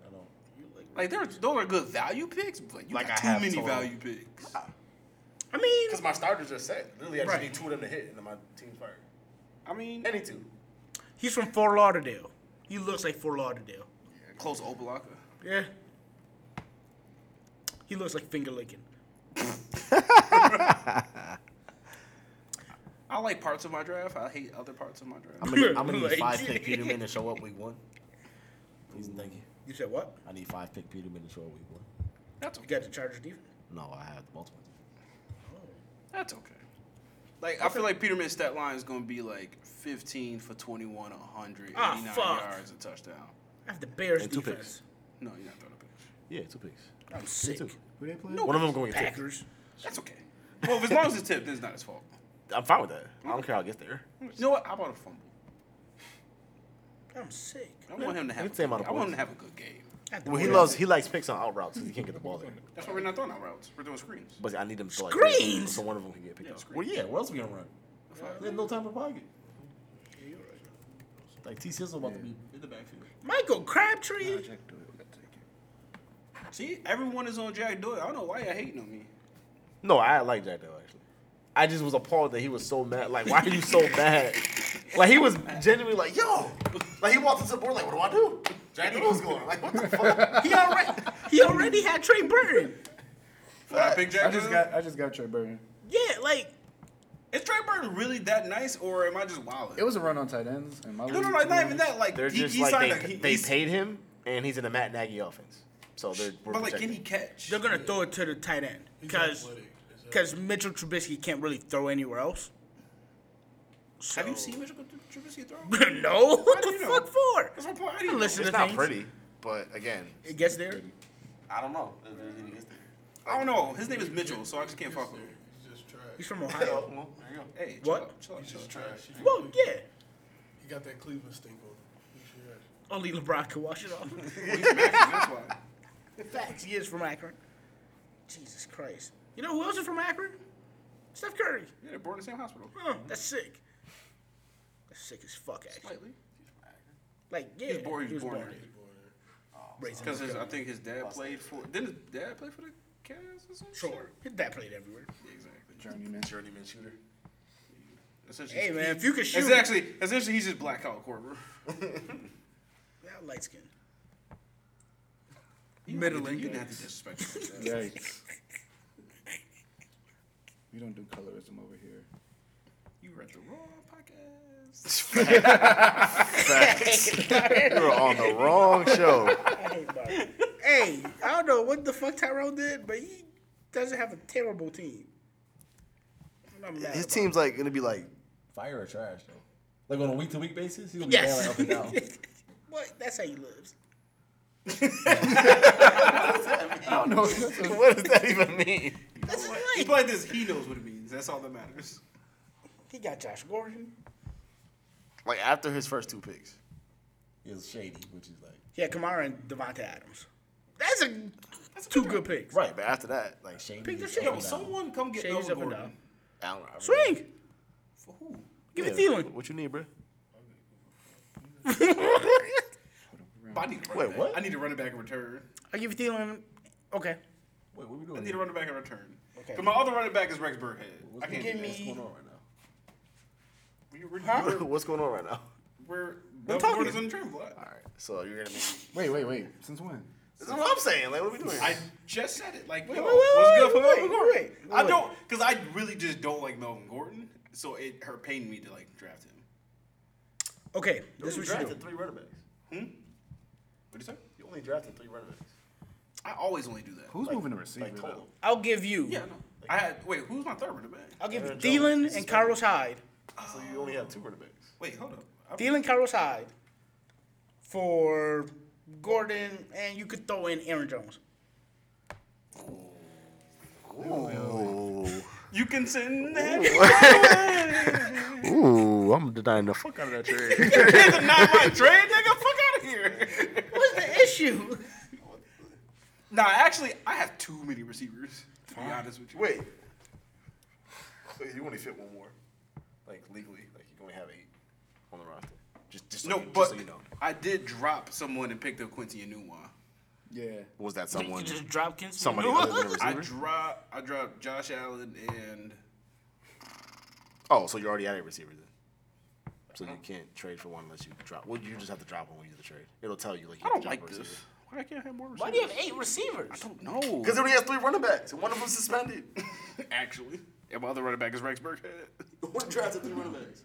[SPEAKER 3] I don't.
[SPEAKER 2] You like
[SPEAKER 4] Like, there, those are good value picks, but you
[SPEAKER 3] Like
[SPEAKER 4] got
[SPEAKER 3] I
[SPEAKER 4] too
[SPEAKER 3] have
[SPEAKER 4] many
[SPEAKER 3] total.
[SPEAKER 4] value picks.
[SPEAKER 2] I mean,
[SPEAKER 3] my starters are set. Literally, I
[SPEAKER 2] just Right. need
[SPEAKER 3] two of them to hit, and then my team's [LAUGHS] fired.
[SPEAKER 4] I mean,
[SPEAKER 3] Any two.
[SPEAKER 2] he's from Fort Lauderdale. He looks like Fort Lauderdale.
[SPEAKER 4] close to Obalaka.
[SPEAKER 2] Yeah. He looks like finger licking.
[SPEAKER 4] I like parts of my draft. I hate other parts of my draft.
[SPEAKER 3] I'm gonna, [LAUGHS] I'm gonna
[SPEAKER 2] Like-
[SPEAKER 3] need five pick Peterman to show up week one. Please and thank you.
[SPEAKER 2] You said what?
[SPEAKER 3] I need five pick Peterman to show up week one.
[SPEAKER 4] That's
[SPEAKER 2] You
[SPEAKER 4] okay.
[SPEAKER 2] got the Chargers defense? Oh.
[SPEAKER 3] No, I have the Baltimore.
[SPEAKER 4] That's okay. Like I feel like Peterman's stat line is gonna be like 15 for 21, 189
[SPEAKER 2] Ah, fuck.
[SPEAKER 4] yards, and touchdown.
[SPEAKER 2] I have the Bears
[SPEAKER 3] And two
[SPEAKER 2] defense.
[SPEAKER 4] No, you're not throwing a pick.
[SPEAKER 3] Yeah, two picks.
[SPEAKER 2] I'm sick.
[SPEAKER 5] Who they play?
[SPEAKER 3] One of them going to get tipped.
[SPEAKER 2] Packers.
[SPEAKER 4] That's okay. Well, as long as it's tipped, then it's not his fault.
[SPEAKER 3] I'm fine with that. I don't care how it gets there.
[SPEAKER 4] You know what? I bought a fumble.
[SPEAKER 2] I'm sick.
[SPEAKER 4] I want him to have. A
[SPEAKER 3] It's the
[SPEAKER 4] good,
[SPEAKER 3] amount
[SPEAKER 4] I
[SPEAKER 3] of
[SPEAKER 4] want
[SPEAKER 3] points.
[SPEAKER 4] him to have a good game.
[SPEAKER 2] I have the
[SPEAKER 3] Well, he
[SPEAKER 2] Bears.
[SPEAKER 3] loves he likes picks on out routes because he can't get the ball there.
[SPEAKER 4] That's why we're not throwing out routes. We're doing screens.
[SPEAKER 3] But I need him to like
[SPEAKER 2] Screens?
[SPEAKER 3] so one of them can get picked
[SPEAKER 4] Yeah,
[SPEAKER 3] up.
[SPEAKER 4] screens.
[SPEAKER 3] Well, yeah. What else are we gonna run? There's no time for pocket. Like T. Sizzle about to be in the backfield.
[SPEAKER 2] Michael Crabtree.
[SPEAKER 4] See, everyone is on Jack Doyle. I don't know why you're hating on me.
[SPEAKER 3] No, I like Jack Doyle actually. I just was appalled that he was so mad. Like, why are you
[SPEAKER 4] [LAUGHS]
[SPEAKER 3] so mad? Like he was genuinely like, yo. Like he walked into the board like, what do I do? Jack Doyle's going. Like, what the fuck?
[SPEAKER 2] He already he already had Trey Burton.
[SPEAKER 4] When I pick Jack
[SPEAKER 5] I just
[SPEAKER 4] Doyle-
[SPEAKER 5] got I just got Trey Burton.
[SPEAKER 2] Yeah, like
[SPEAKER 4] Is Trey Burton really that nice, or am I just wilding?
[SPEAKER 5] It was a run on tight ends, and my
[SPEAKER 4] no, no, no, not even that. Like
[SPEAKER 3] They're
[SPEAKER 4] he,
[SPEAKER 3] just
[SPEAKER 4] he signed
[SPEAKER 3] like
[SPEAKER 4] a,
[SPEAKER 3] they,
[SPEAKER 4] he,
[SPEAKER 3] they
[SPEAKER 4] he's-
[SPEAKER 3] paid him and he's in the Matt Nagy offense. So they're we're
[SPEAKER 4] But like, can
[SPEAKER 3] protecting
[SPEAKER 4] he catch?
[SPEAKER 2] they're gonna throw it to the tight end because
[SPEAKER 6] athletic. Is that-
[SPEAKER 2] because Mitchell Trubisky can't really throw anywhere else.
[SPEAKER 4] Have you
[SPEAKER 2] So-
[SPEAKER 4] seen Mitchell Trubisky throw?
[SPEAKER 2] [LAUGHS] no, what
[SPEAKER 4] do
[SPEAKER 2] the
[SPEAKER 4] you know?
[SPEAKER 2] fuck for?
[SPEAKER 4] That's my point. I
[SPEAKER 2] I
[SPEAKER 4] didn't
[SPEAKER 2] listen
[SPEAKER 4] listen.
[SPEAKER 3] It's
[SPEAKER 2] to
[SPEAKER 3] not
[SPEAKER 2] things.
[SPEAKER 3] pretty, but again,
[SPEAKER 2] It gets there.
[SPEAKER 3] I don't know. If it even gets there.
[SPEAKER 4] I don't know. His name is Mitchell, so I just can't fuck with him.
[SPEAKER 6] He's just trash.
[SPEAKER 2] He's from Ohio.
[SPEAKER 3] Well, there you go.
[SPEAKER 4] Hey, chill
[SPEAKER 2] What?
[SPEAKER 4] out, Chill out,
[SPEAKER 6] He's
[SPEAKER 4] chill
[SPEAKER 6] just
[SPEAKER 4] out.
[SPEAKER 6] trash. He-
[SPEAKER 2] [LAUGHS] Well, yeah.
[SPEAKER 6] He got that Cleveland stink on him. He's trash.
[SPEAKER 2] Only LeBron can wash [LAUGHS] it off.
[SPEAKER 4] Well, he's Mexican, that's why.
[SPEAKER 2] Facts. He is from Akron. Jesus Christ. You know who else is from Akron? Steph Curry.
[SPEAKER 4] Yeah, they're born in the same hospital.
[SPEAKER 2] Huh, that's sick. That's sick as fuck, actually.
[SPEAKER 4] Slightly.
[SPEAKER 2] Like, yeah.
[SPEAKER 4] He's born. He was born.
[SPEAKER 2] there. Raised in
[SPEAKER 4] Because
[SPEAKER 2] Akron.
[SPEAKER 4] I think his dad played for. Didn't his dad play for the Cavs or something?
[SPEAKER 2] Sure. His dad played everywhere.
[SPEAKER 4] Exactly.
[SPEAKER 5] journeyman.
[SPEAKER 3] Journeyman shooter.
[SPEAKER 4] Essentially,
[SPEAKER 2] Hey, man, if you could shoot.
[SPEAKER 4] It's actually essentially he's just black Kyle Korver.
[SPEAKER 2] Yeah, light skin.
[SPEAKER 4] Middling. [LAUGHS] You didn't have to disrespect him like that.
[SPEAKER 5] Yikes. We don't do colorism over here.
[SPEAKER 4] You read the wrong podcast.
[SPEAKER 3] You were on the wrong
[SPEAKER 2] [LAUGHS]
[SPEAKER 3] show.
[SPEAKER 2] Hey, I don't know what the fuck Tyrone did, but he doesn't have a terrible team. I'm not mad
[SPEAKER 7] His
[SPEAKER 2] about
[SPEAKER 7] team's like gonna be like
[SPEAKER 8] Fire or trash though. Like on a week to week basis, he's gonna be down
[SPEAKER 2] Yes.
[SPEAKER 8] like up and down.
[SPEAKER 2] [LAUGHS]
[SPEAKER 4] [LAUGHS]
[SPEAKER 2] What? That's how he lives.
[SPEAKER 7] what does that even mean?
[SPEAKER 2] That's his
[SPEAKER 4] [LAUGHS] He
[SPEAKER 2] life.
[SPEAKER 4] played this. He knows what it means. That's all that matters.
[SPEAKER 2] He got Josh Gordon.
[SPEAKER 7] Like after his first two picks.
[SPEAKER 8] It's shady, which is like
[SPEAKER 2] He had Kamara and Devonta Adams. That's a two good picks.
[SPEAKER 7] Right, but after that, like
[SPEAKER 8] shady.
[SPEAKER 2] Pick the
[SPEAKER 8] is
[SPEAKER 2] shit
[SPEAKER 8] up
[SPEAKER 2] up.
[SPEAKER 8] and down.
[SPEAKER 4] Someone come get
[SPEAKER 2] Shades
[SPEAKER 4] Melvin
[SPEAKER 2] up and
[SPEAKER 4] Gordon.
[SPEAKER 2] down.
[SPEAKER 7] Allen Robinson.
[SPEAKER 2] Swing.
[SPEAKER 4] For who?
[SPEAKER 2] Give it Thielen.
[SPEAKER 7] What you need, bro?
[SPEAKER 4] But I need a
[SPEAKER 7] Wait,
[SPEAKER 4] running back.
[SPEAKER 7] what?
[SPEAKER 4] I need a running back in return.
[SPEAKER 2] I give it Thielen. Okay.
[SPEAKER 8] Wait, what we
[SPEAKER 4] I
[SPEAKER 8] doing?
[SPEAKER 4] need a
[SPEAKER 8] here?
[SPEAKER 4] running back in return.
[SPEAKER 2] Okay.
[SPEAKER 4] But my other running back is Rex Burkhead. I
[SPEAKER 8] What's
[SPEAKER 4] can't
[SPEAKER 8] going
[SPEAKER 4] give
[SPEAKER 8] on? What's
[SPEAKER 4] me.
[SPEAKER 8] going on right now?
[SPEAKER 4] We're, we're,
[SPEAKER 2] [LAUGHS]
[SPEAKER 7] What's going on right now?
[SPEAKER 4] we're, Melvin Gordon's on the trade block.
[SPEAKER 7] All right, so you're gonna be.
[SPEAKER 5] Wait, wait, wait. Since when?
[SPEAKER 7] This is what I'm saying. Like, what are we doing?
[SPEAKER 4] I just said it. Like, yo,
[SPEAKER 2] wait, wait,
[SPEAKER 4] what's good for
[SPEAKER 2] wait,
[SPEAKER 4] Melvin
[SPEAKER 2] wait,
[SPEAKER 4] Gordon?
[SPEAKER 2] wait, wait.
[SPEAKER 4] I don't, because I really just don't like Melvin Gordon. So it hurt pained me to like draft him.
[SPEAKER 2] Okay. This is what you do.
[SPEAKER 7] three running backs.
[SPEAKER 4] Hmm? What do you say?
[SPEAKER 7] You only drafted three running backs.
[SPEAKER 4] I always only do that.
[SPEAKER 5] Who's moving the receiver?
[SPEAKER 7] Like
[SPEAKER 5] though?
[SPEAKER 7] total.
[SPEAKER 2] I'll give you.
[SPEAKER 4] Yeah, no. I had wait. Who's my third running back?
[SPEAKER 2] I'll give you
[SPEAKER 7] Aaron
[SPEAKER 2] Thielen and Carlos Hyde.
[SPEAKER 7] So you only have two running backs.
[SPEAKER 4] Wait, hold up. I-
[SPEAKER 2] Thielen, Carlos Hyde for Gordon, and you could throw in Aaron Jones.
[SPEAKER 4] You can send that.
[SPEAKER 7] Ooh, I'm denying the fuck out of that trade.
[SPEAKER 4] It's not my trade, nigga. Fuck out of here.
[SPEAKER 2] What's the [LAUGHS] issue?
[SPEAKER 4] nah, actually, I have too many receivers. To be honest with you.
[SPEAKER 7] Wait. Wait, You only fit one more. Like legally, like you can only have eight on the roster. Just, just so
[SPEAKER 4] No,
[SPEAKER 7] you,
[SPEAKER 4] but
[SPEAKER 7] just so you know.
[SPEAKER 4] I did drop someone and picked up Quincy Anunwa.
[SPEAKER 5] Yeah.
[SPEAKER 7] Was that someone?
[SPEAKER 2] drop Kinsman.
[SPEAKER 7] Somebody other than a
[SPEAKER 4] I
[SPEAKER 7] receiver?
[SPEAKER 4] drop. I dropped Josh Allen and
[SPEAKER 7] Oh, so you already had a receiver then. So you can't trade for one unless you drop. Well, you just have to drop one when you do the trade. It'll tell you like you
[SPEAKER 4] I
[SPEAKER 7] have
[SPEAKER 4] don't
[SPEAKER 7] to
[SPEAKER 4] like
[SPEAKER 7] drop a
[SPEAKER 4] this.
[SPEAKER 7] receiver.
[SPEAKER 4] Why I can't have more
[SPEAKER 2] [LAUGHS] Why
[SPEAKER 4] receivers?
[SPEAKER 2] do you have eight receivers?
[SPEAKER 4] No,
[SPEAKER 7] Because it only has three running backs, and one of them suspended.
[SPEAKER 4] [LAUGHS] actually, and my other running back is Rex Burkhead.
[SPEAKER 7] One drafted three running backs.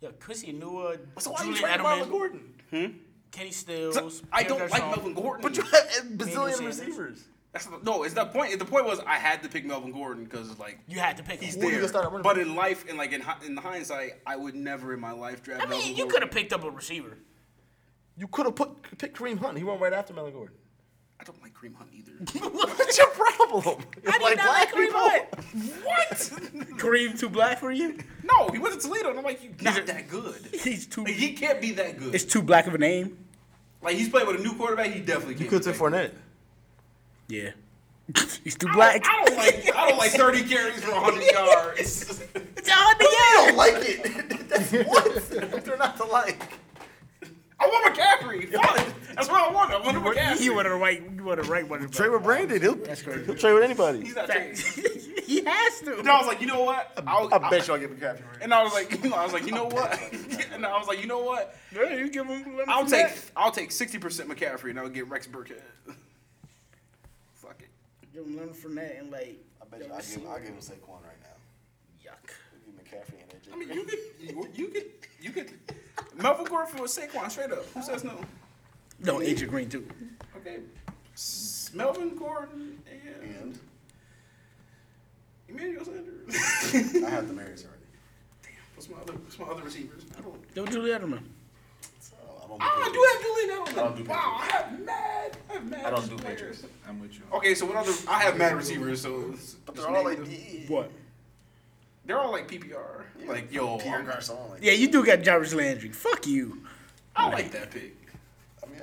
[SPEAKER 2] Yeah, Chrissy Nua,
[SPEAKER 7] So why you
[SPEAKER 2] Julian
[SPEAKER 7] trading Melvin
[SPEAKER 2] Edelman, Hmm?
[SPEAKER 7] Gordon?
[SPEAKER 2] Kenny Stills.
[SPEAKER 4] I
[SPEAKER 2] Pierre
[SPEAKER 4] don't like
[SPEAKER 2] Garçon.
[SPEAKER 4] Melvin Gordon.
[SPEAKER 7] But you have a
[SPEAKER 2] Manuel
[SPEAKER 7] bazillion
[SPEAKER 2] Sanders.
[SPEAKER 7] receivers.
[SPEAKER 4] That's the, no, it's the point. The point was I had to pick Melvin Gordon because like
[SPEAKER 2] You had to pick
[SPEAKER 4] he's
[SPEAKER 2] him.
[SPEAKER 7] you
[SPEAKER 4] there.
[SPEAKER 7] gonna start at running
[SPEAKER 4] But in life and like in hi- in hindsight, I would never in my life draft.
[SPEAKER 2] I mean,
[SPEAKER 4] Melvin
[SPEAKER 2] you
[SPEAKER 4] Gordon.
[SPEAKER 2] could have picked up a receiver.
[SPEAKER 7] You could have put picked Kareem Hunt. He went right after Melvin Gordon.
[SPEAKER 4] I don't like Cream Hunt either. [LAUGHS]
[SPEAKER 7] What's your problem?
[SPEAKER 2] I did not like Kareem Hunt. [LAUGHS]
[SPEAKER 4] what?
[SPEAKER 2] Kareem too black for you?
[SPEAKER 4] No, he went to Toledo, and I'm like, he's not that
[SPEAKER 7] [LAUGHS]
[SPEAKER 4] good.
[SPEAKER 2] He's too.
[SPEAKER 4] Like, he can't be that good.
[SPEAKER 2] It's too black of a name.
[SPEAKER 4] Like he's playing with a new quarterback, he definitely can't.
[SPEAKER 7] You could
[SPEAKER 4] be
[SPEAKER 7] have
[SPEAKER 4] that
[SPEAKER 7] took Fournette.
[SPEAKER 2] Yeah. [LAUGHS] he's too
[SPEAKER 4] good.
[SPEAKER 2] black.
[SPEAKER 4] I don't like. I don't like 30 carries for
[SPEAKER 7] [LAUGHS]
[SPEAKER 4] 100 yards.
[SPEAKER 2] It's a hundred yards.
[SPEAKER 7] like it. That's what? They're not to like.
[SPEAKER 4] I want
[SPEAKER 7] [LAUGHS]
[SPEAKER 4] McCaffrey. Fine. That's what I want. I want McCaffrey.
[SPEAKER 2] He would have right. You would have right one.
[SPEAKER 7] Trade with Brandon. He'll, he'll trade with anybody.
[SPEAKER 4] He's not
[SPEAKER 2] Fact.
[SPEAKER 4] trading.
[SPEAKER 2] [LAUGHS] he has to.
[SPEAKER 4] And I was like, you know what? I'll,
[SPEAKER 7] I bet you I'll get McCaffrey.
[SPEAKER 4] And I was like, [LAUGHS] I was like, you know what? [LAUGHS] and I was like, you know what?
[SPEAKER 2] Yeah, you give him. let him
[SPEAKER 4] I'll
[SPEAKER 2] do
[SPEAKER 4] take
[SPEAKER 2] that.
[SPEAKER 4] I'll take sixty percent McCaffrey and I'll get Rex Burkhead. [LAUGHS] Fuck it.
[SPEAKER 2] Give him Leonard Fournette and like.
[SPEAKER 7] I bet you I'll give, I'll give him Saquon right now.
[SPEAKER 2] Yuck.
[SPEAKER 7] Give McCaffrey and AJ.
[SPEAKER 4] I mean, you could you, you could you could Melvin Gordon for Saquon straight up. Who says no?
[SPEAKER 2] No, Agent Green too.
[SPEAKER 4] Okay, S- Melvin Gordon and
[SPEAKER 7] And
[SPEAKER 4] Emmanuel Sanders. [LAUGHS]
[SPEAKER 7] I have the Marys already.
[SPEAKER 4] what's my other What's my other receivers? I don't.
[SPEAKER 2] Yo, Julie Edelman.
[SPEAKER 7] So I don't,
[SPEAKER 4] Ah, I do have Julian Edelman.
[SPEAKER 7] do
[SPEAKER 4] wow, I have mad. I have mad.
[SPEAKER 7] I don't do
[SPEAKER 4] players.
[SPEAKER 7] Patriots.
[SPEAKER 5] I'm with you.
[SPEAKER 4] Okay, so what other? I have mad receivers. So it's-
[SPEAKER 7] But
[SPEAKER 4] it's
[SPEAKER 7] they're all like,
[SPEAKER 4] negative.
[SPEAKER 2] What?
[SPEAKER 4] They're all like PPR. Like yo,
[SPEAKER 7] Pierre
[SPEAKER 4] I'm-
[SPEAKER 7] Garcon. Like,
[SPEAKER 2] Yeah, you do got Jarvis Landry. Fuck you.
[SPEAKER 4] I like that pick.
[SPEAKER 7] I mean,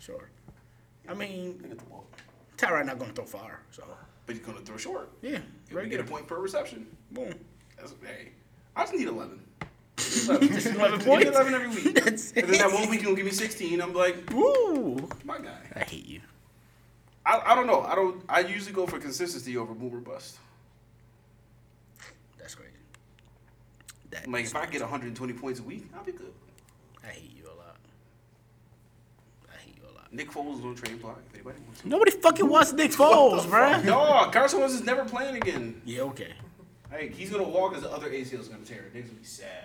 [SPEAKER 2] Sure. I mean,
[SPEAKER 7] get the ball.
[SPEAKER 2] Tyrod not gonna throw far, so
[SPEAKER 4] But he's gonna throw short.
[SPEAKER 2] yeah.
[SPEAKER 4] If
[SPEAKER 2] Very
[SPEAKER 4] we get a
[SPEAKER 2] good.
[SPEAKER 4] point per reception,
[SPEAKER 2] Boom.
[SPEAKER 4] that's hey. I just need [LAUGHS] eleven. [LAUGHS]
[SPEAKER 2] Just eleven
[SPEAKER 4] I need
[SPEAKER 2] points.
[SPEAKER 4] eleven every [LAUGHS] week. and
[SPEAKER 2] That's
[SPEAKER 4] then that one week you'll give me sixteen. I'm like,
[SPEAKER 2] Woo!
[SPEAKER 4] my guy.
[SPEAKER 2] I hate you.
[SPEAKER 4] I, I don't know. I don't. I usually go for consistency over boom or bust.
[SPEAKER 2] That's crazy. That
[SPEAKER 4] Like if I get 120 points a week, I'll be good.
[SPEAKER 2] I hate you a lot. I hate you a lot.
[SPEAKER 4] Nick Foles is on trade block. If anybody wants to.
[SPEAKER 2] Nobody fucking wants Nick Foles, bruh.
[SPEAKER 4] [LAUGHS] No, Carson Wentz is never playing again.
[SPEAKER 2] Yeah, okay. [LAUGHS]
[SPEAKER 4] Hey, he's gonna walk as the other ACL is gonna tear. Nick's gonna be sad.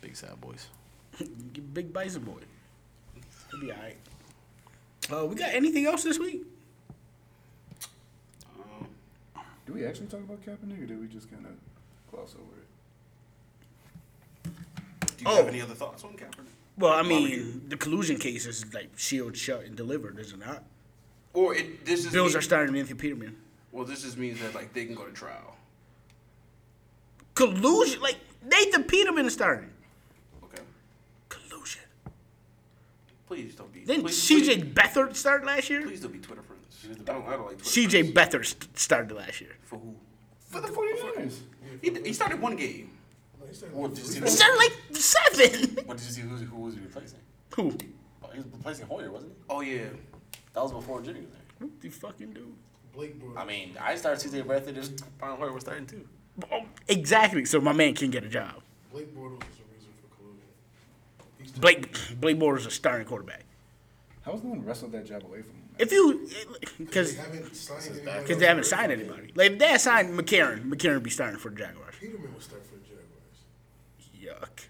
[SPEAKER 9] Big sad boys.
[SPEAKER 2] Big Bison Boy. He'll be all right. Uh, we got anything else this week?
[SPEAKER 5] Do we actually talk about Kaepernick, or did we just kind of gloss over it?
[SPEAKER 4] Do you have any other thoughts on Kaepernick?
[SPEAKER 2] Well, I mean, the collusion case is like sealed shut and delivered, is it not?
[SPEAKER 4] Or it, this is
[SPEAKER 2] Bills
[SPEAKER 4] mean-
[SPEAKER 2] are starting Nathan Peterman.
[SPEAKER 4] Well, this just means that like they can go to trial.
[SPEAKER 2] Collusion, like Nathan Peterman is starting.
[SPEAKER 4] Okay.
[SPEAKER 2] Collusion.
[SPEAKER 4] Please don't be.
[SPEAKER 2] Didn't
[SPEAKER 4] please,
[SPEAKER 2] C.J.
[SPEAKER 4] Please,
[SPEAKER 2] Beathard start last year?
[SPEAKER 4] please don't be Twitter friends. I don't, I don't like Twitter.
[SPEAKER 2] C.J.
[SPEAKER 4] friends.
[SPEAKER 2] Beathard st- started last year.
[SPEAKER 4] for who?
[SPEAKER 5] For the 49ers.
[SPEAKER 4] He, he started one game.
[SPEAKER 6] No, he said
[SPEAKER 3] Well, did you see
[SPEAKER 2] He
[SPEAKER 3] the,
[SPEAKER 2] started like seven.
[SPEAKER 3] but did you see who, who was he replacing?
[SPEAKER 2] Who?
[SPEAKER 3] Oh, He was replacing Hoyer, wasn't he?
[SPEAKER 4] Oh yeah.
[SPEAKER 3] That was before Jimmy was there.
[SPEAKER 2] What the fucking dude?
[SPEAKER 6] Blake Bortles.
[SPEAKER 3] I mean, I started CJ Beathard. There's Brian Hoyer was starting too.
[SPEAKER 2] Oh, exactly. So my man can get a job.
[SPEAKER 6] Blake Bortles is a reason for collusion. He's just-
[SPEAKER 2] Blake Blake Bortles is a starting quarterback.
[SPEAKER 5] How was no one wrestled that job away from him?
[SPEAKER 2] If you, because
[SPEAKER 6] They haven't signed anybody
[SPEAKER 2] because
[SPEAKER 6] else.
[SPEAKER 2] they haven't signed anybody. Like if they had signed McCarron, McCarron would be starting for the Jaguars.
[SPEAKER 6] Peterman would start for the Jaguars.
[SPEAKER 2] Yuck.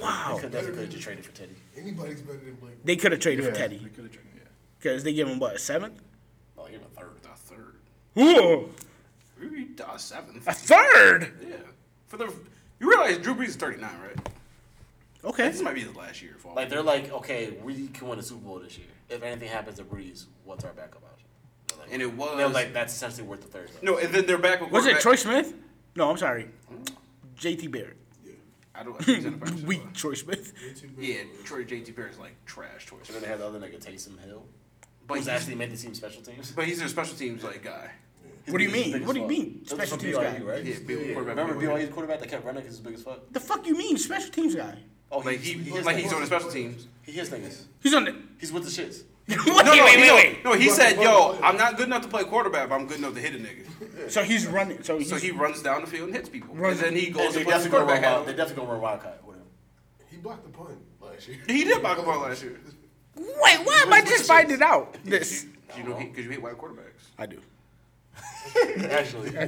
[SPEAKER 3] Wow.
[SPEAKER 6] They could've
[SPEAKER 3] Definitely
[SPEAKER 6] just
[SPEAKER 3] traded for Teddy.
[SPEAKER 6] Anybody's better than Blake.
[SPEAKER 2] They could have traded
[SPEAKER 5] Yeah,
[SPEAKER 2] for
[SPEAKER 5] They
[SPEAKER 2] Teddy
[SPEAKER 5] could have traded, yeah.
[SPEAKER 2] because they give him what a seventh.
[SPEAKER 3] Oh, he was third.
[SPEAKER 4] A third.
[SPEAKER 2] Ooh,
[SPEAKER 4] Maybe a seventh.
[SPEAKER 2] a third.
[SPEAKER 4] Yeah. For the you realize Drew Brees is 39, right?
[SPEAKER 2] Okay.
[SPEAKER 4] This might be his last year. For all
[SPEAKER 3] Like they're like, okay, we can win a Super Bowl this year. If anything happens to Breeze, what's our backup option? They're like-
[SPEAKER 4] and it was
[SPEAKER 3] they're like, that's essentially worth the third.
[SPEAKER 4] no, and then they're back with
[SPEAKER 2] Was it
[SPEAKER 4] quarterback-
[SPEAKER 2] Troy Smith? No, I'm sorry. J.T. Barrett.
[SPEAKER 4] I don't. I think he's in
[SPEAKER 2] [LAUGHS]
[SPEAKER 4] the practice
[SPEAKER 2] Weak
[SPEAKER 4] squad.
[SPEAKER 2] Troy Smith.
[SPEAKER 4] Yeah, Troy JT Bear is like trash. Troy,
[SPEAKER 3] And then they had the other nigga Taysom Hill,
[SPEAKER 4] but
[SPEAKER 3] who's
[SPEAKER 4] he's,
[SPEAKER 3] actually made the team special teams.
[SPEAKER 4] but he's their special teams like guy.
[SPEAKER 2] What do you mean?
[SPEAKER 3] Biggest
[SPEAKER 2] What do you
[SPEAKER 3] fuck.
[SPEAKER 2] mean?
[SPEAKER 3] That was
[SPEAKER 2] Special
[SPEAKER 3] from
[SPEAKER 2] teams
[SPEAKER 3] BYU,
[SPEAKER 2] guy.
[SPEAKER 3] right?
[SPEAKER 4] Yeah, big quarterback.
[SPEAKER 3] Remember
[SPEAKER 4] big quarterback.
[SPEAKER 3] BYU's quarterback that kept running because he's big as fuck?
[SPEAKER 2] The fuck you mean special teams guy?
[SPEAKER 3] Oh,
[SPEAKER 4] Like he,
[SPEAKER 3] hits
[SPEAKER 4] like he's
[SPEAKER 3] niggas.
[SPEAKER 4] on the special teams.
[SPEAKER 3] He hits niggas.
[SPEAKER 2] He's [LAUGHS] on the.
[SPEAKER 3] He's with the shits.
[SPEAKER 2] wait,
[SPEAKER 4] No,
[SPEAKER 2] wait,
[SPEAKER 4] no,
[SPEAKER 2] wait,
[SPEAKER 4] no,
[SPEAKER 2] wait.
[SPEAKER 4] no. He said, "Yo, I'm not good enough to play quarterback, but I'm good enough to hit a nigga."
[SPEAKER 2] So he's running. So he's
[SPEAKER 4] So he runs down the field and hits people,
[SPEAKER 2] Runs-
[SPEAKER 4] and then he
[SPEAKER 3] They
[SPEAKER 4] goes
[SPEAKER 3] they
[SPEAKER 4] and puts the
[SPEAKER 3] definitely gonna run
[SPEAKER 4] quarterback
[SPEAKER 3] wild.
[SPEAKER 4] out.
[SPEAKER 3] They definitely gonna run wild cut. Whatever.
[SPEAKER 6] He blocked the punt last year.
[SPEAKER 4] He did block a ball last year.
[SPEAKER 2] Wait, why am I just finding out this?
[SPEAKER 4] You know, because you hate white quarterbacks.
[SPEAKER 2] I do.
[SPEAKER 3] Actually,
[SPEAKER 2] Yeah,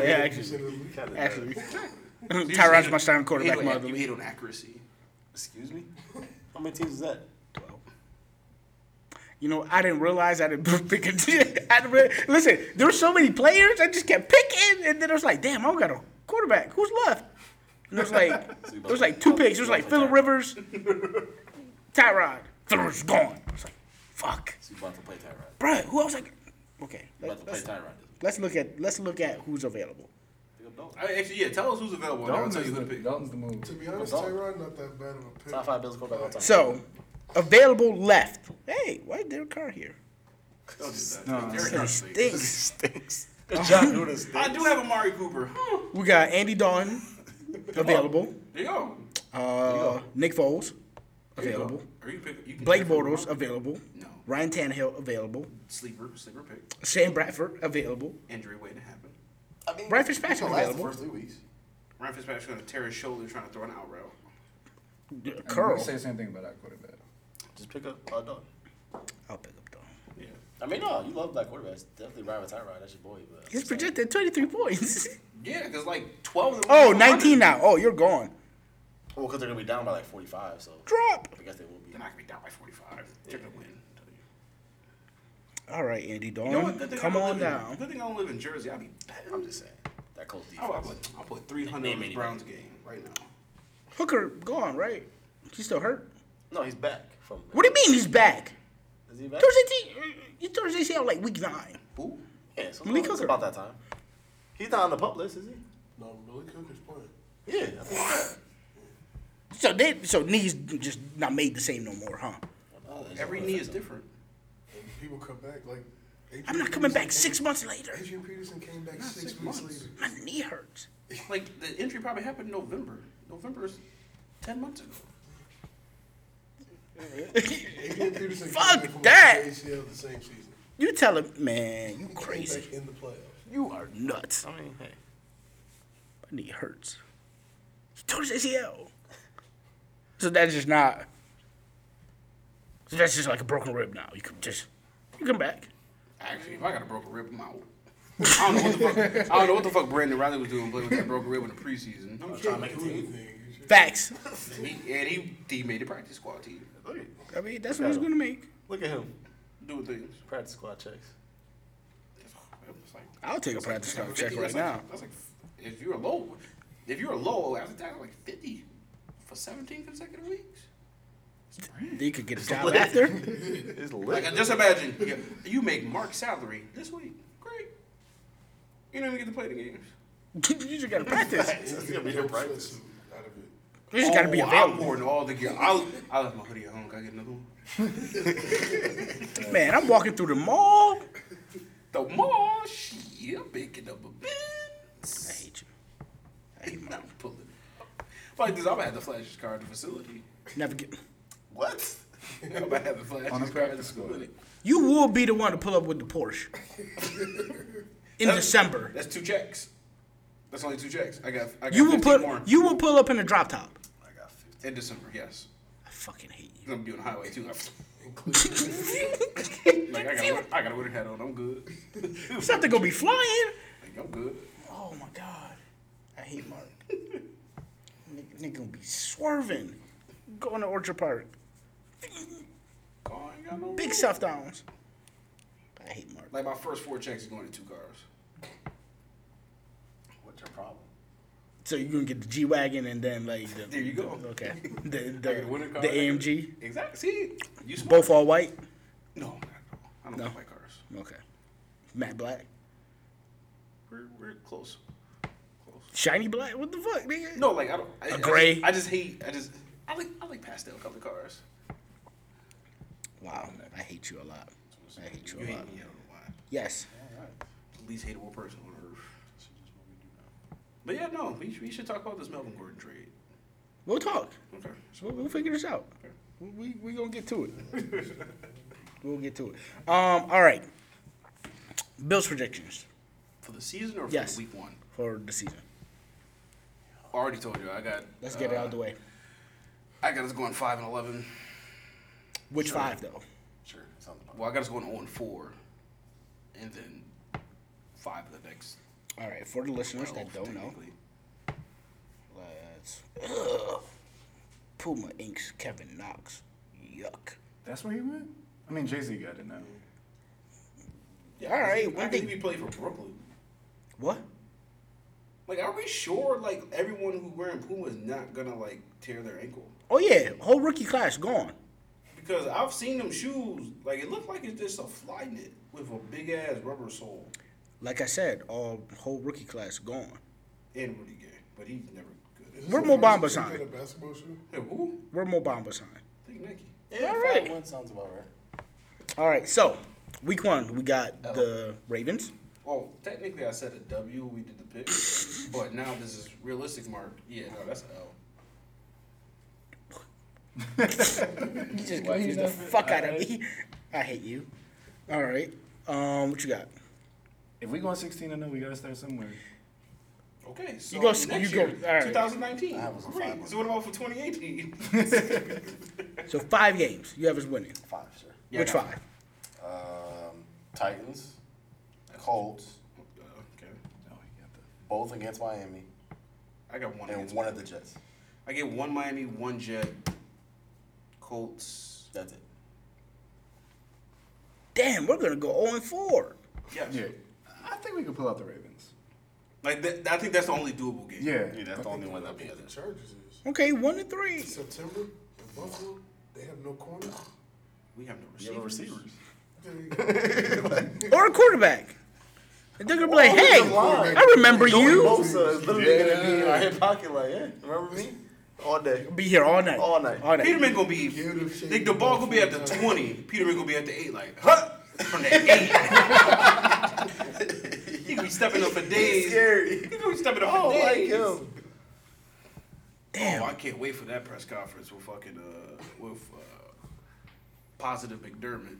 [SPEAKER 2] yeah, actually, actually,
[SPEAKER 4] [LAUGHS]
[SPEAKER 2] Tyrod's my starting quarterback.
[SPEAKER 4] You hate
[SPEAKER 2] Mother.
[SPEAKER 4] on- You hate on accuracy.
[SPEAKER 3] [LAUGHS] excuse me. How many teams is that?
[SPEAKER 2] You know, I didn't realize I didn't [LAUGHS] pick a I didn't re- Listen, there were so many players, I just kept picking, and then I was like, damn, I don't got a quarterback. Who's left? And there's like, there was like two picks. There was like Phillip Rivers, Tyrod. Phillip Rivers gone. I was like, fuck,
[SPEAKER 3] So you about to play Tyrod?
[SPEAKER 2] bro. Who else? Like, okay,
[SPEAKER 3] You about
[SPEAKER 2] let,
[SPEAKER 3] to play
[SPEAKER 2] let's,
[SPEAKER 3] Tyrod?
[SPEAKER 2] let's look at let's look at who's available.
[SPEAKER 4] I mean, actually, yeah. Tell us who's available. and I'll
[SPEAKER 5] Dalton's,
[SPEAKER 4] tell you who to
[SPEAKER 5] the,
[SPEAKER 4] pick.
[SPEAKER 5] Dalton's the move.
[SPEAKER 6] [LAUGHS] To be honest,
[SPEAKER 3] dog.
[SPEAKER 6] Tyron not that bad of a pick.
[SPEAKER 3] Top five Bills quarterback all time.
[SPEAKER 2] So, available left. Hey, why is Derek Carr here?
[SPEAKER 4] Don't do that. Derek Carr
[SPEAKER 2] It
[SPEAKER 4] stinks.
[SPEAKER 2] stinks.
[SPEAKER 4] I do have Amari Cooper. Huh.
[SPEAKER 2] We got Andy Dalton available.
[SPEAKER 4] There you go.
[SPEAKER 2] Uh, Nick Foles available.
[SPEAKER 4] Or you pick. You can
[SPEAKER 2] Blake
[SPEAKER 4] pick from-
[SPEAKER 2] Bortles available.
[SPEAKER 4] No.
[SPEAKER 2] Ryan Tannehill available.
[SPEAKER 4] Sleeper. Sleeper pick.
[SPEAKER 2] Sam Bradford available.
[SPEAKER 4] Injury waiting to happen.
[SPEAKER 3] I mean,
[SPEAKER 2] Brad Fitzpatrick
[SPEAKER 3] he's gonna last
[SPEAKER 2] available.
[SPEAKER 3] The first three weeks.
[SPEAKER 4] Ryan Fitzpatrick's gonna tear his shoulder trying to throw an out route.
[SPEAKER 2] Uh,
[SPEAKER 5] I mean, we
[SPEAKER 2] Curl.
[SPEAKER 5] say the same thing about our quarterback.
[SPEAKER 3] Just pick up uh, dog.
[SPEAKER 2] I'll pick up Dalton.
[SPEAKER 4] Yeah.
[SPEAKER 3] I mean, no, you love black quarterbacks. Definitely ride with Tyrod. That's your boy. But
[SPEAKER 2] He's projected 23
[SPEAKER 4] [LAUGHS]
[SPEAKER 2] points.
[SPEAKER 4] Yeah, because like 12 of them.
[SPEAKER 2] oh, 19 now. Oh, you're gone.
[SPEAKER 3] Well, because they're gonna be down by like forty-five, so
[SPEAKER 2] Drop.
[SPEAKER 3] I guess they will be.
[SPEAKER 4] They're not going to be down by 45. They're going to win. I tell you.
[SPEAKER 2] All right, Andy
[SPEAKER 4] You know what?
[SPEAKER 2] Dalton.
[SPEAKER 4] Good thing
[SPEAKER 2] Come
[SPEAKER 4] I don't
[SPEAKER 2] on
[SPEAKER 4] live in-
[SPEAKER 2] down.
[SPEAKER 4] Good thing I don't live in Jersey. I'll be betting.
[SPEAKER 3] I'm just saying that Colts defense.
[SPEAKER 4] I'll, I'll, put, I'll put 300
[SPEAKER 3] Name
[SPEAKER 4] on this
[SPEAKER 3] anybody.
[SPEAKER 4] Browns game right now.
[SPEAKER 2] Hooker gone, right? He's still hurt.
[SPEAKER 3] No, he's back from.
[SPEAKER 2] What do you mean he's back?
[SPEAKER 3] Is he back?
[SPEAKER 2] Thursday, you Thursday out like week nine.
[SPEAKER 4] Who?
[SPEAKER 3] Yeah, so
[SPEAKER 2] Malik
[SPEAKER 3] it's
[SPEAKER 2] Hooker.
[SPEAKER 3] about that time. He's not on the pup list, is he?
[SPEAKER 6] No, Billy Cook is playing.
[SPEAKER 3] Yeah, I think he's back.
[SPEAKER 2] So they, so knees just not made the same no more, huh?
[SPEAKER 4] Every knee is different.
[SPEAKER 6] And people come back like. Adrian
[SPEAKER 2] I'm not coming
[SPEAKER 6] Peterson
[SPEAKER 2] back six
[SPEAKER 6] came-
[SPEAKER 2] months later.
[SPEAKER 6] Adrian Peterson came back six,
[SPEAKER 4] six
[SPEAKER 6] weeks
[SPEAKER 4] months.
[SPEAKER 6] later.
[SPEAKER 2] My knee hurts.
[SPEAKER 4] Like, the injury probably happened in November. November is 10 months ago.
[SPEAKER 6] Adrian Peterson came
[SPEAKER 2] Fuck
[SPEAKER 6] back from
[SPEAKER 2] that.
[SPEAKER 6] the ACL the same season.
[SPEAKER 2] You tell him, man, you
[SPEAKER 6] He came
[SPEAKER 2] crazy.
[SPEAKER 6] back in the playoffs.
[SPEAKER 2] You are nuts.
[SPEAKER 3] I mean, hey.
[SPEAKER 2] My knee hurts. He tore his ACL. So that's just not. So that's just like a broken rib now. You can just, you come back.
[SPEAKER 4] Actually, if I got a broken rib, I'm out. [LAUGHS] I don't know what the fuck. I don't know what the fuck Brandon Riley was doing playing with that broken rib in the preseason. I'm
[SPEAKER 6] Can't
[SPEAKER 4] trying to make a
[SPEAKER 6] do
[SPEAKER 4] team.
[SPEAKER 6] anything.
[SPEAKER 2] Facts.
[SPEAKER 4] And he, and he, he made the practice squad team.
[SPEAKER 7] Look at,
[SPEAKER 2] I mean, that's what he's gonna make.
[SPEAKER 7] look at him.
[SPEAKER 4] Doing things.
[SPEAKER 7] Practice squad checks.
[SPEAKER 4] It's like-
[SPEAKER 2] I'll take a practice squad check
[SPEAKER 4] 50,
[SPEAKER 2] right
[SPEAKER 4] that's like-
[SPEAKER 2] now.
[SPEAKER 4] That's like, if you're low, if you're low, after that, like 50 for 17 consecutive weeks.
[SPEAKER 2] They could get a job after.
[SPEAKER 7] It's
[SPEAKER 4] Like,
[SPEAKER 7] lit.
[SPEAKER 4] I just imagine you, you make Mark's salary this week. Great. You don't even get to play the games.
[SPEAKER 2] [LAUGHS] you just gotta practice.
[SPEAKER 7] He's gonna be here practice.
[SPEAKER 6] Expensive out of it.
[SPEAKER 2] You just gotta be
[SPEAKER 4] Oh, I'm
[SPEAKER 2] available.
[SPEAKER 4] pouring all the gear. I'll, I left my hoodie at home. Can I get another one?
[SPEAKER 2] Man, I'm walking through the mall.
[SPEAKER 4] The mall, shit, I'm picking up a Benz.
[SPEAKER 2] I hate you.
[SPEAKER 4] [LAUGHS] I'm pulling up. Like this, I'm gonna have to flash his car at the facility.
[SPEAKER 2] Never get.
[SPEAKER 4] [LAUGHS] What? I'm gonna have to flash
[SPEAKER 5] On
[SPEAKER 4] his
[SPEAKER 5] a
[SPEAKER 4] car at the
[SPEAKER 5] practice squad.
[SPEAKER 4] facility.
[SPEAKER 2] You will be the one to pull up with the
[SPEAKER 4] [LAUGHS]
[SPEAKER 2] Porsche in December.
[SPEAKER 4] That's two checks. That's only two checks. I got. I got
[SPEAKER 2] You will
[SPEAKER 4] 15
[SPEAKER 2] put.
[SPEAKER 4] more
[SPEAKER 2] You will pull up in a drop top.
[SPEAKER 4] in December. Yes,
[SPEAKER 2] I fucking hate you.
[SPEAKER 4] I'm gonna be on the highway too. [LAUGHS] like I got, a, I got a winter hat on. I'm good.
[SPEAKER 2] Something gonna be flying.
[SPEAKER 4] Like I'm good.
[SPEAKER 2] Oh my god, I hate
[SPEAKER 4] [LAUGHS]
[SPEAKER 2] Mark. nigga, nigga gonna be swerving, going to Orchard Park,
[SPEAKER 4] Car Oh, ain't got no.
[SPEAKER 2] big soft downs. I hate Mark.
[SPEAKER 4] Like my first four checks is going to two cars.
[SPEAKER 7] What's your problem?
[SPEAKER 2] So you gonna get the G wagon and then like the,
[SPEAKER 4] There you go.
[SPEAKER 2] Okay,
[SPEAKER 4] [LAUGHS]
[SPEAKER 2] the
[SPEAKER 4] I got a winter
[SPEAKER 2] the,
[SPEAKER 4] car.
[SPEAKER 2] the AMG,
[SPEAKER 4] Exactly. See, you smart.
[SPEAKER 2] both all white.
[SPEAKER 4] No, not at all. I don't
[SPEAKER 2] No.
[SPEAKER 4] like white cars.
[SPEAKER 2] Okay, matte black,
[SPEAKER 4] We're we're close. Close.
[SPEAKER 2] shiny black. What the fuck, nigga?
[SPEAKER 4] No, like I don't. I, I
[SPEAKER 2] gray?
[SPEAKER 4] just- I just hate. I just. I like. I like pastel colored cars.
[SPEAKER 2] Wow, I hate you a lot. I hate you
[SPEAKER 4] You
[SPEAKER 2] a
[SPEAKER 4] hate
[SPEAKER 2] lot.
[SPEAKER 4] me. I don't know why.
[SPEAKER 2] Yes.
[SPEAKER 4] The least hateable person on earth. But yeah, no. We, we should talk about this Melvin Gordon trade.
[SPEAKER 2] We'll talk.
[SPEAKER 4] Okay.
[SPEAKER 2] So we'll, we'll figure this out. We we, we gonna get to it. we'll get to it. Um. All right. Bills projections
[SPEAKER 4] For the season or for
[SPEAKER 2] Yes.
[SPEAKER 4] the week one?
[SPEAKER 2] for the season.
[SPEAKER 4] I already told you. I got. uh,
[SPEAKER 2] Let's get it out of the way.
[SPEAKER 4] I got us going five and eleven.
[SPEAKER 2] Which five though?
[SPEAKER 4] Sure. Sounds about. Well, I got us going zero and four, and then five of the next.
[SPEAKER 2] All right. For the listeners that
[SPEAKER 4] 12,
[SPEAKER 2] don't know,
[SPEAKER 4] technically.
[SPEAKER 2] let's. Ugh. Puma Inks Kevin Knox. Yuck.
[SPEAKER 5] That's where he went? I mean, Jay Z got it now.
[SPEAKER 2] All right.
[SPEAKER 4] I
[SPEAKER 2] One
[SPEAKER 4] think
[SPEAKER 2] thing.
[SPEAKER 4] we played for Brooklyn.
[SPEAKER 2] What?
[SPEAKER 4] Like, are we sure? Like, everyone who wearing Puma is not gonna like tear their ankle
[SPEAKER 2] Oh yeah. Whole rookie class gone.
[SPEAKER 4] because I've seen them shoes. Like, it looked like it's just a fly knit with a big ass rubber sole.
[SPEAKER 2] Like I said, all whole rookie class gone.
[SPEAKER 4] And Rudy Gay, but he's never good.
[SPEAKER 2] Where Mo Bamba
[SPEAKER 6] Is that a
[SPEAKER 2] signed?
[SPEAKER 6] basketball shoe?
[SPEAKER 4] Hey, who?
[SPEAKER 2] Where Mo Bamba signed?
[SPEAKER 4] I think Nike.
[SPEAKER 2] All right.
[SPEAKER 8] One sounds about right.
[SPEAKER 2] All right, so week one, we got the Ravens.
[SPEAKER 4] Well, technically, I said a W. We did the pick, but now this is realistic. Mark, yeah, no, that's an L.
[SPEAKER 2] You just confused the fuck out of me. I hate you. All right, um, what you got?
[SPEAKER 5] If we going 16 and 0, we got to start somewhere.
[SPEAKER 4] Okay, so
[SPEAKER 2] go-
[SPEAKER 4] next
[SPEAKER 2] you go-
[SPEAKER 4] year,
[SPEAKER 2] all right.
[SPEAKER 4] 2019.
[SPEAKER 8] That was a
[SPEAKER 4] Great.
[SPEAKER 8] five one.
[SPEAKER 4] So what about for 2018?
[SPEAKER 2] So five games you have us winning.
[SPEAKER 8] Five, sure.
[SPEAKER 4] Yeah,
[SPEAKER 2] Which
[SPEAKER 4] I got-
[SPEAKER 2] five?
[SPEAKER 8] Um, Titans, Colts,
[SPEAKER 4] Uh, okay,
[SPEAKER 8] both against Miami,
[SPEAKER 4] I got one.
[SPEAKER 8] and
[SPEAKER 4] against
[SPEAKER 8] one of the Jets.
[SPEAKER 4] I get one Miami, one Jet, Colts.
[SPEAKER 8] That's it.
[SPEAKER 2] Damn, we're gonna go zero and four.
[SPEAKER 4] Yes.
[SPEAKER 5] Yeah. I think we could pull out the Ravens.
[SPEAKER 4] Like that, I think that's the only doable game.
[SPEAKER 5] Yeah.
[SPEAKER 8] Yeah, that's the only one that
[SPEAKER 6] The Chargers is.
[SPEAKER 2] Okay, one and three.
[SPEAKER 6] September, in Buffalo, they have no corners.
[SPEAKER 4] We have no
[SPEAKER 7] You
[SPEAKER 4] receivers.
[SPEAKER 7] have a receivers.
[SPEAKER 2] Or a quarterback. And they're gonna be like, hey, I remember you.
[SPEAKER 7] Bosa is literally gonna be in our hip pocket. Like, yeah, remember me? All day.
[SPEAKER 2] Be here all night.
[SPEAKER 7] All night.
[SPEAKER 2] All night.
[SPEAKER 4] Peterman gonna be.
[SPEAKER 6] them
[SPEAKER 4] Like
[SPEAKER 6] shit.
[SPEAKER 4] the ball gonna be at the twenty. Peterman gonna be at the eight. Like huh from the eight. [LAUGHS] he gonna be stepping up for days.
[SPEAKER 7] Scary.
[SPEAKER 4] He gonna be stepping up
[SPEAKER 7] I
[SPEAKER 4] for
[SPEAKER 7] don't like
[SPEAKER 4] days.
[SPEAKER 7] him.
[SPEAKER 4] Oh, I
[SPEAKER 2] Damn.
[SPEAKER 4] can't wait for that press conference with fucking uh with uh, positive McDermott.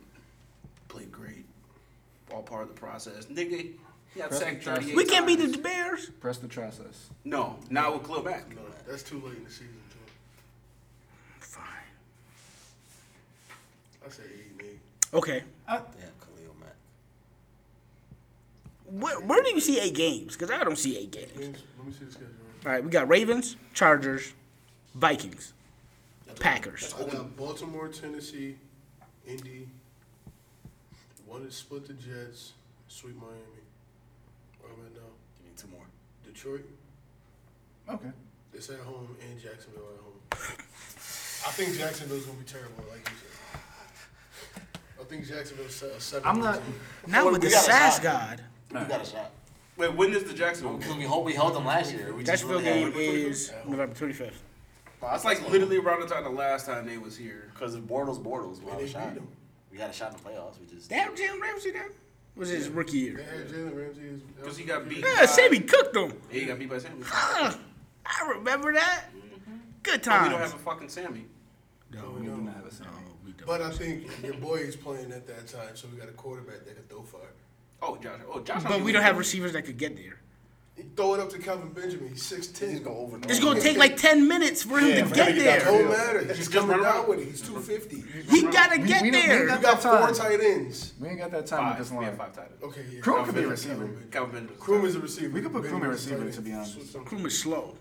[SPEAKER 4] Played great. All part of the process, nigga. He got sacked thirty eight.
[SPEAKER 2] We can't beat the Bears.
[SPEAKER 5] Press the process.
[SPEAKER 4] No, not with Khalil Mack.
[SPEAKER 6] No, that's too late in the season, too.
[SPEAKER 2] Fine.
[SPEAKER 6] I say eight, man.
[SPEAKER 2] Okay.
[SPEAKER 8] They have Khalil Mack.
[SPEAKER 2] Where, where do you see eight games? Because I don't see eight games.
[SPEAKER 6] Let me see the schedule.
[SPEAKER 2] All right, we got Ravens, Chargers, Vikings, Packers.
[SPEAKER 6] I got Baltimore, Tennessee, Indy. One is split the Jets, sweep Miami. Where I'm at now.
[SPEAKER 8] Give me two more.
[SPEAKER 6] Detroit.
[SPEAKER 5] Okay.
[SPEAKER 6] It's at home and Jacksonville at home. I think Jacksonville's gonna be terrible, like you said. I think Jacksonville's a seven.
[SPEAKER 5] I'm not-
[SPEAKER 6] team.
[SPEAKER 2] Not with the
[SPEAKER 8] got a
[SPEAKER 2] sass
[SPEAKER 8] shot.
[SPEAKER 2] god.
[SPEAKER 8] We got a shot.
[SPEAKER 4] Wait, when is the Jacksonville game?
[SPEAKER 8] Because we, hold, we held them last year. We just
[SPEAKER 2] Jacksonville
[SPEAKER 8] really
[SPEAKER 2] game
[SPEAKER 8] had-
[SPEAKER 2] is November 25th.
[SPEAKER 4] That's like literally around the time the last time they was here.
[SPEAKER 8] Because if Bortles, Bortles,
[SPEAKER 5] Oh,
[SPEAKER 8] we had
[SPEAKER 6] they
[SPEAKER 8] a shot.
[SPEAKER 6] beat 'em.
[SPEAKER 8] We got a shot in the playoffs. We just
[SPEAKER 2] Damn, Jalen Ramsey down. Was his rookie
[SPEAKER 6] They
[SPEAKER 2] year?
[SPEAKER 6] had Jalen Ramsey as-
[SPEAKER 4] Because he got beat.
[SPEAKER 2] Yeah, Sammy cooked him.
[SPEAKER 4] Yeah, he got beat by Sammy.
[SPEAKER 2] Huh, I remember that. Good
[SPEAKER 4] We don't
[SPEAKER 2] times.
[SPEAKER 4] have a fucking Sammy.
[SPEAKER 2] No,
[SPEAKER 6] we don't.
[SPEAKER 2] No, we don't.
[SPEAKER 6] But I think your boy is playing at that time, so we got a quarterback that can throw fire.
[SPEAKER 4] Oh, Josh. Oh, Josh.
[SPEAKER 2] But we don't have receivers that could get there.
[SPEAKER 6] Throw it up to Calvin Benjamin. He's six
[SPEAKER 7] He's
[SPEAKER 6] ten.
[SPEAKER 7] gonna overthrow.
[SPEAKER 2] It's gonna take like 10 minutes for him to get there.
[SPEAKER 6] Don't matter. He's coming down with it. He's two fifty. You
[SPEAKER 2] He gotta
[SPEAKER 5] We-
[SPEAKER 2] get
[SPEAKER 5] we don't-
[SPEAKER 2] there.
[SPEAKER 5] we don't-
[SPEAKER 6] got four
[SPEAKER 5] Time.
[SPEAKER 6] tight ends.
[SPEAKER 5] We ain't got that time with this
[SPEAKER 4] Five. We
[SPEAKER 5] line.
[SPEAKER 4] have five titles.
[SPEAKER 6] Okay, yeah.
[SPEAKER 5] Krum could be a
[SPEAKER 6] Calvin-
[SPEAKER 5] receiver.
[SPEAKER 4] Calvin Benjamin.
[SPEAKER 6] Krum is a receiver.
[SPEAKER 5] We could put
[SPEAKER 6] Benjamin
[SPEAKER 5] Krum at
[SPEAKER 6] is a
[SPEAKER 5] receiver,
[SPEAKER 6] tight
[SPEAKER 5] to be
[SPEAKER 6] end.
[SPEAKER 5] honest.
[SPEAKER 6] Switch him.
[SPEAKER 2] Krum is slow.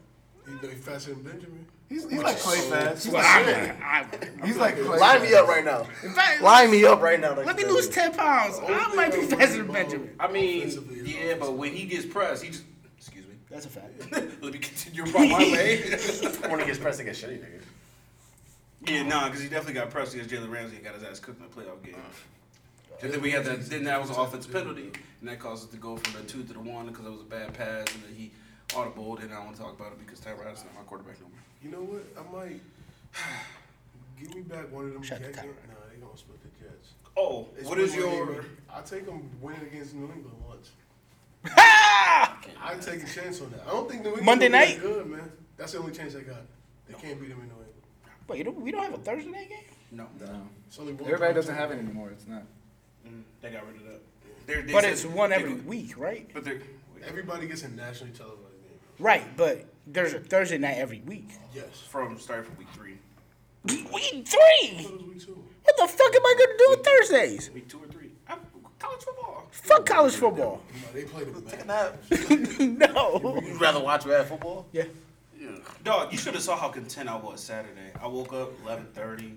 [SPEAKER 6] He's he's faster than Benjamin.
[SPEAKER 5] He's, he's like Clay fast. He's like,
[SPEAKER 2] I, I,
[SPEAKER 5] he's like Clay.
[SPEAKER 7] Line me up right now.
[SPEAKER 2] in fact,
[SPEAKER 7] Line me up right now.
[SPEAKER 2] let me lose 10 pounds. I might be faster than Benjamin.
[SPEAKER 4] I mean,
[SPEAKER 6] Offensively, it's
[SPEAKER 4] yeah, but when he gets pressed, he just. Excuse me.
[SPEAKER 2] That's a fact.
[SPEAKER 4] [LAUGHS] Let me continue about [LAUGHS] my way.
[SPEAKER 7] When he gets pressed against shitty nigga.
[SPEAKER 4] yeah, nah, because he definitely got pressed against Jalen Ramsey and got his ass cooked in the playoff game. And then we had that. Then that was an offense penalty, and that caused us to go from the two to the one because it was a bad pass, and then he audible. And I don't want to talk about it because Tyrod is not my quarterback no more.
[SPEAKER 6] You know what? I might [SIGHS] give me back one of them.
[SPEAKER 2] Shut the
[SPEAKER 6] Jets.
[SPEAKER 2] timer.
[SPEAKER 6] Nah, they gonna split the Jets.
[SPEAKER 4] Oh,
[SPEAKER 6] It's
[SPEAKER 4] what is
[SPEAKER 6] one more
[SPEAKER 4] your?
[SPEAKER 6] game. I take them winning against New England once. I take a chance on that. I don't think New England
[SPEAKER 2] Monday
[SPEAKER 6] gonna be
[SPEAKER 2] night?
[SPEAKER 6] Good man. That's the only chance I got. They can't beat them in New England.
[SPEAKER 2] Wait, you don't- we don't have a Thursday night game?
[SPEAKER 4] No,
[SPEAKER 5] No.
[SPEAKER 6] It's only one.
[SPEAKER 5] Everybody doesn't have it anymore. It's not.
[SPEAKER 4] they got rid of that. They're, they
[SPEAKER 2] But
[SPEAKER 4] said-
[SPEAKER 2] it's one
[SPEAKER 4] they
[SPEAKER 2] every
[SPEAKER 4] go-
[SPEAKER 2] week, right?
[SPEAKER 4] But they're.
[SPEAKER 6] Everybody gets a nationally televised game.
[SPEAKER 2] Right, but there's a Thursday night every week.
[SPEAKER 6] Yes.
[SPEAKER 4] From starting from week three,
[SPEAKER 2] Week three?
[SPEAKER 6] That was week two.
[SPEAKER 2] What the fuck am I gonna do with Thursdays?
[SPEAKER 4] week two or three. I'm, college football.
[SPEAKER 2] Fuck college football. [LAUGHS]
[SPEAKER 6] No, they played them back.
[SPEAKER 2] no.
[SPEAKER 8] You'd rather watch bad football?
[SPEAKER 2] Yeah.
[SPEAKER 4] Dog, you should have saw how content I was Saturday. I woke up eleven thirty,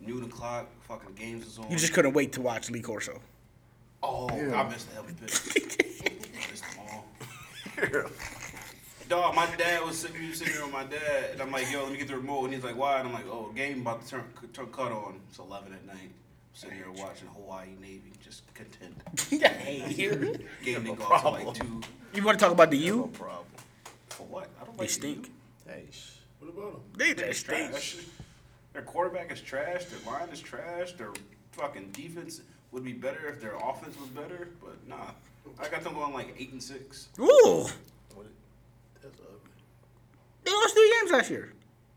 [SPEAKER 4] noon o'clock. Fucking games was on.
[SPEAKER 2] You just couldn't wait to watch Lee [LAUGHS] Corso.
[SPEAKER 4] oh, I missed the hell of pitch. missed them all. Dog, my dad was sitting, we was sitting there with my dad, and I'm like, "Yo, let me get the remote," and he's like, "Why?" And I'm like, "Oh, game about to turn, turn cut on. It's eleven at night." I'm sitting here watching Hawaii Navy, just content.
[SPEAKER 2] hey, [LAUGHS] you.
[SPEAKER 4] Game didn't go off till like two.
[SPEAKER 2] [LAUGHS] You want to talk about the U?
[SPEAKER 7] Problem.
[SPEAKER 4] For what? I don't
[SPEAKER 2] They
[SPEAKER 4] like the
[SPEAKER 2] stink.
[SPEAKER 7] Hey, sh-
[SPEAKER 6] What about them?
[SPEAKER 2] They just
[SPEAKER 4] trash.
[SPEAKER 2] stink.
[SPEAKER 4] Their quarterback is trash. Their line is trash. Their fucking defense would be better if their offense was better. But nah, I got them going like eight and six.
[SPEAKER 2] Ooh,
[SPEAKER 6] That's ugly.
[SPEAKER 2] they lost three games last year.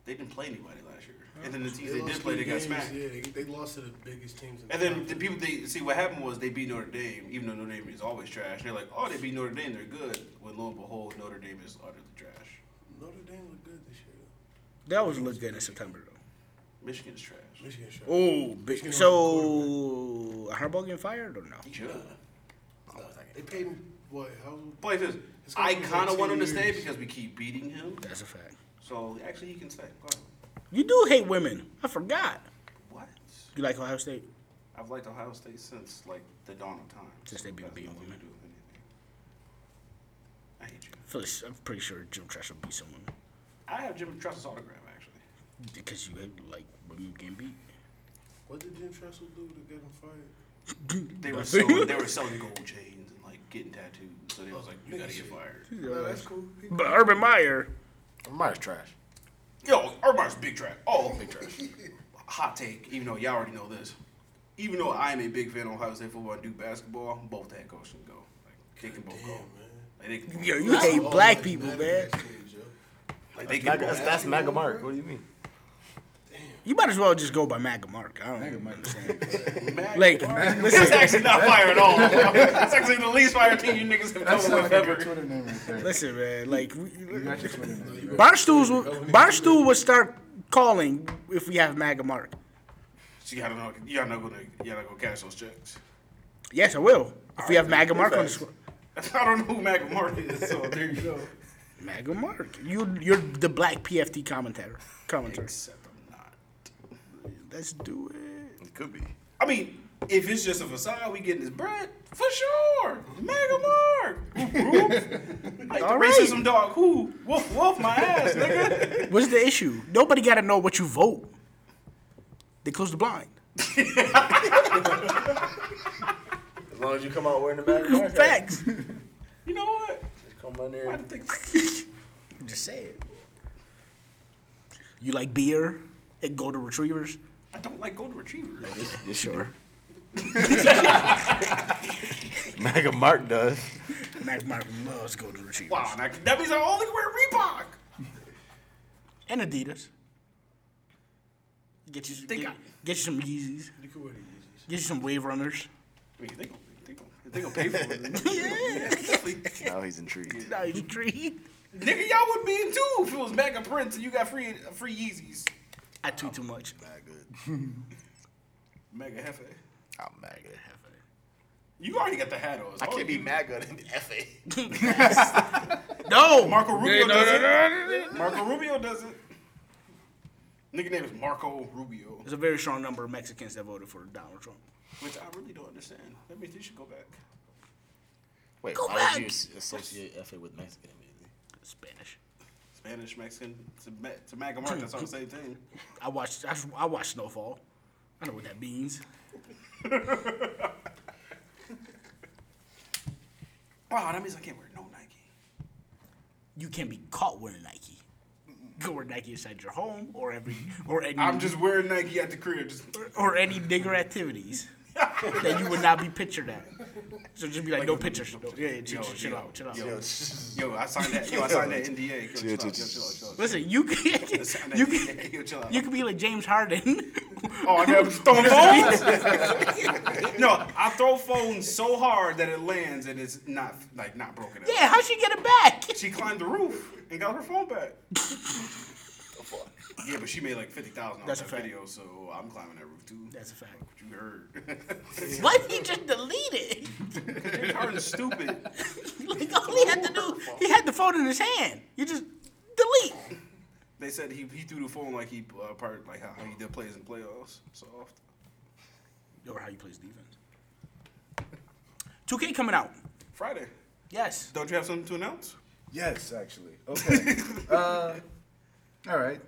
[SPEAKER 4] They didn't play anybody last year, and then the teams they, did play, they got smacked.
[SPEAKER 6] Yeah, they, they lost to the biggest teams. In
[SPEAKER 4] And then the people they see what happened was they beat Notre Dame, even though Notre Dame is always trash. They're like, oh, they beat Notre Dame, they're good. When lo and behold, Notre Dame is utterly trash.
[SPEAKER 6] Notre Dame looked good this year.
[SPEAKER 2] That was looked good in September though.
[SPEAKER 4] Michigan is trash.
[SPEAKER 6] Michigan sure.
[SPEAKER 2] Oh, big. So, Harbaugh getting fired or no?
[SPEAKER 4] Should
[SPEAKER 6] They paid him what? How?
[SPEAKER 4] play this.
[SPEAKER 6] It's gonna
[SPEAKER 4] I
[SPEAKER 6] be like
[SPEAKER 4] kind of want him to
[SPEAKER 6] 10
[SPEAKER 4] stay
[SPEAKER 6] years.
[SPEAKER 4] because we keep beating him.
[SPEAKER 2] That's a fact.
[SPEAKER 4] So actually, he can stay. Probably.
[SPEAKER 2] You do hate women. I forgot.
[SPEAKER 4] What?
[SPEAKER 2] You like Ohio State?
[SPEAKER 4] I've liked Ohio State since like the dawn of time.
[SPEAKER 2] Since they've been
[SPEAKER 4] That's
[SPEAKER 2] beating
[SPEAKER 4] nothing to
[SPEAKER 2] women.
[SPEAKER 4] do with anything. I hate you.
[SPEAKER 2] I feel like- I'm pretty sure Jim Trash will beat someone
[SPEAKER 4] I have Jim Truss's autograph actually.
[SPEAKER 2] because you hate, like women getting beat.
[SPEAKER 6] What did Jim Tressel do to get him fired?
[SPEAKER 4] They [LAUGHS] were selling, they were selling gold chains and like getting tattoos, so they was like, you gotta get fired.
[SPEAKER 6] No, that's cool. He-
[SPEAKER 2] But Urban Meyer,
[SPEAKER 7] Myers trash.
[SPEAKER 4] Yo, Urban's big trash. Oh, big [LAUGHS] trash. Hot take, even though y'all already know this. Even though I am a big fan of Ohio State football and Duke basketball, both head coaches can go. Like, they can both go. Like, they can both
[SPEAKER 2] yo,
[SPEAKER 4] go.
[SPEAKER 2] you hate
[SPEAKER 6] Oh,
[SPEAKER 2] black
[SPEAKER 6] like,
[SPEAKER 2] people,
[SPEAKER 6] mad
[SPEAKER 2] man.
[SPEAKER 6] at that stage, yo.
[SPEAKER 4] Like, they can
[SPEAKER 7] That's,
[SPEAKER 4] both
[SPEAKER 7] that's, that's Maga Mark. What do you mean?
[SPEAKER 2] You might as well just go by Mac and Mark. I don't understand.
[SPEAKER 4] Mac-
[SPEAKER 2] like,
[SPEAKER 4] That's
[SPEAKER 2] listen,
[SPEAKER 4] actually not fire at all. That's actually the least fire team you niggas have
[SPEAKER 5] That
[SPEAKER 4] come
[SPEAKER 5] sounds
[SPEAKER 4] up with
[SPEAKER 5] like a good
[SPEAKER 4] ever.
[SPEAKER 5] Twitter name right there.
[SPEAKER 2] listen, man. Like, we,
[SPEAKER 5] You got your Twitter name.
[SPEAKER 2] Barstools, will- Barstool would start calling if we have Mac and Mark.
[SPEAKER 4] So y'all not, y'all not gonna, y'all not gonna cash those checks.
[SPEAKER 2] Yes, I will. If we have Mac and Mark on the squad.
[SPEAKER 4] [LAUGHS] I don't know who Mac Martin is, so there you go.
[SPEAKER 2] MAGA Mark. You you're the black PFT commentator. Commentator.
[SPEAKER 4] Except I'm not.
[SPEAKER 2] Let's do it.
[SPEAKER 7] It could be.
[SPEAKER 4] I mean, if it's just a facade, we getting this bread for sure. Mega
[SPEAKER 7] [LAUGHS]
[SPEAKER 4] Mark, Whoop, whoop. like
[SPEAKER 2] All
[SPEAKER 4] the
[SPEAKER 2] right.
[SPEAKER 4] racism dog. Who woof woof my ass, nigga.
[SPEAKER 2] What's the issue? Nobody got to know what you vote. They close the blind.
[SPEAKER 3] As long as you come out wearing the bag, mark,
[SPEAKER 2] Facts.
[SPEAKER 4] You know what?
[SPEAKER 3] just come in there.
[SPEAKER 4] I
[SPEAKER 3] and-
[SPEAKER 4] think
[SPEAKER 2] Just say it. You like beer and golden retrievers?
[SPEAKER 4] I don't like golden retrievers.
[SPEAKER 2] Yeah, sure.
[SPEAKER 7] MAGA Mark does.
[SPEAKER 2] Mac Mark loves golden retrievers
[SPEAKER 4] Wow, and I can- that means I only wear Reebok.
[SPEAKER 2] and Adidas. Get you, some- get, get you some Yeezys.
[SPEAKER 6] You can wear the Yeezys.
[SPEAKER 2] Get you some Wave
[SPEAKER 4] [LAUGHS]
[SPEAKER 2] Runners.
[SPEAKER 4] I mean, they gonna, they gonna, they gonna pay for
[SPEAKER 7] [LAUGHS]
[SPEAKER 4] it.
[SPEAKER 7] Now he's intrigued.
[SPEAKER 2] Now you treat.
[SPEAKER 4] Nigga, y'all would be in too if it was back in Prince and you got free free Yeezys.
[SPEAKER 2] I tweet too much.
[SPEAKER 7] Not good.
[SPEAKER 4] Mega Hefe.
[SPEAKER 7] I'm MAGA.
[SPEAKER 4] You already got the hat on. so
[SPEAKER 7] I
[SPEAKER 4] all
[SPEAKER 7] can't be
[SPEAKER 4] you-
[SPEAKER 7] MAGA in the FA.
[SPEAKER 2] No,
[SPEAKER 4] Marco Rubio does it. Marco Rubio does it. Nigga name is Marco Rubio,
[SPEAKER 2] there's a very strong number of Mexicans that voted for Donald Trump.
[SPEAKER 4] which I really don't understand. That means they should go back.
[SPEAKER 7] Wait, why would you as- associate
[SPEAKER 3] FA with Mexican immediately.
[SPEAKER 2] Spanish.
[SPEAKER 4] Spanish, Mexican, to, Ma- to Mac and Mark, that's all the same thing. [LAUGHS]
[SPEAKER 2] I watched. I, I watched Snowfall. I know what that means.
[SPEAKER 4] Wow, that means I can't wear no Nike.
[SPEAKER 2] You can't be caught wearing Nike. Go wear Nike inside your home or every or any
[SPEAKER 4] I'm just wearing Nike at the crib. Just
[SPEAKER 2] or any nigger activities that you would not be pictured at. So just be like, no pictures. No, yeah, yeah, chill,
[SPEAKER 4] Yo,
[SPEAKER 2] chill
[SPEAKER 4] yo,
[SPEAKER 2] out, chill out.
[SPEAKER 4] yo, I signed that. Yo, I signed [LAUGHS] that NDA. Yo, chill out, yo, chill out, [LAUGHS] chill out.
[SPEAKER 2] Listen, you can [LAUGHS]
[SPEAKER 4] Sign that
[SPEAKER 2] you
[SPEAKER 4] NDA, yo,
[SPEAKER 2] can
[SPEAKER 4] chill out.
[SPEAKER 2] you can be like James Harden. [LAUGHS]
[SPEAKER 4] Oh, I [LAUGHS] got throwing phones. [LAUGHS] no, I throw phones so hard that it lands and it's not like not broken up.
[SPEAKER 2] yeah, how'd she get it back?
[SPEAKER 4] She climbed the roof and got her
[SPEAKER 2] [LAUGHS]
[SPEAKER 4] phone back. yeah, but she made like fifty thousand on
[SPEAKER 2] That's
[SPEAKER 4] that
[SPEAKER 2] a fact.
[SPEAKER 4] video, so I'm climbing that roof too.
[SPEAKER 2] That's a fact. [LAUGHS]
[SPEAKER 4] What you heard.
[SPEAKER 2] Why did he just delete it? [LAUGHS]
[SPEAKER 4] [LAUGHS] James Harden's stupid.
[SPEAKER 2] Like all he had to do, he had the phone in his hand. You just delete.
[SPEAKER 4] [LAUGHS] They said he, he threw the phone like he uh, part like how he did plays in playoffs so often.
[SPEAKER 2] Or how you plays defense. 2K coming out.
[SPEAKER 4] Friday,
[SPEAKER 2] Yes.
[SPEAKER 4] don't you have something to announce?
[SPEAKER 5] Yes, actually. Okay.
[SPEAKER 4] [LAUGHS]
[SPEAKER 5] uh, all right.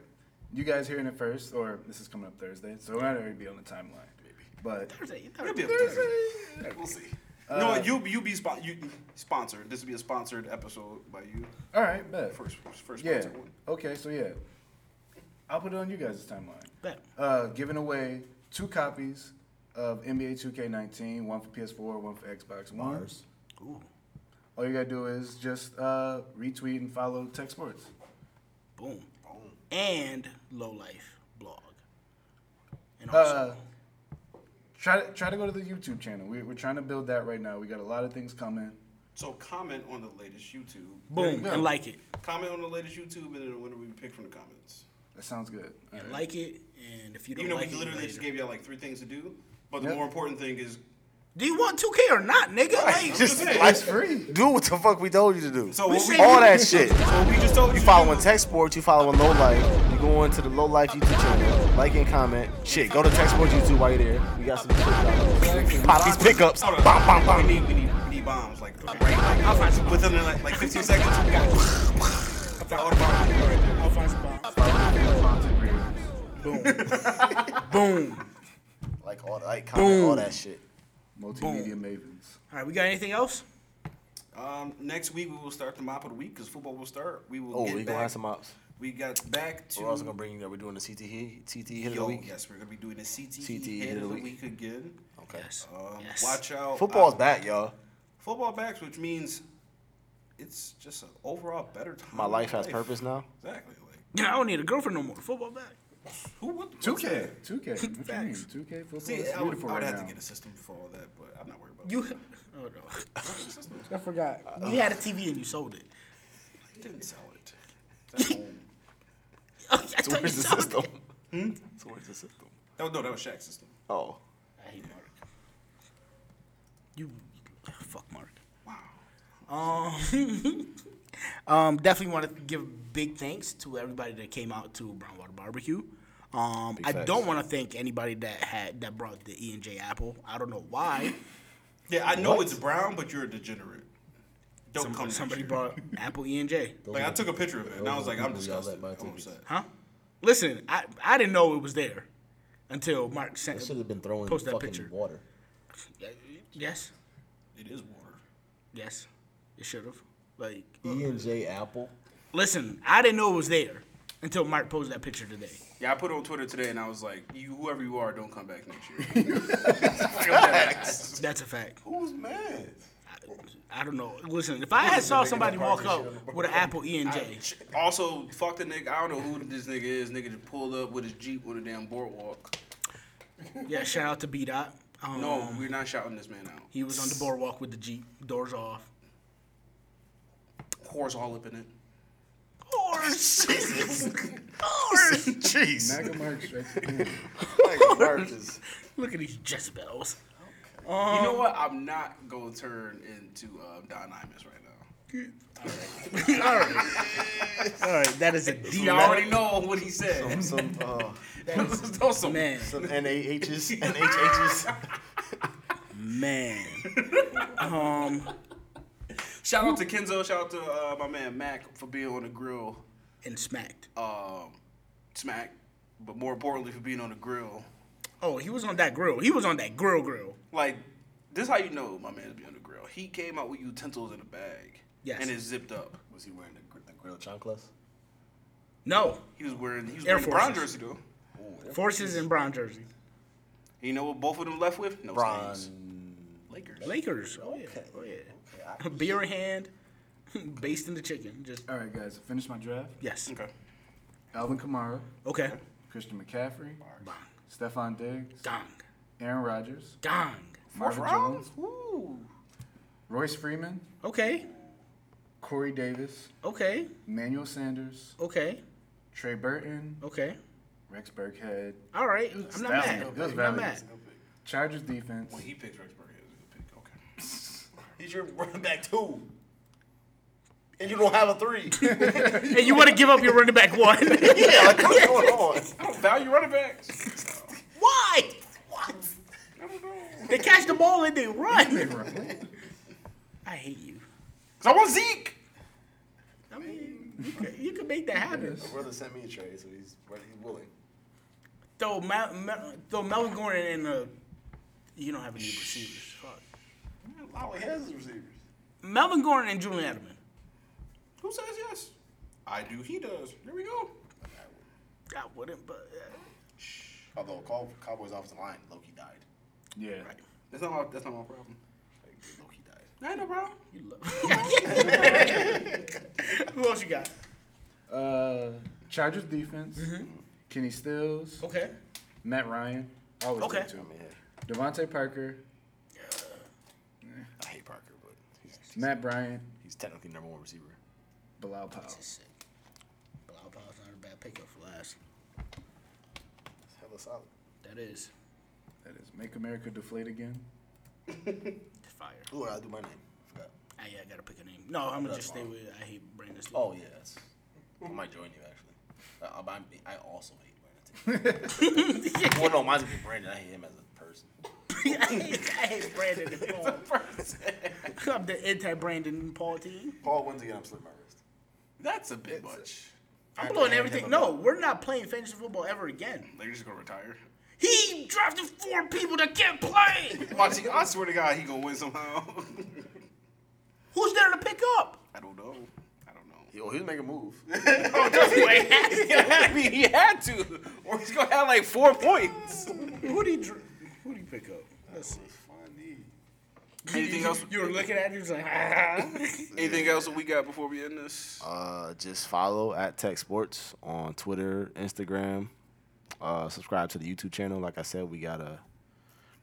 [SPEAKER 5] You guys hearing it first, or this is coming up Thursday, so it might already be on the timeline. Maybe. But
[SPEAKER 2] Thursday.
[SPEAKER 4] It'll
[SPEAKER 2] [LAUGHS] Thursday.
[SPEAKER 4] be a Thursday. We'll see. no,
[SPEAKER 2] Uh,
[SPEAKER 4] you you be spon- you sponsored. This will be a sponsored episode by you.
[SPEAKER 5] all right, bet.
[SPEAKER 4] First first
[SPEAKER 5] yeah.
[SPEAKER 4] sponsored one.
[SPEAKER 5] Okay, so yeah, I'll put it on you guys' timeline.
[SPEAKER 2] Bet.
[SPEAKER 5] Uh, giving away two copies of NBA 2K19, one for PS4, one for Xbox One.
[SPEAKER 2] Ooh.
[SPEAKER 5] All you gotta do is just uh, retweet and follow Tech Sports.
[SPEAKER 2] Boom. And low life blog. And also,
[SPEAKER 5] Uh, try to try to go to the YouTube channel. We, we're trying to build that right now. We got a lot of things coming.
[SPEAKER 4] So comment on the latest YouTube.
[SPEAKER 2] boom and like it,
[SPEAKER 4] Comment on the latest YouTube, and then when we pick from the comments.
[SPEAKER 5] That sounds good. All
[SPEAKER 2] and
[SPEAKER 5] right.
[SPEAKER 2] like it, and if you don't
[SPEAKER 4] Even though
[SPEAKER 2] like it,
[SPEAKER 4] we
[SPEAKER 2] you
[SPEAKER 4] literally
[SPEAKER 2] like
[SPEAKER 4] just
[SPEAKER 2] it.
[SPEAKER 4] gave y'all like three things to do, but the
[SPEAKER 5] Yep.
[SPEAKER 4] more important thing is
[SPEAKER 2] Do you want 2K or not, nigga? Like, [LAUGHS]
[SPEAKER 7] [LAUGHS] Just
[SPEAKER 5] It's free.
[SPEAKER 7] do what the fuck we told you to do.
[SPEAKER 4] so what we,
[SPEAKER 2] said-
[SPEAKER 7] All that
[SPEAKER 4] [LAUGHS]
[SPEAKER 7] shit.
[SPEAKER 4] so we just told you.
[SPEAKER 7] You
[SPEAKER 4] to
[SPEAKER 7] following
[SPEAKER 4] do-
[SPEAKER 7] Tech Sports, you following Low Life, you go into the Low Life YouTube channel, like and comment. Shit, go to Tech Sports YouTube while you're there. We got some shit dropping. Pop these pickups.
[SPEAKER 4] Hold on.
[SPEAKER 7] Bom, bom, bom.
[SPEAKER 4] We need we need, we need bombs like right like, within the, like like 15 seconds. We got That auto bomb right there.
[SPEAKER 2] I'll find some bombs. Boom.
[SPEAKER 7] Like all that, like comment, all that shit.
[SPEAKER 5] Multimedia mavens.
[SPEAKER 2] All right, we got anything else? [LAUGHS]
[SPEAKER 4] Um, next week we will start the mop of the week because football will start. We will.
[SPEAKER 7] Oh,
[SPEAKER 4] get
[SPEAKER 7] we
[SPEAKER 4] back.
[SPEAKER 7] gonna have some oh, ops.
[SPEAKER 4] We got back to.
[SPEAKER 7] We're also gonna bring. Are we doing the CT hit? CT hit of the
[SPEAKER 4] Yo,
[SPEAKER 7] week? E
[SPEAKER 4] Yes, we're gonna be doing the CTE,
[SPEAKER 7] CTE
[SPEAKER 4] hit of the week, again.
[SPEAKER 7] Okay.
[SPEAKER 2] Yes.
[SPEAKER 4] Um,
[SPEAKER 2] yes.
[SPEAKER 4] Watch out.
[SPEAKER 7] Football's
[SPEAKER 4] I-
[SPEAKER 7] back, y'all.
[SPEAKER 4] football backs, which means it's just an overall better time.
[SPEAKER 7] My
[SPEAKER 4] in
[SPEAKER 7] life has purpose now.
[SPEAKER 4] Exactly. Like
[SPEAKER 2] Yeah, I don't need a girlfriend no more. Football back.
[SPEAKER 4] who would?
[SPEAKER 5] 2K.
[SPEAKER 4] [LAUGHS]
[SPEAKER 5] 2K. What you mean?
[SPEAKER 2] Facts.
[SPEAKER 5] 2K football.
[SPEAKER 4] See,
[SPEAKER 5] That's
[SPEAKER 4] I would,
[SPEAKER 5] beautiful
[SPEAKER 4] I would
[SPEAKER 5] right
[SPEAKER 4] have
[SPEAKER 5] now.
[SPEAKER 4] to get a system for all that, but I'm not worried about.
[SPEAKER 2] You.
[SPEAKER 4] it.
[SPEAKER 2] Oh no. [LAUGHS] I forgot. You had a TV and you sold it.
[SPEAKER 4] I didn't sell it. It's at home.
[SPEAKER 2] I thought you
[SPEAKER 7] Where's the
[SPEAKER 2] sold
[SPEAKER 7] system?
[SPEAKER 2] it.
[SPEAKER 7] So where's the system?
[SPEAKER 4] That was, no, that was Shaq's system.
[SPEAKER 7] Oh,
[SPEAKER 2] I hate Mark. [LAUGHS] You fuck Mark.
[SPEAKER 4] Wow.
[SPEAKER 2] Um, [LAUGHS] Um, definitely want to give big thanks to everybody that came out to Brownwater Barbecue. Um, I don't want to thank anybody that had that brought the E and J apple. I don't know
[SPEAKER 7] [LAUGHS]
[SPEAKER 2] why.
[SPEAKER 4] Yeah, I know it's brown, but you're a degenerate. Don't come next
[SPEAKER 2] Somebody
[SPEAKER 4] year.
[SPEAKER 2] brought apple E and J.
[SPEAKER 4] Like I took a picture of it, and I was like, I'm disgusted.
[SPEAKER 10] my
[SPEAKER 4] I'm
[SPEAKER 10] tickets.
[SPEAKER 4] upset.
[SPEAKER 2] Huh? Listen, I I didn't know it was there until Mark sent.
[SPEAKER 10] Should have been throwing
[SPEAKER 2] Post that
[SPEAKER 10] fucking
[SPEAKER 2] picture.
[SPEAKER 10] water.
[SPEAKER 2] Yes,
[SPEAKER 4] It is water.
[SPEAKER 2] yes, it should have. Like,
[SPEAKER 10] E and J
[SPEAKER 7] [LAUGHS]
[SPEAKER 10] Apple.
[SPEAKER 2] listen, I didn't know it was there until Mark posted that picture today.
[SPEAKER 4] Yeah, I put it on Twitter today, and I was like, you whoever you are, don't come back next [LAUGHS] year. Like, I'm dead ass.
[SPEAKER 2] That's a fact.
[SPEAKER 6] Who's mad?
[SPEAKER 2] I don't know. Listen, if I had saw somebody walk up with an apple E and J,
[SPEAKER 4] also, fuck the nigga. I don't know who this nigga is. Nigga just pulled up with his jeep on a damn boardwalk.
[SPEAKER 2] yeah, shout out to B Dot. Um,
[SPEAKER 4] No, we're not shouting this man out.
[SPEAKER 2] he was on the boardwalk with the jeep, doors off.
[SPEAKER 4] Horse all up in it.
[SPEAKER 2] Horse,
[SPEAKER 5] MAGA march right
[SPEAKER 4] [LAUGHS]
[SPEAKER 5] there.
[SPEAKER 10] [LAUGHS]
[SPEAKER 2] look at these Jezebels. Um,
[SPEAKER 4] you know what? I'm not gonna turn into um, Don Imus right now.
[SPEAKER 2] All right, that [LAUGHS] is a D.
[SPEAKER 4] You already know what he said.
[SPEAKER 3] Some uh,
[SPEAKER 2] [LAUGHS]
[SPEAKER 4] Throw some
[SPEAKER 2] man,
[SPEAKER 10] [LAUGHS]
[SPEAKER 3] some NAHs, NHHs.
[SPEAKER 2] man.
[SPEAKER 4] Shout out to Kenzo. Shout out to uh, my man Mac for being on the grill.
[SPEAKER 2] And smacked.
[SPEAKER 4] Um, smack, but more importantly for being on the grill.
[SPEAKER 2] Oh, he was on that grill. He was on that grill grill.
[SPEAKER 4] Like this, is how you know my man's be on the grill. He came out with utensils in a bag.
[SPEAKER 2] Yes.
[SPEAKER 4] And it's zipped up.
[SPEAKER 10] Was he wearing the, gr- the grill chanclas?
[SPEAKER 2] No,
[SPEAKER 4] He was wearing he was
[SPEAKER 2] Air
[SPEAKER 4] wearing a brown
[SPEAKER 2] Forces.
[SPEAKER 4] jersey though.
[SPEAKER 2] Forces in brown jersey.
[SPEAKER 4] And you know what? Both of them left with no
[SPEAKER 10] Bron.
[SPEAKER 4] stains. Lakers.
[SPEAKER 2] Lakers. Oh yeah. Oh yeah. [LAUGHS] Beer in hand, based in the chicken. Just
[SPEAKER 5] All right, guys. Finish my draft.
[SPEAKER 2] yes.
[SPEAKER 4] Okay.
[SPEAKER 5] Alvin Kamara,
[SPEAKER 2] Okay.
[SPEAKER 5] Christian McCaffrey,
[SPEAKER 2] Bong.
[SPEAKER 5] Stephon Diggs,
[SPEAKER 2] Dong.
[SPEAKER 5] Aaron Rodgers,
[SPEAKER 2] Dong.
[SPEAKER 5] Marvin
[SPEAKER 4] round?
[SPEAKER 5] Jones, Royce Freeman,
[SPEAKER 2] Okay.
[SPEAKER 5] Corey Davis,
[SPEAKER 2] Okay.
[SPEAKER 5] Emmanuel Sanders,
[SPEAKER 2] Okay.
[SPEAKER 5] Trey Burton,
[SPEAKER 2] Okay.
[SPEAKER 5] Rex Burkhead,
[SPEAKER 2] All right. I'm not
[SPEAKER 5] That's
[SPEAKER 2] mad.
[SPEAKER 5] good. That's
[SPEAKER 2] I'm not
[SPEAKER 5] valid.
[SPEAKER 2] mad.
[SPEAKER 5] Chargers defense,
[SPEAKER 4] He picks Rexburg as a good pick. Okay. [LAUGHS] He's your running back too.
[SPEAKER 3] And you don't have a
[SPEAKER 4] [LAUGHS]
[SPEAKER 3] three.
[SPEAKER 2] And you want to give up your running back one?
[SPEAKER 3] yeah, like what's going on?
[SPEAKER 4] I don't value running backs.
[SPEAKER 2] Why? What? They catch the ball and they run. I hate you.
[SPEAKER 4] Cause I want Zeke.
[SPEAKER 2] I mean, you could, you could make that happen.
[SPEAKER 3] Brother sent me a trade, so he's he's willing.
[SPEAKER 2] Though Mel, Mel, though Melvin Gordon and uh, you don't have any receivers. Fuck.
[SPEAKER 3] Oh, he has his receivers.
[SPEAKER 2] Melvin Gordon and Julian Edelman.
[SPEAKER 4] Who says yes? I do. He does. Here we go.
[SPEAKER 2] I wouldn't, but uh,
[SPEAKER 3] Although Cow- Cowboys offensive line, Loki died.
[SPEAKER 5] yeah,
[SPEAKER 4] That's not my, that's not my problem.
[SPEAKER 3] Loki died.
[SPEAKER 4] I ain't no problem.
[SPEAKER 2] you love. Who else you got?
[SPEAKER 5] uh, Chargers defense, Kenny Stills,
[SPEAKER 2] Okay.
[SPEAKER 5] Matt Ryan, always
[SPEAKER 2] Okay.
[SPEAKER 5] okay. to him. Devontae Parker,
[SPEAKER 3] I hate Parker, but he's, he's,
[SPEAKER 5] Matt Bryant,
[SPEAKER 3] he's technically number one receiver.
[SPEAKER 5] Bilal Powell.
[SPEAKER 2] Oh, Sick. Bilal Powell's not a bad pickup for last.
[SPEAKER 3] It's hella solid.
[SPEAKER 2] That is
[SPEAKER 5] That is Make America Deflate Again.
[SPEAKER 2] fire.
[SPEAKER 3] Ooh, I'll do my name. Forgot.
[SPEAKER 2] I, I gotta pick a name. No, I'm gonna just stay with. I hate Brandon. Staley.
[SPEAKER 10] Oh yeah, that's, I might join you actually. Uh, I, I also hate Brandon.
[SPEAKER 3] [LAUGHS]
[SPEAKER 10] Taylor. well, no, mine's gonna be Brandon. I hate him as a person.
[SPEAKER 2] [LAUGHS] I, hate, I hate Brandon and
[SPEAKER 3] [LAUGHS]
[SPEAKER 2] Paul. I'm the anti-Brandon and Paul team.
[SPEAKER 3] Paul wins again. I'm slipping my wrist.
[SPEAKER 4] That's a bit much.
[SPEAKER 2] I'm blowing everything. No, we're not playing fantasy football ever again.
[SPEAKER 4] Lakers just gonna retire.
[SPEAKER 2] He drafted four people that can't play.
[SPEAKER 4] Watch, he- I swear to God, he gonna win somehow. [LAUGHS]
[SPEAKER 2] Who's there to pick up?
[SPEAKER 4] I don't know. I don't know.
[SPEAKER 3] Yo, he's making a move.
[SPEAKER 2] [LAUGHS]
[SPEAKER 4] I mean, [LAUGHS] he had to, or he's gonna have like four points.
[SPEAKER 2] Who do you dr- who do you pick up? Let's see.
[SPEAKER 4] Anything else?
[SPEAKER 2] You were looking at it, you was like, [LAUGHS] ah.
[SPEAKER 4] Anything else that we got before we end this?
[SPEAKER 3] Uh, just follow at Tech Sports on Twitter, Instagram. Uh, subscribe to the YouTube channel. Like I said, we got uh,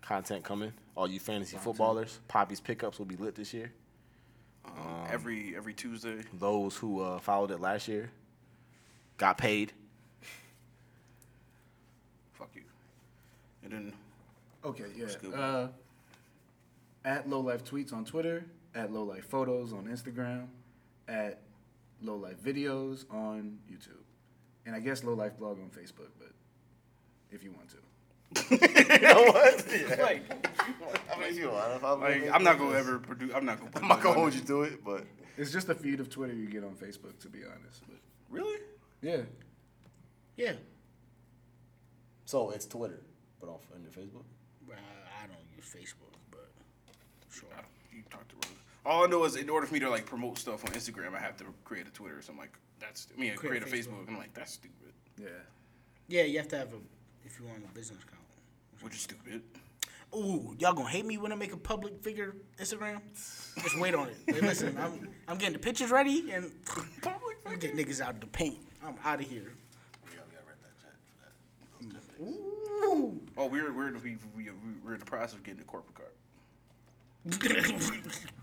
[SPEAKER 3] content coming. All you fantasy footballers, Poppy's pickups will be lit this year.
[SPEAKER 4] every every Tuesday.
[SPEAKER 3] Those who uh, followed it last year got paid.
[SPEAKER 4] Fuck you. And then
[SPEAKER 5] Okay, yeah. Uh, at Low Life Tweets on Twitter, at Low Life Photos on Instagram, at Low Life videos on YouTube, and I guess Low Life blog on Facebook. But if you want to,
[SPEAKER 7] I mean, you know, I- I-
[SPEAKER 4] Like, I'm not gonna ever produce. [LAUGHS] I'm not gonna.
[SPEAKER 7] I'm not gonna hold you to it, but
[SPEAKER 5] it's just the feed of Twitter you get on Facebook, to be honest. But
[SPEAKER 4] Really?
[SPEAKER 5] yeah,
[SPEAKER 2] Yeah.
[SPEAKER 8] So it's Twitter, but off under Facebook.
[SPEAKER 2] Uh, I don't use Facebook, but sure.
[SPEAKER 4] You talk to Rosa. All I know is, in order for me to like promote stuff on Instagram, I have to create a Twitter. So I'm like, that's. I mean, I
[SPEAKER 2] Create
[SPEAKER 4] create
[SPEAKER 2] a
[SPEAKER 4] a Facebook. I'm like, that's stupid.
[SPEAKER 5] yeah.
[SPEAKER 2] Yeah, you have to have a if you want a business account.
[SPEAKER 4] Which is stupid.
[SPEAKER 2] Ooh, y'all gonna hate me when I make a public figure Instagram? Just wait [LAUGHS] on it. Like, listen, I'm I'm getting the pictures ready and [LAUGHS] I'm getting niggas out of the paint. I'm out of here. Ooh. [LAUGHS]
[SPEAKER 4] Oh, we're we're in, we, we, we're in the process of getting a corporate card.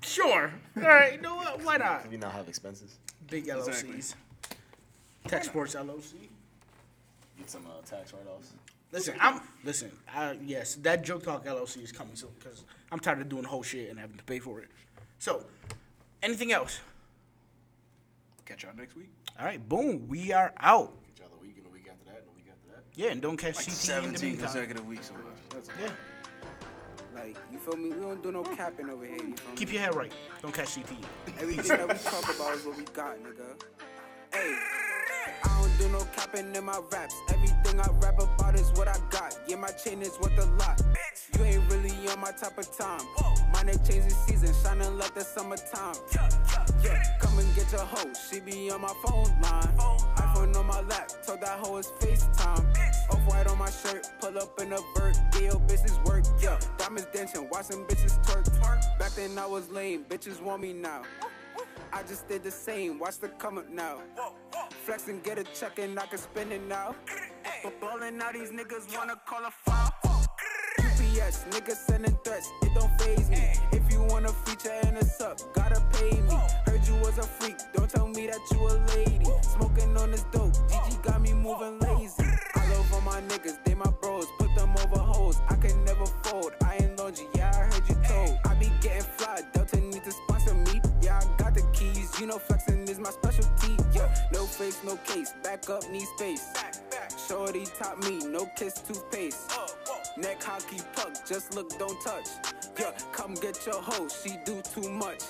[SPEAKER 2] sure. All right. You know what? Why not?
[SPEAKER 7] we now have expenses.
[SPEAKER 2] Big LOCs. Tech Sports LOC.
[SPEAKER 8] Get some uh, tax write-offs.
[SPEAKER 2] Listen, I'm listen. I, yes, that joke talk LLC is coming soon because I'm tired of doing the whole shit and having to pay for it. So, anything else?
[SPEAKER 4] Catch y'all next week.
[SPEAKER 2] All right, boom. We are out.
[SPEAKER 8] Each other week and the week after that and the week after that.
[SPEAKER 2] Yeah, and don't catch CT in the
[SPEAKER 4] 17
[SPEAKER 2] meantime.
[SPEAKER 4] consecutive weeks. So uh, that's
[SPEAKER 2] Yeah,
[SPEAKER 1] Like, you feel me? We don't do no capping over here. You feel me?
[SPEAKER 2] keep your head right. Don't catch E. CT.
[SPEAKER 1] Everything that we talk about is what we got, nigga. Hey, I don't do no capping in my raps. Everything I rap about is what I got. Yeah, my chain is worth a lot. You ain't really on my type of time. My neck changing season, shining like the summertime. Yeah, come and get your hoe. She be on my phone line. iPhone on my lap, told that hoe it's FaceTime. Off white on my shirt, pull up in a vert. Deal, bitches work. Yeah, diamonds dancing, watching bitches twerk. Back then I was lame, bitches want me now. I just did the same, watch the come up now. Flex and get a check and I can spend it now. But ballin' out these niggas wanna call a foul. GPS, niggas sending threats, it don't phase me. If you want a feature and a sub, gotta pay me. Heard you was a freak, don't tell me that you a lady. Smoking on this dope, GG got me moving lazy. I love all my niggas, they my bros, put them over hoes. I can never fold, I ain't laundry, yeah, I heard you told. I be getting fly, Delta need to sponsor me. Yeah, I got the keys, you know flexing is my specialty. Yeah, no face, no case, back up, need space. Shorty top me, no kiss, toothpaste. Neck hockey puck, just look, don't touch. Yeah, come get your hoe, she do too much.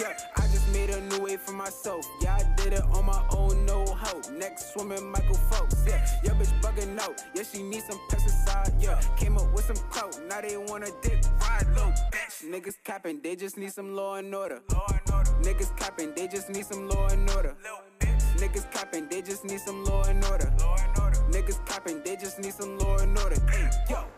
[SPEAKER 1] Yeah, I just made a new way for myself. Yeah, I did it on my own, no help. Next swimming, Michael Phelps. Yeah, your bitch bugging out. Yeah, she needs some pesticide. Yeah, came up with some clout, now they wanna dip ride low, bitch. Niggas capping, they just need some law and order. Niggas capping, they just need some law and order. Niggas capping, they just need some law and order. Niggas capping, they just need some law and order. Ay, yo.